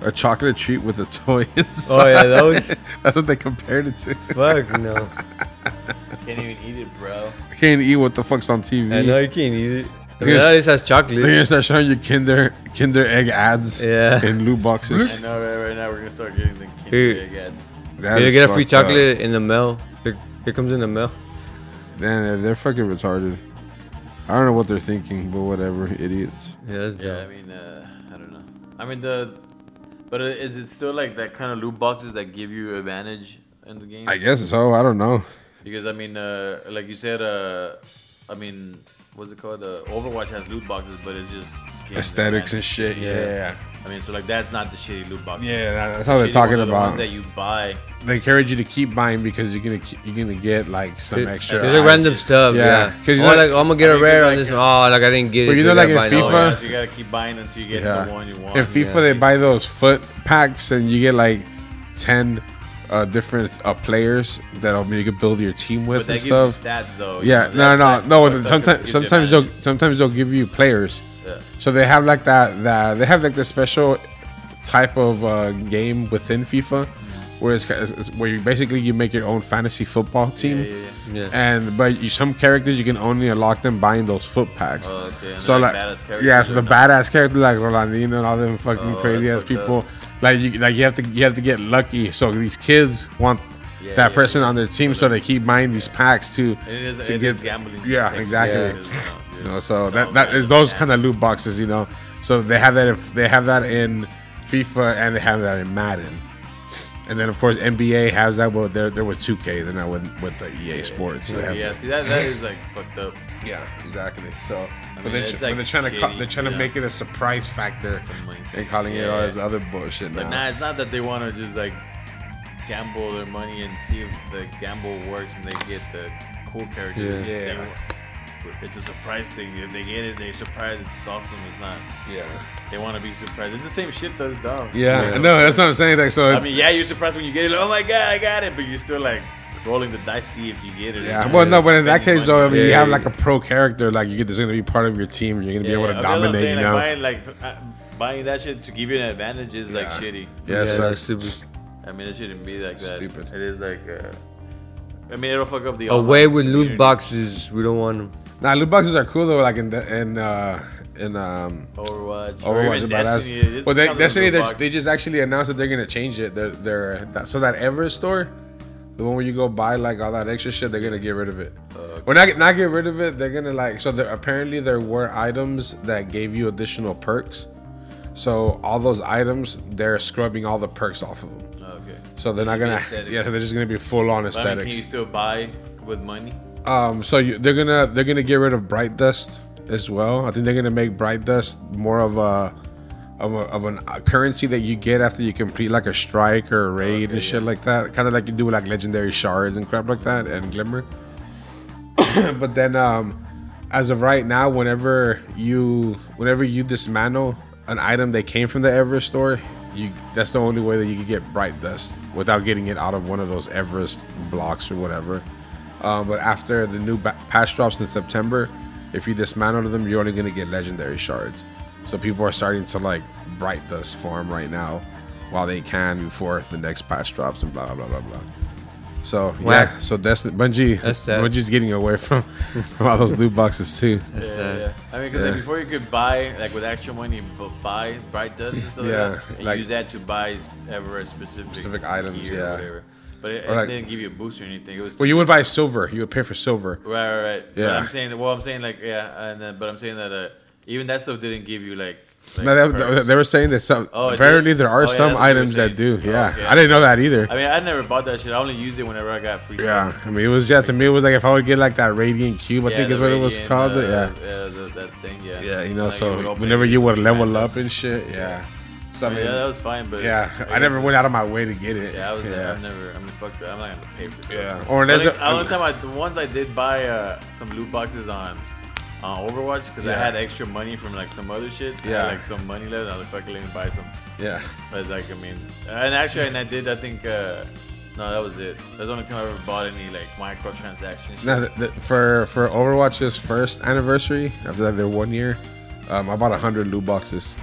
B: a chocolate treat with a toy inside.
C: Oh, yeah, those-
B: that's what they compared it to.
C: Fuck no.
D: can't even eat it, bro.
B: I can't eat what the fuck's on TV.
C: I know you can't eat it. I mean,
B: Yes.
C: now this has chocolate.
B: They're gonna start showing you Kinder Kinder egg ads
C: Yeah.
B: in loot boxes.
D: I know. Right, right now we're gonna start getting the
C: Dude.
D: Kinder Egg ads.
B: That
C: You
B: is
C: get a free
B: fucked up.
C: chocolate in the mail. Here, here comes in the mail.
B: Man, they're, they're fucking retarded. I don't know what they're thinking, but whatever, idiots.
C: Yeah, that's
D: Yeah, I
C: dope.
D: mean, uh, I don't know. I mean the, but is it still like that kind of loot boxes that give you advantage in the game?
B: I guess so. I don't know.
D: Because I mean, uh, like you said, uh, I mean, what's it called? Uh, Overwatch has loot boxes, but it's just skins
B: Aesthetics and shit. Yeah, yeah.
D: I mean, so like that's not the shitty loot box.
B: that- that's how they're talking about.
D: that you buy.
B: they encourage you to keep buying because you're gonna ke- you're gonna get like some
C: It-
B: extra.
C: It's like
B: items.
C: random stuff.
B: Yeah,
C: Yeah.
B: 'cause you
C: Oh,
B: know- uh,
C: like, I'm gonna get a
D: mean,
C: rare on
D: like-
C: this one. Oh, like I didn't get it.
B: But you
C: so
B: know,
C: I
B: like
C: gotta
B: in
C: buy another
D: Oh,
B: FIFA?
C: one.
D: yeah, so you gotta keep buying until you get the one you want.
B: In FIFA,
C: yeah.
B: they buy those foot packs, and you get like ten uh, different uh, players that um, you could build your team
D: but
B: with
D: that
B: and
D: gives
B: stuff.
D: you stats though.
B: Yeah,
D: You know,
B: no, no,
D: that's-
B: no.
D: that's-
B: Sometimes,
D: gives you
B: sometimes they'll
D: advantage.
B: sometimes they'll give you players.
D: Yeah.
B: So they have like that that they have like the special type of uh, game within FIFA, where it's, it's where you basically you make your own fantasy football team.
D: Yeah, yeah, yeah.
C: Yeah.
B: And but you, some characters you can only unlock them buying those foot packs.
D: Oh, okay. And
B: So
D: they're
B: like,
D: like badass characters
B: yeah, so
D: or
B: the
D: not?
B: badass characters like Rolandino and all them fucking
D: Oh,
B: crazy ass
D: that's fucked
B: people,
D: up.
B: Like you, like you have to you have to get lucky. So these kids want
D: Yeah,
B: that
D: yeah.
B: person on their team, so they keep buying these packs to
D: And it is,
B: to
D: it
B: get
D: is gambling.
B: Yeah,
D: Like,
B: exactly.
D: it is,
B: You know,
D: yeah.
B: so
D: It's all
B: that, that
D: about
B: is those
D: gambling.
B: kind of loot boxes, you know. So they have that if they have that in FIFA and they have that in Madden. And then of course NBA has that, but they're they're with 2K, they're not with with the EA Sports. so they
D: Yeah,
B: have-
D: see that that is like fucked up.
B: yeah, exactly. So, but
D: mean,
B: they're,
D: it's,
B: tr-
D: like,
B: but they're trying to co-
D: shitty,
B: they're trying to
D: yeah.
B: make it a surprise factor
D: Something like that.
B: and calling it all
D: Yeah.
B: this other bullshit
D: But
B: now.
D: nah, it's not that they want to just like gamble their money and see if the gamble works and they get the cool characters.
B: Yeah.
D: They
B: Yeah.
D: wa- It's a surprise thing. If they get it, they're surprised. It's awesome. It's not.
B: yeah,
D: They want to be surprised. It's the same shit though. It's dumb.
B: yeah, no, that's what I'm saying. Like, so
D: I mean, yeah, you're surprised when you get it. Like, oh my god, I got it! But you're still like rolling the dice, see if you get it. or
B: Yeah,
D: not.
B: well, no, but in that
D: Spending
B: case, though, I
D: money.
B: mean, you
C: Yeah,
B: have
C: yeah,
B: like a
C: yeah.
B: pro character, like you're just gonna be part of your team. You're gonna be able to
D: Yeah, that's what I'm
B: dominate,
D: saying,
B: you know?
D: Like, buying, like uh, buying that shit to give you an advantage is like
B: Yeah.
D: shitty.
B: Yeah,
C: yeah,
B: so-
C: that's stupid.
D: I mean, it shouldn't be like that.
B: Stupid.
D: It is like. Uh, I mean, it'll fuck up the.
C: Away
D: online
C: with loot
D: community.
C: boxes. We don't want them.
B: Nah, loot boxes are cool though. Like in the, in uh, in um,
D: Overwatch. or
B: Overwatch,
D: even
B: about
D: Destiny.
B: that.
D: It's
B: Well, they,
D: becoming a
B: Destiny,
D: loot
B: they,
D: box.
B: they just actually announced that they're gonna change it. They're, they're that, so that Everest store, the one where you go buy like all that extra shit, they're gonna get rid of it. Well, not not get rid of it. They're gonna like so. There, apparently, there were items that gave you additional perks. So all those items, they're scrubbing all the perks off of them.
D: Oh, okay.
B: So they're not
D: Maybe
B: gonna,
D: aesthetic.
B: yeah. So they're just gonna be full on
D: But I mean, can you
B: aesthetics.
D: still buy with money?
B: Um, so you, they're gonna they're gonna get rid of bright dust as well. I think they're gonna make bright dust more of a of a of an, a currency that you get after you complete like a strike or a raid and shit like that. Kind of like you do with like legendary shards and crap like that and glimmer. but then um, as of right now, whenever you whenever you dismantle an item that came from the Everest store, you that's the only way that you can get bright dust without getting it out of one of those Everest blocks or whatever. Um, but after the new ba- patch drops in September, if you dismantle them, you're only gonna get legendary shards. So people are starting to like bright dust farm right now while they can before the next patch drops and blah blah blah blah. So
C: Whack.
B: yeah, so that's Bungie.
C: That's sad.
B: Bungie's getting away from, from all those loot boxes too.
C: That's sad.
D: I mean, because
B: Yeah.
D: like before you could buy like with actual money, but buy bright dust and stuff.
B: Yeah,
D: like, that, and
B: like-
D: use that to buy ever specific
B: Specific items,
D: gear or
B: yeah.
D: whatever. But it,
B: Or
D: it
B: like-
D: didn't give you a boost or anything. It was
B: Well, you would buy silver. You would pay for silver.
D: Right, right, right. But
B: Yeah.
D: I'm saying, well, I'm saying like, yeah, and then, but I'm saying that uh, even that stuff didn't give you like. like
B: No, they,
D: perks.
B: they were saying that some.
D: Oh, it
B: apparently,
D: did?
B: there
D: Oh,
B: are
D: yeah, that's
B: some
D: what they were
B: items that do.
D: saying. Oh,
B: Yeah,
D: okay.
B: I didn't know that either.
D: I mean, I never bought that shit. I only used it whenever I got free.
B: yeah,
D: stuff.
B: I mean, it was yeah. To me, it was like if I would get like that radiant cube, I
D: Yeah,
B: think
D: the
B: is what it was
D: radiant,
B: called.
D: uh,
B: yeah,
D: the, that thing. Yeah.
B: yeah, you know.
D: Like, it would
B: so
D: open
B: whenever
D: it.
B: you would level up and shit, yeah. So I
D: I mean,
B: mean,
D: yeah, that was fine, but
B: yeah,
D: like,
B: I never went out of my way to get it.
D: Yeah, I was.
B: yeah.
D: I've never. I mean, fuck that. I'm not gonna pay for. stuff.
B: Yeah. Or
D: But,
B: unless
D: like,
B: it-
D: I- one time, I the ones I did buy uh, some loot boxes on. On Overwatch, because I
B: Yeah.
D: had extra money from like some other shit. I had,
B: Yeah.
D: like some money left, and I was like, fuck it, let me buy some.
B: yeah.
D: But like, I mean, and actually, and I did. I think uh, no, that was it. That's the only time I ever bought any like microtransactions.
B: Now, th th for for Overwatch's first anniversary, after that, their one year, um, I bought hundred loot boxes.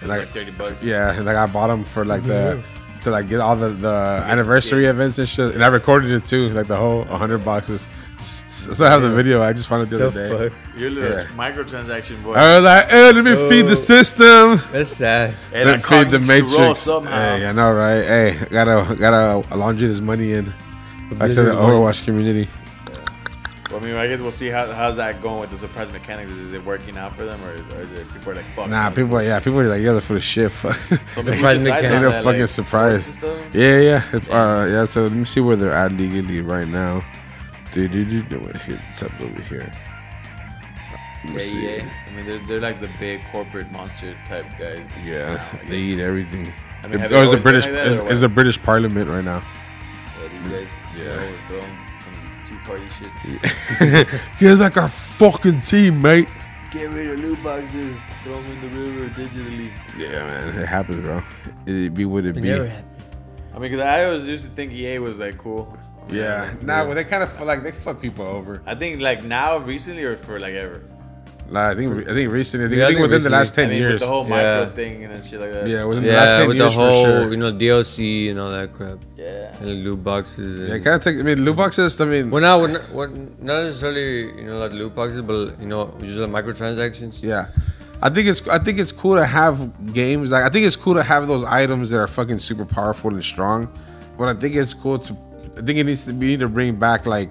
B: And
D: Like 30 bucks.
B: Yeah, and like I bought them for like the to like get all the the anniversary
D: skins.
B: events and shit. And I recorded it too, like the whole hundred boxes. So I have the video. I just found it the
C: The
B: other day.
C: fuck?
D: You're a little
B: Yeah. Uh,
D: microtransaction boy.
B: I was like, "Hey, let me feed the
C: Oh.
B: system.
C: That's sad.
D: and I
B: let me feed the
D: Roll
B: matrix." Uh,
D: somehow.
B: Hey, I know, right? Hey, gotta gotta laundry this money in. Back to the Overwatch community.
D: Well, I mean, I guess we'll see how how's that going with the surprise mechanics. Is it working out for them, or is, or is it people are like fuck?
B: Nah, people, yeah, people are like, "You guys are full of shit." Fuck.
C: Surprise
D: surprise
C: mechanics.
B: Ain't no fucking surprise. Yeah, yeah. If, uh, yeah, so let me see where they're at legally right now. Dude, dude, dude, no, wait, here, it's up over here. Let
D: Yeah, E
B: me see.
D: yeah. I mean, they're, they're like the big corporate monster type guys.
B: Yeah, they eat everything.
D: I
B: or
D: mean, have they
B: is the
D: always been
B: British
D: like that,
B: is, is
D: or what?
B: the British Parliament right now?
D: Yeah, these guys.
B: Yeah.
D: Yeah. Overthrown some tea party shit.
B: He's like our fucking team, mate.
D: Get rid of loot boxes. Throw them in the river digitally.
B: Yeah, man, it happens, bro. It be what it be.
D: I mean, because I always used to think EA was like cool.
B: Yeah, nah, well, they kind of like they fuck people over.
D: I think like now, recently, or for like ever.
B: Like, I think, I think recently, I think,
C: Yeah,
B: I
C: I
B: think
C: think
B: within the
C: recently.
B: last
D: I
B: ten
D: mean,
B: years.
D: with the whole
C: Yeah.
D: micro thing and shit like that.
B: yeah, within the last
C: Yeah,
B: ten
C: with the
B: years
C: whole
B: for sure.
C: you know DLC and all that crap,
D: Yeah.
C: and the loot boxes. And
B: Yeah, it kind of take. I mean, loot boxes. I mean,
C: Well, not, well, not, well, not necessarily, you know, like loot boxes, but, you know, just like microtransactions.
B: Yeah. I think it's I think it's cool to have games like I think it's cool to have those items that are fucking super powerful and strong, but I think it's cool to I think it needs to we need to bring back like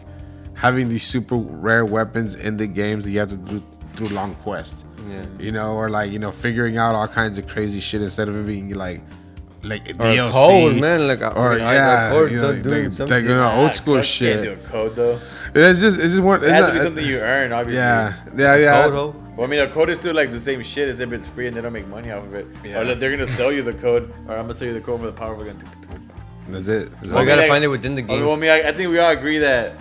B: having these super rare weapons in the games that you have to do through long quests.
C: Yeah.
B: You know, or like you know figuring out all kinds of crazy shit instead of it being like like DLC
C: code, man, like, I-
B: or
C: I- I-
B: yeah,
C: code,
B: you know,
C: don't do
B: like-
C: something. Ah,
B: like, you know,
D: Nah,
B: old school
D: code- Can't do
B: shit.
D: a code though.
B: It's just it's just one.
D: It
B: it's
D: has to be
B: not-
D: something you earn, obviously.
B: Yeah, yeah, yeah.
C: Code, ho.
D: Well, I mean, a code is still like the same shit as if it's free and they don't make money off of it.
B: Yeah.
D: Or like, they're gonna sell you the code, or I'm gonna sell you the code for the powerful gun.
B: That's it. That's
C: We
B: all-
D: Okay.
C: gotta
D: like-
C: find it within the
D: I mean,
C: game.
D: well, I, mean, I, I think we all agree that,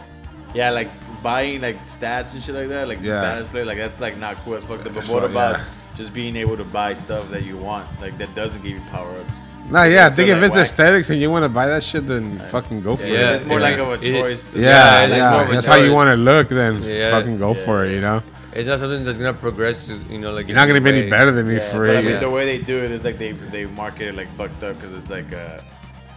D: yeah, like buying like stats and shit like that, like
B: Yeah.
D: balance play, like that's like not cool as fuck. But
B: That's
D: what
B: not-
D: about
B: yeah.
D: just being able to buy stuff that you want, like that doesn't give you power ups?
B: Nah, yeah. I
D: It's
B: think
D: still
B: if
D: like
B: it's
D: whack.
B: aesthetics and you want to buy that shit, then fucking go for
C: Yeah,
B: it.
D: it's more
C: yeah.
D: like of a
C: It-
D: choice.
C: Yeah,
B: Yeah,
C: it's
B: yeah.
C: more of a
B: That's how you
C: choice.
B: want to look. Then
C: Yeah.
B: fucking go
D: Yeah.
B: for it. You know,
C: It's not something that's gonna progress. To, you know, like
B: you're not gonna be any
C: way.
B: better than me
D: Yeah,
B: for
D: but I
B: it.
D: mean,
C: yeah.
D: the way they do it is like they they market it like fucked up because it's like uh,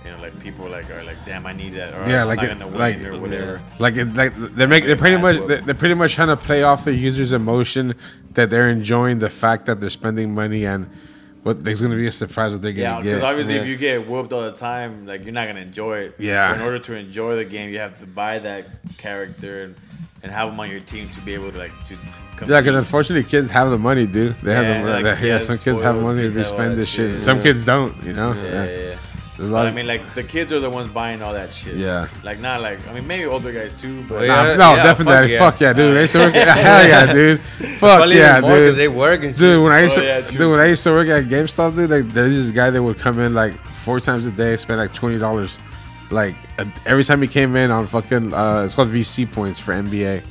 D: you know, like people like are like, damn, I need that, or
B: Yeah,
D: I'm
B: like
D: not
B: it-
D: gonna win
B: like-
D: or whatever.
B: Like, it, like they're making they're pretty much they're they're pretty much trying to play off the user's emotion that they're enjoying the fact that they're spending money and what there's gonna be a surprise what they're
D: Yeah,
B: gonna
D: because
B: get.
D: obviously, if
C: Yeah.
D: you get whooped all the time, like you're not gonna enjoy it.
B: Yeah.
D: In order to enjoy the game, you have to buy that character and, and have them on your team to be able to like to. Compete.
B: Yeah, because unfortunately, kids have the money, dude. They have
D: Yeah,
B: the money.
D: like,
B: yeah,
D: yeah,
B: some kids have
D: spoiled
B: money
D: kids
B: to
D: have all
B: spend
D: that
B: this shit.
D: shit.
B: Some
C: Yeah.
B: kids don't, you know.
D: yeah, yeah. yeah.
B: There's a lot.
D: But I
B: of-
D: mean, like the kids are the ones buying all that shit.
B: Yeah.
D: Like not like I mean maybe older guys too, but
C: Well, yeah.
B: Nah, no,
C: yeah,
B: definitely,
C: fuck
B: fuck yeah, dude. I used to work. At, hell yeah, dude. Fuck
C: Probably
B: yeah,
C: even more 'cause
B: dude.
C: they work and shit.
B: Dude, when I used to,
D: Oh, yeah, true.
B: dude, when I used to work at GameStop, dude, like there's this guy that would come in like four times a day, spend like twenty dollars, like uh, every time he came in on fucking, uh, it's called VC points for NBA.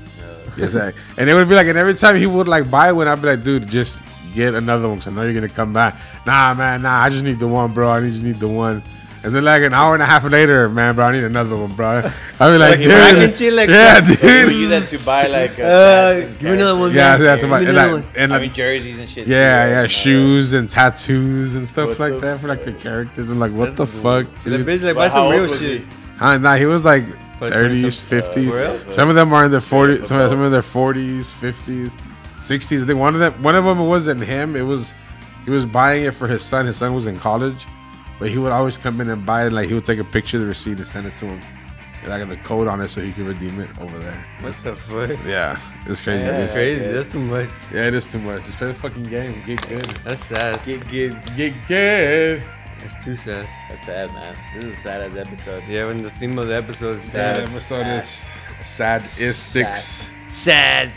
B: Yes, I- and it would be like, and every time he would like buy one, I'd be like, dude, just get another one, 'cause I know you're gonna come back. Nah, man, nah, I just need the one, bro. I just need the one. And then like an hour and a half later, man, bro, I need another one, bro. I'd be like,
C: Like, bragging
B: dude,
C: shit like
B: yeah,
C: that.
B: dude.
D: so people use that to buy like uh,
C: Uh,
D: stats and
C: give me another one.
D: characters.
B: Yeah,
C: man.
B: that's
C: Give
B: about
C: me
B: and
C: another
B: like,
C: one.
B: and
D: I
B: like-
D: mean jerseys and shit. too, uh,
B: yeah,
D: right?
B: yeah,
D: And all
B: shoes and tattoos and stuff
D: What
B: like
D: the
B: that for like the characters. I'm like, what the
C: That's-
B: fuck,
C: The
B: dude?
C: bitch like
D: Well,
C: buy some
D: how
C: real
D: old was
C: shit.
D: he?
B: Huh, nah, he was like
C: Like
B: 30s,
C: twenty
B: 50s.
C: for real?
B: some uh, of them are in their 40s.
D: Yeah,
B: Some, some of their 40s, 50s, 60s. I think one of them, one of them wasn't him. It was he was buying it for his son. His son was in college, but he would always come in and buy it. Like he would take a picture of the receipt and send it to him. Like the code on it, so he could redeem it over there.
C: What the fuck?
B: Yeah, it's crazy.
C: That's
B: dude.
C: crazy. That's too much.
B: Yeah, it is too much. Just play the fucking game. Get good.
C: That's sad.
D: Get get.
B: Get good.
C: That's too sad.
D: That's sad, man. This is a sad as episode.
C: Yeah, when the theme of the episode is
B: That
C: sad.
B: episode is sadistics.
C: Sad.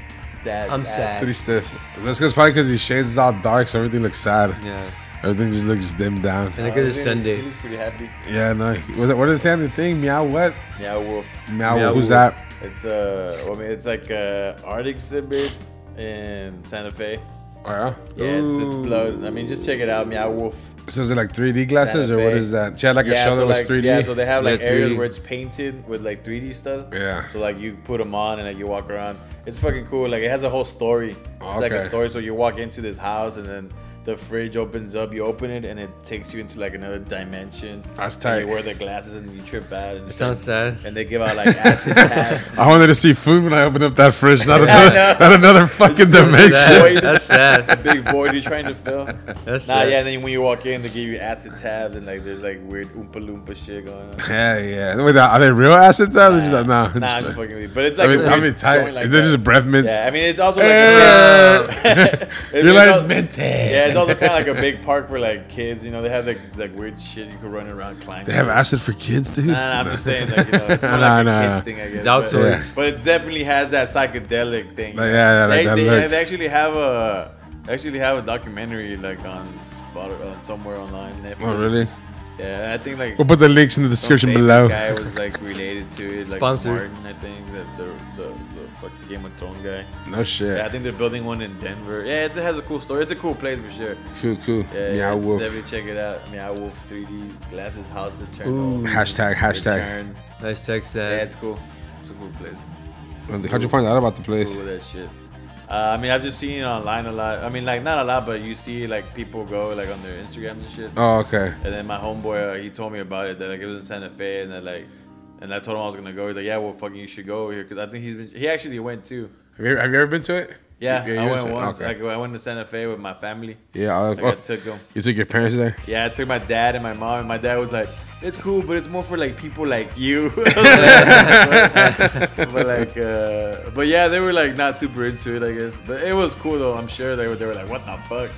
D: That's
C: I'm sad.
B: Tristes. That's because probably because these shades is all dark, so everything looks sad.
C: Yeah.
B: Everything just looks dimmed down.
C: And because it's Sunday.
D: He's pretty happy.
B: Yeah, no. Was it, what did it say on the thing? Meow what?
D: Yeah, wolf.
B: Meow,
C: Meow
B: who's
C: who?
B: that?
D: It's uh, well, I mean, it's like uh, art exhibit in Santa Fe.
B: Oh, yeah.
D: Yes, it's
C: Ooh.
D: blown. I mean, just check it out. Meow wolf.
B: So is it like 3D glasses
D: Santa
B: or what
D: Fe.
B: is that? She had like a show
D: so
B: that was
D: like,
B: 3D.
D: Yeah, so they have like
C: Yeah,
D: areas
C: 3D.
D: where it's painted with like 3D stuff.
B: Yeah.
D: So like you put them on and like you walk around. It's fucking cool. Like it has a whole story. It's like
B: Okay.
D: a story. So you walk into this house and then the fridge opens up. You open it and it takes you into like another dimension.
B: That's
D: And
B: tight.
D: you wear the glasses and you trip out. And
C: It sounds sad.
D: And they give out like acid tabs.
B: I wanted to see food when I opened up that fridge. Not
D: I
B: another,
D: know.
B: not another fucking
D: so
B: dimension.
D: sad.
C: Sad. That's sad.
D: Big void you're trying to fill.
C: That's
D: nah,
C: sad.
D: yeah. And then when you walk in, they give you acid tabs and like there's like weird oompa loompa shit going on.
B: Yeah, yeah. Wait, are they real acid tabs? or just like, nah,
D: Nah,
B: it's
D: nah, I'm
B: like-
D: just fucking with you. But it's
B: I
D: like,
B: mean,
D: a
B: I
D: weird
B: mean, tight.
D: joint like
B: They're
D: that.
B: just breath mints.
D: Yeah, I mean, it's also like
B: Eh.
D: It-
B: You're like,
D: al-
B: it's mint.
D: Yeah, it's also kind of like a big park for like kids. You know, they have like like weird shit you could run around climbing.
B: They have acid for kids, dude.
D: Nah, nah, I'm just saying, like, you know, it's more
B: Nah,
D: like
B: nah.
D: a kids thing, I guess.
C: It's
D: but-
C: outdoors.
B: Yeah.
D: But it definitely has that psychedelic thing.
B: Like, yeah, yeah, like
D: they,
B: that
D: they,
B: look.
D: they actually have a they actually have a documentary like on spot on somewhere online. Netflix.
B: Oh, really?
D: Yeah, I think like
B: We'll put the links in the
D: some
B: description
D: famous
B: below.
D: Guy was like related to it, like
C: Sponsored.
D: Martin, I think that the the, the fucking Game of Thrones guy.
B: No shit.
D: Yeah, I think they're building one in Denver. Yeah, it's- it has a cool story. It's a cool place for sure.
B: cool, cool.
D: Yeah,
B: Yeah,
D: yeah,
B: Meow wolf.
D: Definitely check it out. Meow Wolf 3D glasses house eternal.
C: Ooh.
B: Hashtag, hashtag.
D: Return.
C: Hashtag
D: Yeah,
C: sad.
D: it's cool. It's a cool place.
B: How'd you find out about the place?
D: Cool with that shit. Uh, I mean, I've just seen it online a lot. I mean, like not a lot, but you see like people go like on their Instagram and shit.
B: Oh, okay.
D: And then my homeboy, uh, he told me about it that like it was in Santa Fe, and then like, and I told him I was gonna go. He's like, yeah, well, fucking, you should go over here because I think he's been. He actually went too.
B: Have you, have you ever been to it?
D: Yeah,
B: Yeah,
D: I
B: you
D: went
B: said-
D: once.
B: okay.
D: I, I went to Santa Fe with my family.
B: Yeah, I,
D: Like,
B: oh,
D: I took them.
B: you took your parents there.
D: Yeah, I took my dad and my mom, and my dad was like, "It's cool, but it's more for like people like you." but like, uh, but yeah, they were like not super into it, I guess. But it was cool though. I'm sure they were. They were like, "What the fuck?"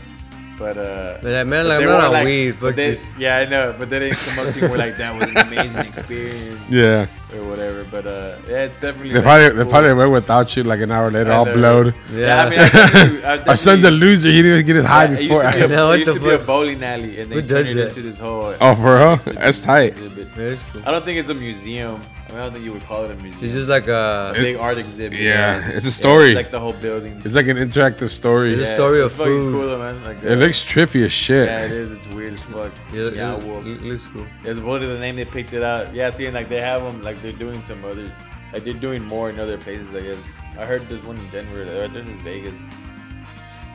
D: But uh,
C: But like, man,
D: but
C: like,
D: they
C: I'm not
D: weren't,
C: on weed.
D: but
C: Fuck
D: they-
C: this.
D: Yeah, I know. But they didn't come up to me were like, "That was an amazing experience."
B: Yeah,
D: Or whatever. But uh, yeah, it's definitely.
B: they
D: like,
B: probably they
D: cool.
B: probably went without you like an hour later,
D: I
B: all
D: know.
B: blowed.
D: Yeah, I mean, I
C: Yeah.
D: definitely- I
B: Our son's a
D: definitely-
B: loser. He didn't even get his high
D: yeah,
B: before.
D: It used to be,
C: Now,
D: a,
C: what
D: it used
C: the
D: to be a
C: fuck?
D: bowling alley, and they
C: Who
D: turned
C: does
D: it
C: that?
D: into this whole.
B: oh, for real? That's tight.
D: exhibit.
C: Yeah, it's cool.
D: I don't think it's a museum. I, mean, I don't think you would call it a museum.
C: It's just like uh,
D: a
C: a.
D: big art exhibit.
B: Yeah, it's a story.
D: it's like the whole building.
B: It's like an interactive story.
C: It's a story of
D: fucking
C: food.
D: Cool, though, man. Like,
B: It
D: uh,
B: looks trippy as shit.
D: Yeah, it is. It's weird as fuck.
C: Yeah, it-
D: yeah,
C: it-
D: wolf.
C: it looks cool.
D: It's probably the name they picked it out. Yeah, seeing like they have them, like they're doing some other, like they're doing more in other places. I guess I heard there's one in Denver. There, there's in Vegas.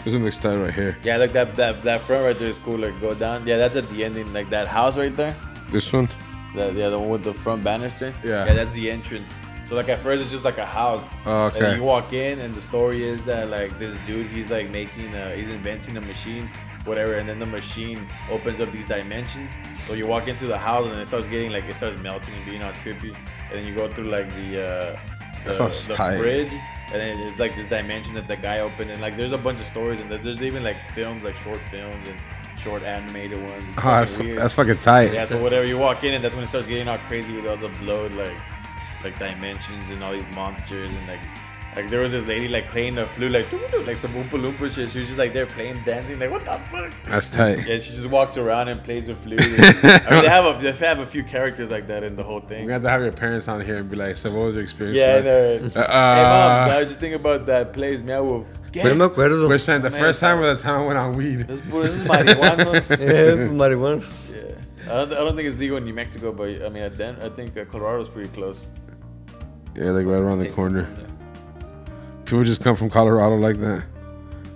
B: This one looks tight right here.
D: Yeah, like that that that front right there is cool. Like go down. Yeah, that's at the ending. Like that house right there.
B: This one.
D: The, yeah, the one with the front banister.
B: Yeah.
D: Yeah, that's the entrance. So like at first it's just like a house.
B: Oh,
D: And
B: okay.
D: you walk in and the story is that like this dude he's like making uh he's inventing a machine, whatever, and then the machine opens up these dimensions. So you walk into the house and it starts getting like it starts melting and being all trippy. And then you go through like the uh the,
B: sounds
D: the
B: tight.
D: fridge and then it's like this dimension that the guy opened and like there's a bunch of stories and there- there's even like films like short films and short animated ones. It's
B: Oh,
D: fucking
B: that's,
D: weird.
B: that's fucking tight.
D: Yeah, so whatever you walk in, and that's when it starts getting all crazy with all the blood, like like dimensions and all these monsters and like like there was this lady like playing the flute, like doo-doo-doo, like some oompa loompa shit. She was just like there playing, dancing, like what the fuck.
B: That's tight.
D: Yeah, she just walks around and plays the flute. I mean, they have a they have a few characters like that in the whole
B: We're
D: thing.
B: gonna have to have your parents on here and be like, so what was your experience
D: Yeah, I
B: like?
D: know.
B: Uh,
D: hey mom,
B: uh,
D: how'd you think about that place, Meow Wolf?
C: Pero me acuerdo.
B: Which time? The
D: Man,
B: first time or the time I went on weed?
D: This, this is marihuanos.
C: Yeah, marijuana.
D: yeah, I don't, I don't think it's legal in New Mexico, but I mean, at Den- I think uh, Colorado's pretty close.
B: Yeah, like right around the corner. People just come from Colorado like that.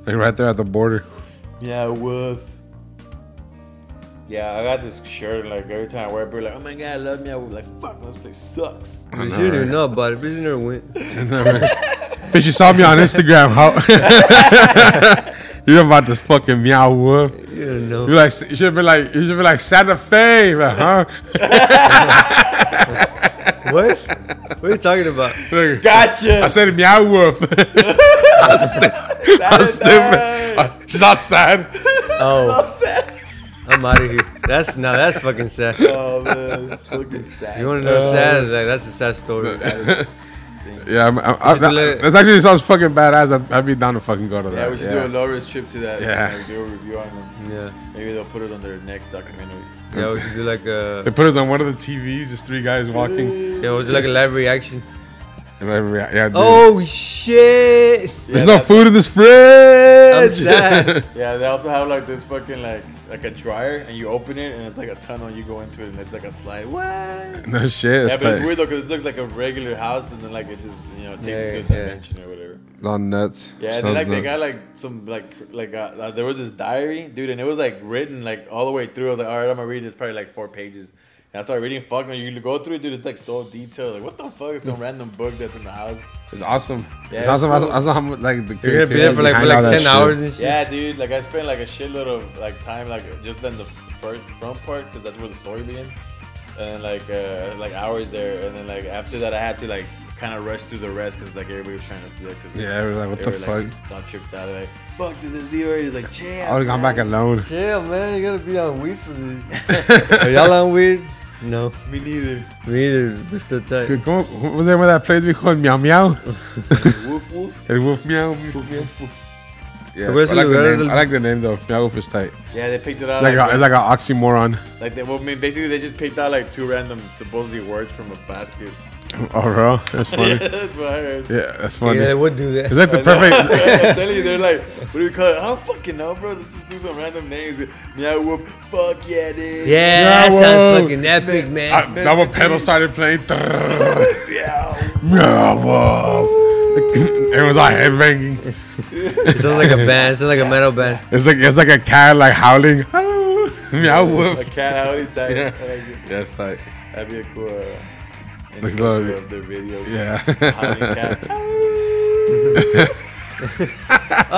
B: Like right there at the border.
D: Yeah, woof. Yeah, I got this shirt. Like every time I wear it, people are like, "Oh my god, I love me." I was like, "Fuck, this place sucks."
C: You
B: know,
C: should
B: right?
C: know about it. Bitch, you never went.
B: Bitch, you saw me on Instagram. How? You're about this fucking meow wolf.
C: You don't know.
B: You like you should be like you should be like Santa Fe, like, huh?
C: What? What are you talking about?
B: Like,
D: Gotcha.
B: I said meow wolf. I'm stu- I'm stupid. Uh, She's outside.
C: Oh, I'm out of here. That's no, that's fucking sad.
D: Oh man, fucking sad.
C: You want to know sad? Like that's a sad story.
B: Yeah, I'm, I'm, I,
C: should do
B: that,
C: it.
B: that's actually sounds fucking badass. I'd, I'd be down to fucking go to that.
D: yeah, we should do a Laura's trip to that.
B: Yeah.
D: like, do a review on them.
C: Yeah,
D: Maybe they'll put it on their next documentary.
C: yeah. We should do like
B: They
C: a
B: put it on one of the TVs, just three guys walking.
C: yeah. We'll do like a live reaction.
B: And I rea- yeah, dude.
C: Oh shit!
B: There's
D: Yeah,
B: no
D: that's-
B: food in this fridge.
C: I'm sad.
D: Yeah, they also have like this fucking like like a dryer, and you open it, and it's like a tunnel. You go into it, and it's like a slide. What?
B: no shit.
D: Yeah,
B: It's
D: but it's
B: tight.
D: weird though, cause it looks like a regular house, and then like it just you know takes
C: Yeah,
D: you to a
C: yeah.
D: dimension or whatever.
B: On nuts.
D: Yeah, and
B: Sounds
D: then, like they
B: nuts.
D: got like some like like uh, uh, there was this diary, dude, and it was like written like all the way through. I was like, all right, I'm gonna read this, probably like four pages. And I started reading. Fuck, and you go through it, dude. It's like so detailed. Like, what the fuck? Some random book that's in the house.
B: It's awesome.
D: Yeah,
B: it's awesome.
D: it's
B: Also,
D: cool.
B: also how much like the
C: You're gonna be there for like for
B: behind all
C: like
B: that
C: ten
B: shit.
C: hours and shit.
D: Yeah, dude. Like, I spent like a shitload of like time, like just in the first front part, because that's where the story began. And then, like uh, like hours there, and then like after that, I had to like kind of rush through the rest because like everybody was trying to do that. Cause,
B: Yeah, I was like, what
D: they
B: the
D: were,
B: fuck?
D: like, All tripped out. Like, fuck, did this deal already? Like,
B: I
D: champ.
B: would have gone back alone.
C: Yeah, man, you gotta be on weed for this. Are y'all on weed? No,
D: Me neither.
C: me either. We're still tight.
B: Dude, come on, what was that one that place we called Meow Meow?
D: woof woof.
B: El Wolf Meow. Meow. Yeah, I
C: Where's
B: like,
C: the-
B: the
C: where
B: name.
C: the-
B: I like the name though. Meow Wolf is tight.
D: Yeah, they picked it out.
B: Like, uh,
D: Like,
B: a, it's like an oxymoron.
D: like they, well, I mean, basically they just picked out like two random supposedly words from a basket.
B: Oh, bro, that's funny. yeah.
D: That's what I heard.
B: that's funny.
C: Yeah, they would do that.
B: It's like the
D: I know.
B: perfect.
D: I'm telling you, they're like, what do we call it? I don't fucking know, bro. Let's just do some random names. Meow whoop. Fuck yeah, dude.
C: yeah, that
B: Yeah, whoa.
C: sounds fucking epic,
B: I,
C: man.
B: that one pedal started playing.
D: Meow.
B: Meow Wolf. It was all headbanging.
C: It sounds like a band. It sounds like a metal band.
B: It's like it's like a cat like howling. Meow Wolf.
D: A cat howdy type.
B: Yeah.
D: I like it.
B: Yeah, it's tight.
D: That'd be a cool uh,
B: Like,
D: introduction
B: look.
D: of their videos.
B: Yeah.
D: Howling cat.
C: Oh,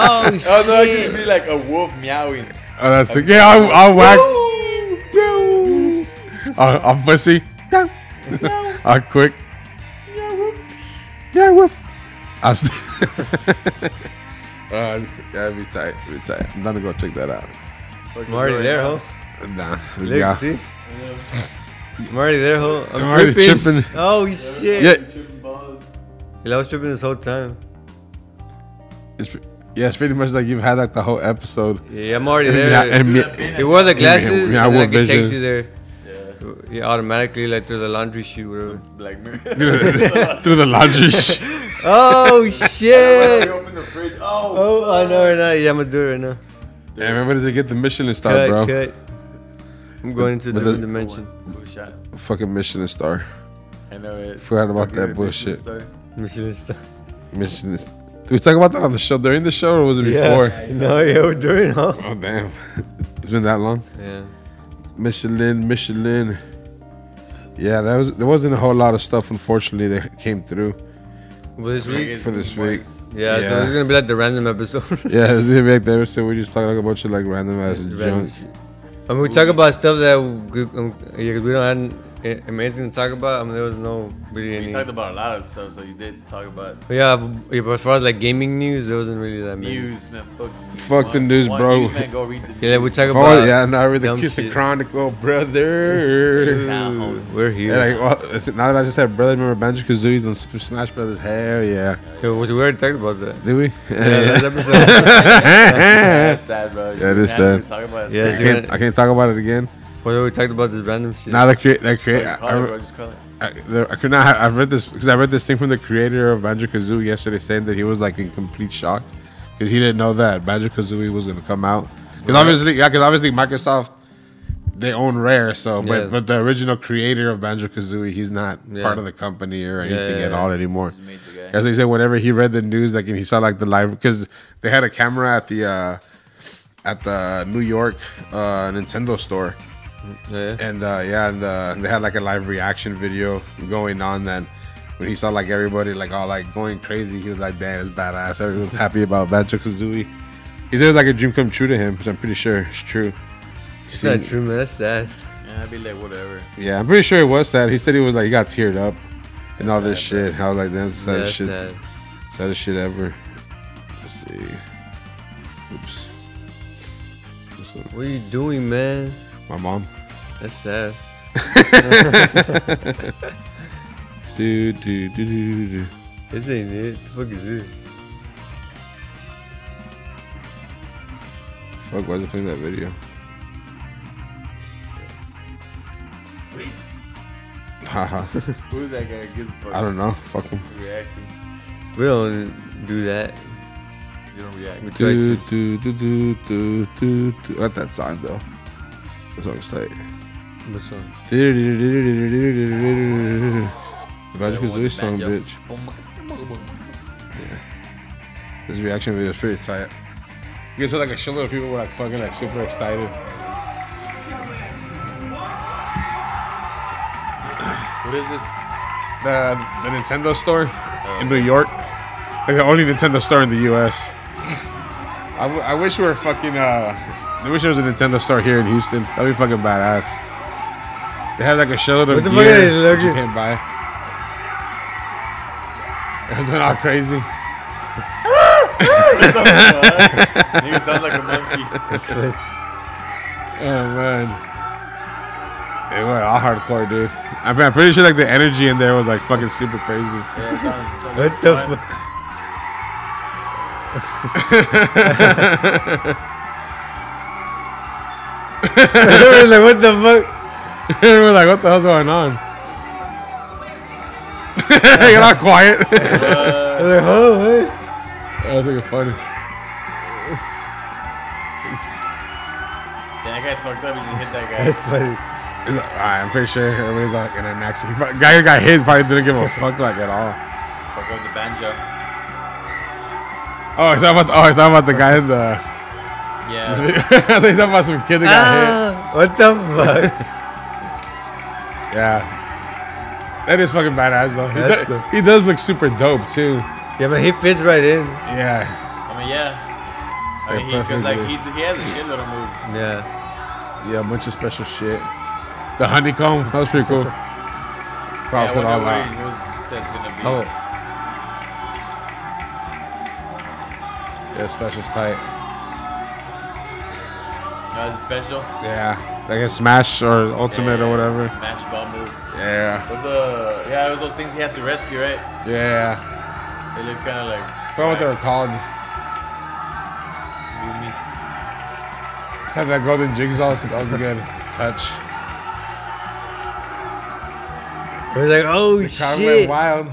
D: Oh no, it should
C: shit.
D: be like a wolf meowing.
B: Oh, that's it. Yeah, I'll, I'll whack. Uh, I'll, I'll fussy. I'll quick. Yeah, woof. I'll st- uh, yeah, be tight. Be tight. I'm gonna go check that out.
C: I'm already there, ho.
B: Nah,
C: Look,
B: yeah.
C: see? I'm already there, ho. I'm,
B: I'm already tripping.
C: tripping. Oh, shit.
B: Yeah,
C: I was tripping this whole time.
B: it's, pre- yeah, it's pretty much like you've had like the whole episode.
C: Yeah, I'm already there.
B: Yeah, and me-
C: you wore the glasses,
B: Yeah, I
C: and
B: wore
C: like it takes
B: vision.
C: you there.
D: Yeah.
C: Yeah, automatically, like through the laundry chute, whatever.
D: Black
B: through
D: mirror.
B: the- through the laundry. sh-
C: Oh
D: When
C: shit!
D: you open the fridge. Oh.
C: Oh, I know right now. Yeah, I'm gonna do it right now.
B: yeah, remember to get the Michelin star,
C: Cut,
B: bro.
C: cut. I'm going into a
B: But
C: different
B: the-
C: dimension.
D: Cool shot.
B: Fucking Michelin star.
D: I know it.
B: Forgot about that
D: Fucking
B: bullshit.
D: story.
C: Michelin star.
B: Michelin. s- Did we talk about that on the show during the show or was it before?
C: Yeah. No, yeah, we're doing it, huh?
B: Oh damn, it's been that long.
C: Yeah.
B: Michelin, Michelin. Yeah, that was there wasn't a whole lot of stuff unfortunately that came through.
C: Well, this week.
B: for this week.
C: Yeah, so
B: Yeah.
C: it's gonna be like the random episode.
B: Yeah, it's gonna be like that. So we just talking like a bunch of like random ass
C: Random
B: junk.
C: shit. I mean, we talk about stuff that we, um, yeah, 'cause we don't have an- um, anything to talk about. I mean, there was no really
D: We
C: any.
D: talked about a lot of stuff, so you did talk about
C: Yeah, b- yeah, but as far as like gaming news, there wasn't really that many.
D: news, man. Fuck,
B: Fuck the news, bro.
D: News, man, go read the news.
C: Yeah, we talk about.
B: Oh yeah, now I read the
C: dumb
B: Kiss the
C: shit.
B: Chronicle, brother.
D: Ooh,
C: We're here.
B: Yeah, like well, it's- now that I just had brother, remember Banjo Kazooie's and Super Smash Brothers? Hell yeah,
C: Yeah, we we already talked about that.
B: did we?
C: Yeah, last
D: That's
B: I
D: sad, bro.
B: Yeah, it is
D: You're gonna have
B: sad.
D: to Talk about it.
C: Yeah,
D: Yeah,
C: it's
B: can't, I can't talk about it again.
C: Well, we talked about this random shit.
B: Now that create that create,
D: Call
B: I-
D: it,
B: I-
D: bro. Just call it.
B: I, the, I could not. Have, I've read this because I read this thing from the creator of Banjo Kazooie yesterday, saying that he was like in complete shock because he didn't know that Banjo Kazooie was going to come out. Because obviously, yeah, because obviously Microsoft they own Rare, so
C: Yeah.
B: but but the original creator of Banjo Kazooie, he's not
C: Yeah.
B: part of the company or anything
C: yeah,
B: at
C: yeah.
B: all anymore.
D: Just made the guy.
B: That's what he said. Whenever he read the news, like and he saw like the live because they had a camera at the uh, at the New York uh, Nintendo store.
C: yeah.
B: And uh, yeah, and uh, they had like a live reaction video going on. Then when he saw like everybody like all like going crazy, he was like, "Damn, it's badass! Everyone's happy about Banjo Kazooie." He said it was like a dream come true to him, which I'm pretty sure it's true.
C: It's not true, man. That's sad.
D: Yeah, I'd be like, whatever.
B: Yeah, I'm pretty sure it was sad. He said he was like he got teared up and all this shit. I was like, "That's the
C: Yeah,
B: saddest
C: that's
B: shit,
C: sad.
B: saddest shit ever." Let's see. Oops. This one-
C: What are you doing, man?
B: My mom.
C: That's sad.
B: Do do do do do. do.
C: This ain't it. The fuck is this?
B: Fuck, why's it playing that video? Haha.
D: Who's that guy? Gives a fuck.
B: I don't know. Fuck him.
D: Reacting.
C: We don't do that.
D: You don't react.
C: We try
B: Do,
C: to.
B: do, do, do, do, do, do. Not that song, though. The song's tight.
C: What's wrong?
B: Magic is this song, bitch.
D: Oh
B: This reaction video is pretty tight. You can tell, like, a shitload of people were, like, fucking, like, super excited.
D: What is this?
B: the the Nintendo store in New York. Like the only Nintendo store in the U.S. I, w- I wish we were fucking. Uh, I wish there was a Nintendo store here in Houston. That'd be fucking badass. They have like a shitload of
C: What the fuck
B: gear
C: are they
B: that you
C: looking-
B: can't buy. It's been all crazy.
D: Nigga sounds like a monkey.
B: Oh man, they went all hardcore, dude. I mean, I'm pretty sure like the energy in there was like fucking super crazy.
D: Yeah, sounds, sounds
C: What
D: like
C: the
D: fun.
C: fuck? like, what the fuck?
B: we're like, what the hell's going on? You're not quiet.
C: I was like, oh, hey.
B: That's like funny.
D: Yeah, that guy's fucked up. He just hit that guy.
C: That's funny.
B: He's like, all right, I'm pretty sure everybody's like in an accident. But guy who got hit probably didn't give a fuck like at all.
D: Fuck up the banjo.
B: Oh, he's talking about the, oh, he's talking about the guy in the.
D: Yeah.
B: I think he's talking about some kid that got
C: Ah, what the fuck?
B: hit. Yeah. That is fucking badass though. He,
C: That's
B: do-
C: cool.
B: he does look super dope too.
C: yeah, man, he fits right in.
B: Yeah.
D: yeah. I
B: They're
D: mean, because like
B: perfectly-
D: he, he has a shitload of moves.
C: Yeah.
B: Yeah, a bunch of special shit. The honeycomb, that was pretty cool.
D: Yeah,
B: Props
D: I
B: it all
D: wonder where his
B: out.
D: move set's gonna be.
C: Oh,
B: Yeah, special's tight.
D: Uh, the special
B: Yeah, like a smash or ultimate
D: Yeah,
B: or whatever.
D: Smash ball move.
B: Yeah,
D: But the yeah, it was those things he has to rescue, right?
B: yeah.
D: It looks kind of like.
B: I forgot what they were called.
D: Goomies.
B: Had that golden jigsaw, so that was a good touch.
C: we're like, oh
B: The crowd
C: shit.
B: went wild.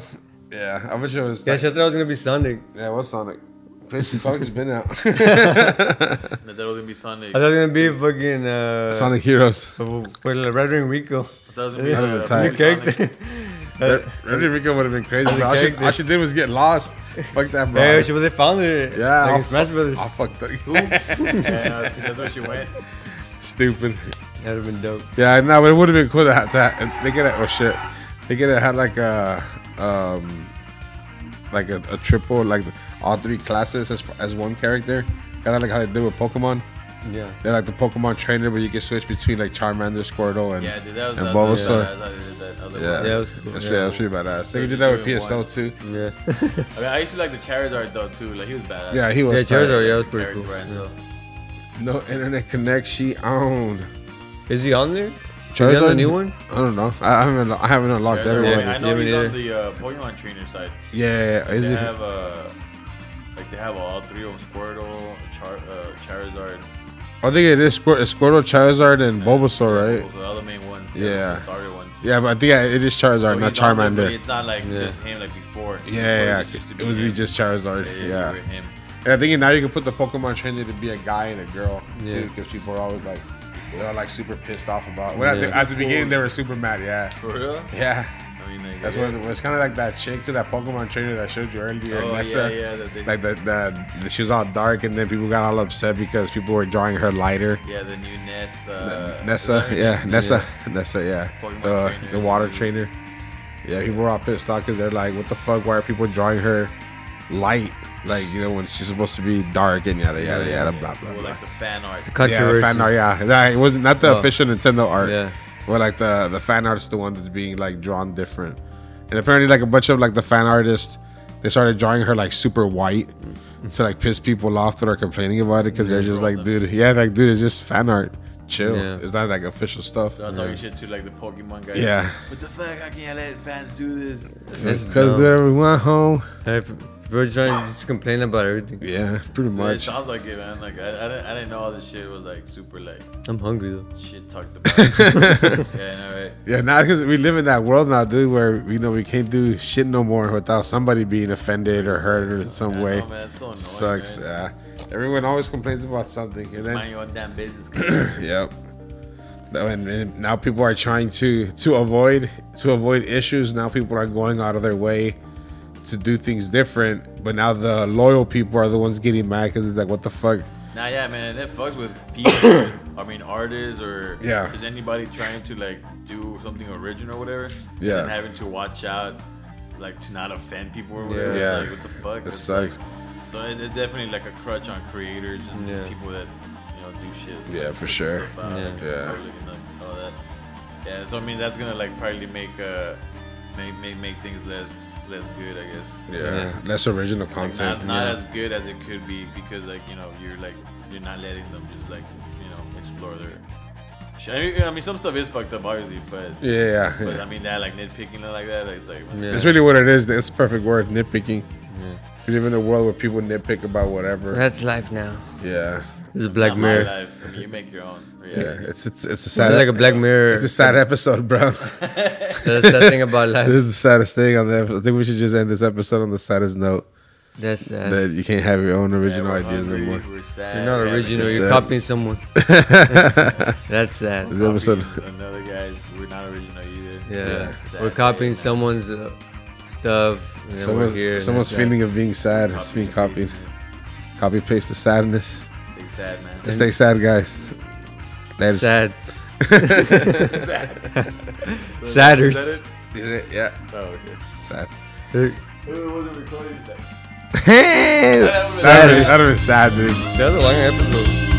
B: Yeah, I wish it was.
C: Yes, I thought it was gonna be Sonic.
B: yeah, what's Sonic? Basically, Sonic's been out.
D: That was gonna be Sunday.
C: I thought it was gonna be fucking uh,
B: Sonic Heroes.
C: Well, Red Ring Rico.
D: That was gonna be
C: Yeah. Uh,
D: uh,
B: Attack.
D: Sonic.
C: You caked?
B: Red Rico would have been crazy. But all, she, all she did was get lost. Fuck that, bro.
C: Hey, she was the founder.
B: yeah,
C: like
B: I'll
C: in Smash
B: fu-
C: Brothers.
B: I'll fuck that.
D: Yeah, she- that's where she went.
B: Stupid.
C: That'd have been dope.
B: Yeah, no, it would have been cool to have to have, they could have oh shit, they could have had like a um like a, a triple like all three classes as, as one character, kind of like how they did with Pokemon.
C: Yeah.
B: They're like the Pokemon trainer, but you can switch between like Charmander, Squirtle, and
D: Yeah, dude, that was
B: and
D: that was-
B: Bulbasaur.
D: I thought they did that. I was like,
B: yeah,
D: wow.
C: that was cool.
B: That's,
C: Yeah.
B: pretty- that's pretty badass. They could do that with PSL too.
C: Yeah.
D: I mean, I used to like the Charizard though too. Like he was badass.
B: Yeah, he
C: yeah,
B: was. tight.
C: Charizard. Yeah, that was pretty
D: Eric
C: cool.
D: Brand, so.
B: No internet connection on.
C: Is he on there? Is he on the new one?
B: I don't know. I haven't. I haven't unlocked
D: Charizard,
B: everyone.
D: I
B: Yeah,
D: know
C: Yeah,
D: he's
C: me
D: on the uh, Pokemon trainer side.
B: is
D: They
B: it?
D: have uh, like they have all three of them: Squirtle, Char- uh, Charizard,
B: I think it is Squir- it's Squirtle, Charizard, and Bulbasaur, right?
D: Those are the main ones.
B: Yeah.
D: the starter ones.
B: Yeah, but I think yeah, it is Charizard,
D: So
B: not
D: Oh, he's on there, but
B: Charmander.
D: It's not like
C: Yeah.
D: just him like before.
B: Yeah, yeah,
D: Before
B: yeah.
D: used to
B: It would be
D: him.
B: just Charizard.
D: Yeah,
B: Yeah,
D: you were him.
B: and I think now you can put the Pokemon trainer to be a guy and a girl
C: Yeah.
B: too, because people are always like, they're all, like super pissed off about. Well, at,
C: Yeah.
B: the, at the beginning they were super mad. Yeah,
D: For real?
B: yeah.
D: I mean, like,
B: That's
D: yeah.
B: what it was. Kind of like that chick to that Pokemon trainer that I showed you earlier,
D: Oh
B: Nessa.
D: yeah, yeah. That they,
B: Like the, the she was all dark, and then people got all upset because people were drawing her lighter.
D: yeah, the new Ness. Uh,
B: Nessa,
D: design.
B: yeah, Nessa, Nessa, yeah,
D: Pokemon
B: the,
D: trainer.
B: the water trainer. Yeah, people were all pissed off because they're like, "What the fuck? Why are people drawing her light? Like, you know, when she's supposed to be dark and yada yada
C: Yeah,
B: yada
D: Yeah,
B: blah
D: well,
B: blah blah."
D: Like the fan art.
B: Yeah, the
C: Controversy.
B: fan art. Yeah, that, it was not the
C: Oh.
B: official Nintendo art.
C: Yeah.
B: Well, like the the fan art's the one that's being like drawn different, and apparently like a bunch of like the fan artists they started drawing her like super white to like piss people off that are complaining about it because they're just like, dude, yeah, like dude, it's just fan art. Chill.
C: Yeah.
B: It's not like official stuff.
D: So I was talking shit to like the Pokemon guy.
B: Yeah.
D: What the fuck? How can you let fans do this?
C: That's
B: Because
C: dumb.
B: they're everyone home.
C: Hey, We're trying to just complain about everything.
B: Yeah, pretty
D: It
B: much.
D: sounds like it, man. Like I, I, didn't, I didn't know all this shit was like super like
C: I'm hungry though.
D: shit talked about. yeah, I know, right?
B: Yeah, now because we live in that world now, dude, where you know we can't do shit no more without somebody being offended or hurt or in some
D: I
B: way.
D: know, man. It's so annoying.
B: Sucks. eh?
D: Man.
B: Yeah, everyone always complains about something, and
D: Mind
B: then
D: your own damn business. kid.
B: yep. Now- And, and now people are trying to to avoid to avoid issues. Now people are going out of their way to do things different. But now the loyal people are the ones getting mad because it's like, what the fuck?
D: nah, yeah, man. And it fucks with people. I mean, artists or
B: Yeah.
D: Is anybody trying to like do something original or whatever?
B: Yeah.
D: And having to watch out, like to not offend people or whatever.
B: Yeah.
D: It's like, what the fuck?
B: It
D: That's,
B: sucks.
D: like- so it, it's definitely like a crutch on creators and just
C: Yeah.
D: people that you know do shit.
B: Yeah, for
D: Put
B: sure.
D: stuff out
C: Yeah.
D: in the
B: Yeah.
D: public and, like, all that. Yeah. So I mean, that's gonna like probably make uh make make make things less less good, I guess.
B: Yeah, less original
D: Like, not
B: content.
D: not
C: yeah.
D: as good as it could be because like you know you're like you're not letting them just like you know explore their. Shit. I mean, I mean, some stuff is fucked up obviously, but
B: Yeah, yeah, yeah.
D: but I mean that like nitpicking like that, like, it's like
C: Yeah.
B: It's really what it is. It's a perfect word, nitpicking.
C: Yeah.
B: We live in a world where people nitpick about whatever.
C: That's life now.
B: Yeah,
C: This is
D: not
C: Black
D: my
C: Mirror.
D: life. I mean, you make your own. Yeah.
B: yeah. It's it's it's a
C: That's
B: sad.
C: like a Black Mirror.
B: It's a sad episode, bro.
C: That's that thing about life.
B: this is the saddest thing on the. episode. I think we should just end this episode on the saddest note
C: That's sad.
B: that you can't have your own
D: Yeah,
B: original
D: we're
B: ideas
D: hungry,
B: no more.
D: We're sad.
C: You're not
D: we haven't
C: original.
B: That's
C: You're
B: it.
C: copying someone. That's sad.
B: This episode-
D: Copying Another guys, we're not original either.
C: Yeah.
D: Sad
C: We're copying
D: day, man.
C: someone's uh, stuff. And then we're
B: Someone's,
C: here. and uh,
B: someone's
C: that's sad.
B: feeling of being sad.
D: Copy
B: It's being
D: the
B: copied.
D: faces,
B: Copy paste the sadness.
D: man. Stay sad, man.
B: Stay sad, guys. Later.
C: sad.
D: sad. Is that
C: Sadders.
D: it?
B: Is it? Yeah.
D: Oh, okay.
B: Sad.
C: Hey.
D: It wasn't recorded. it's like-
E: that would have been sad, dude.
B: That was a long episode.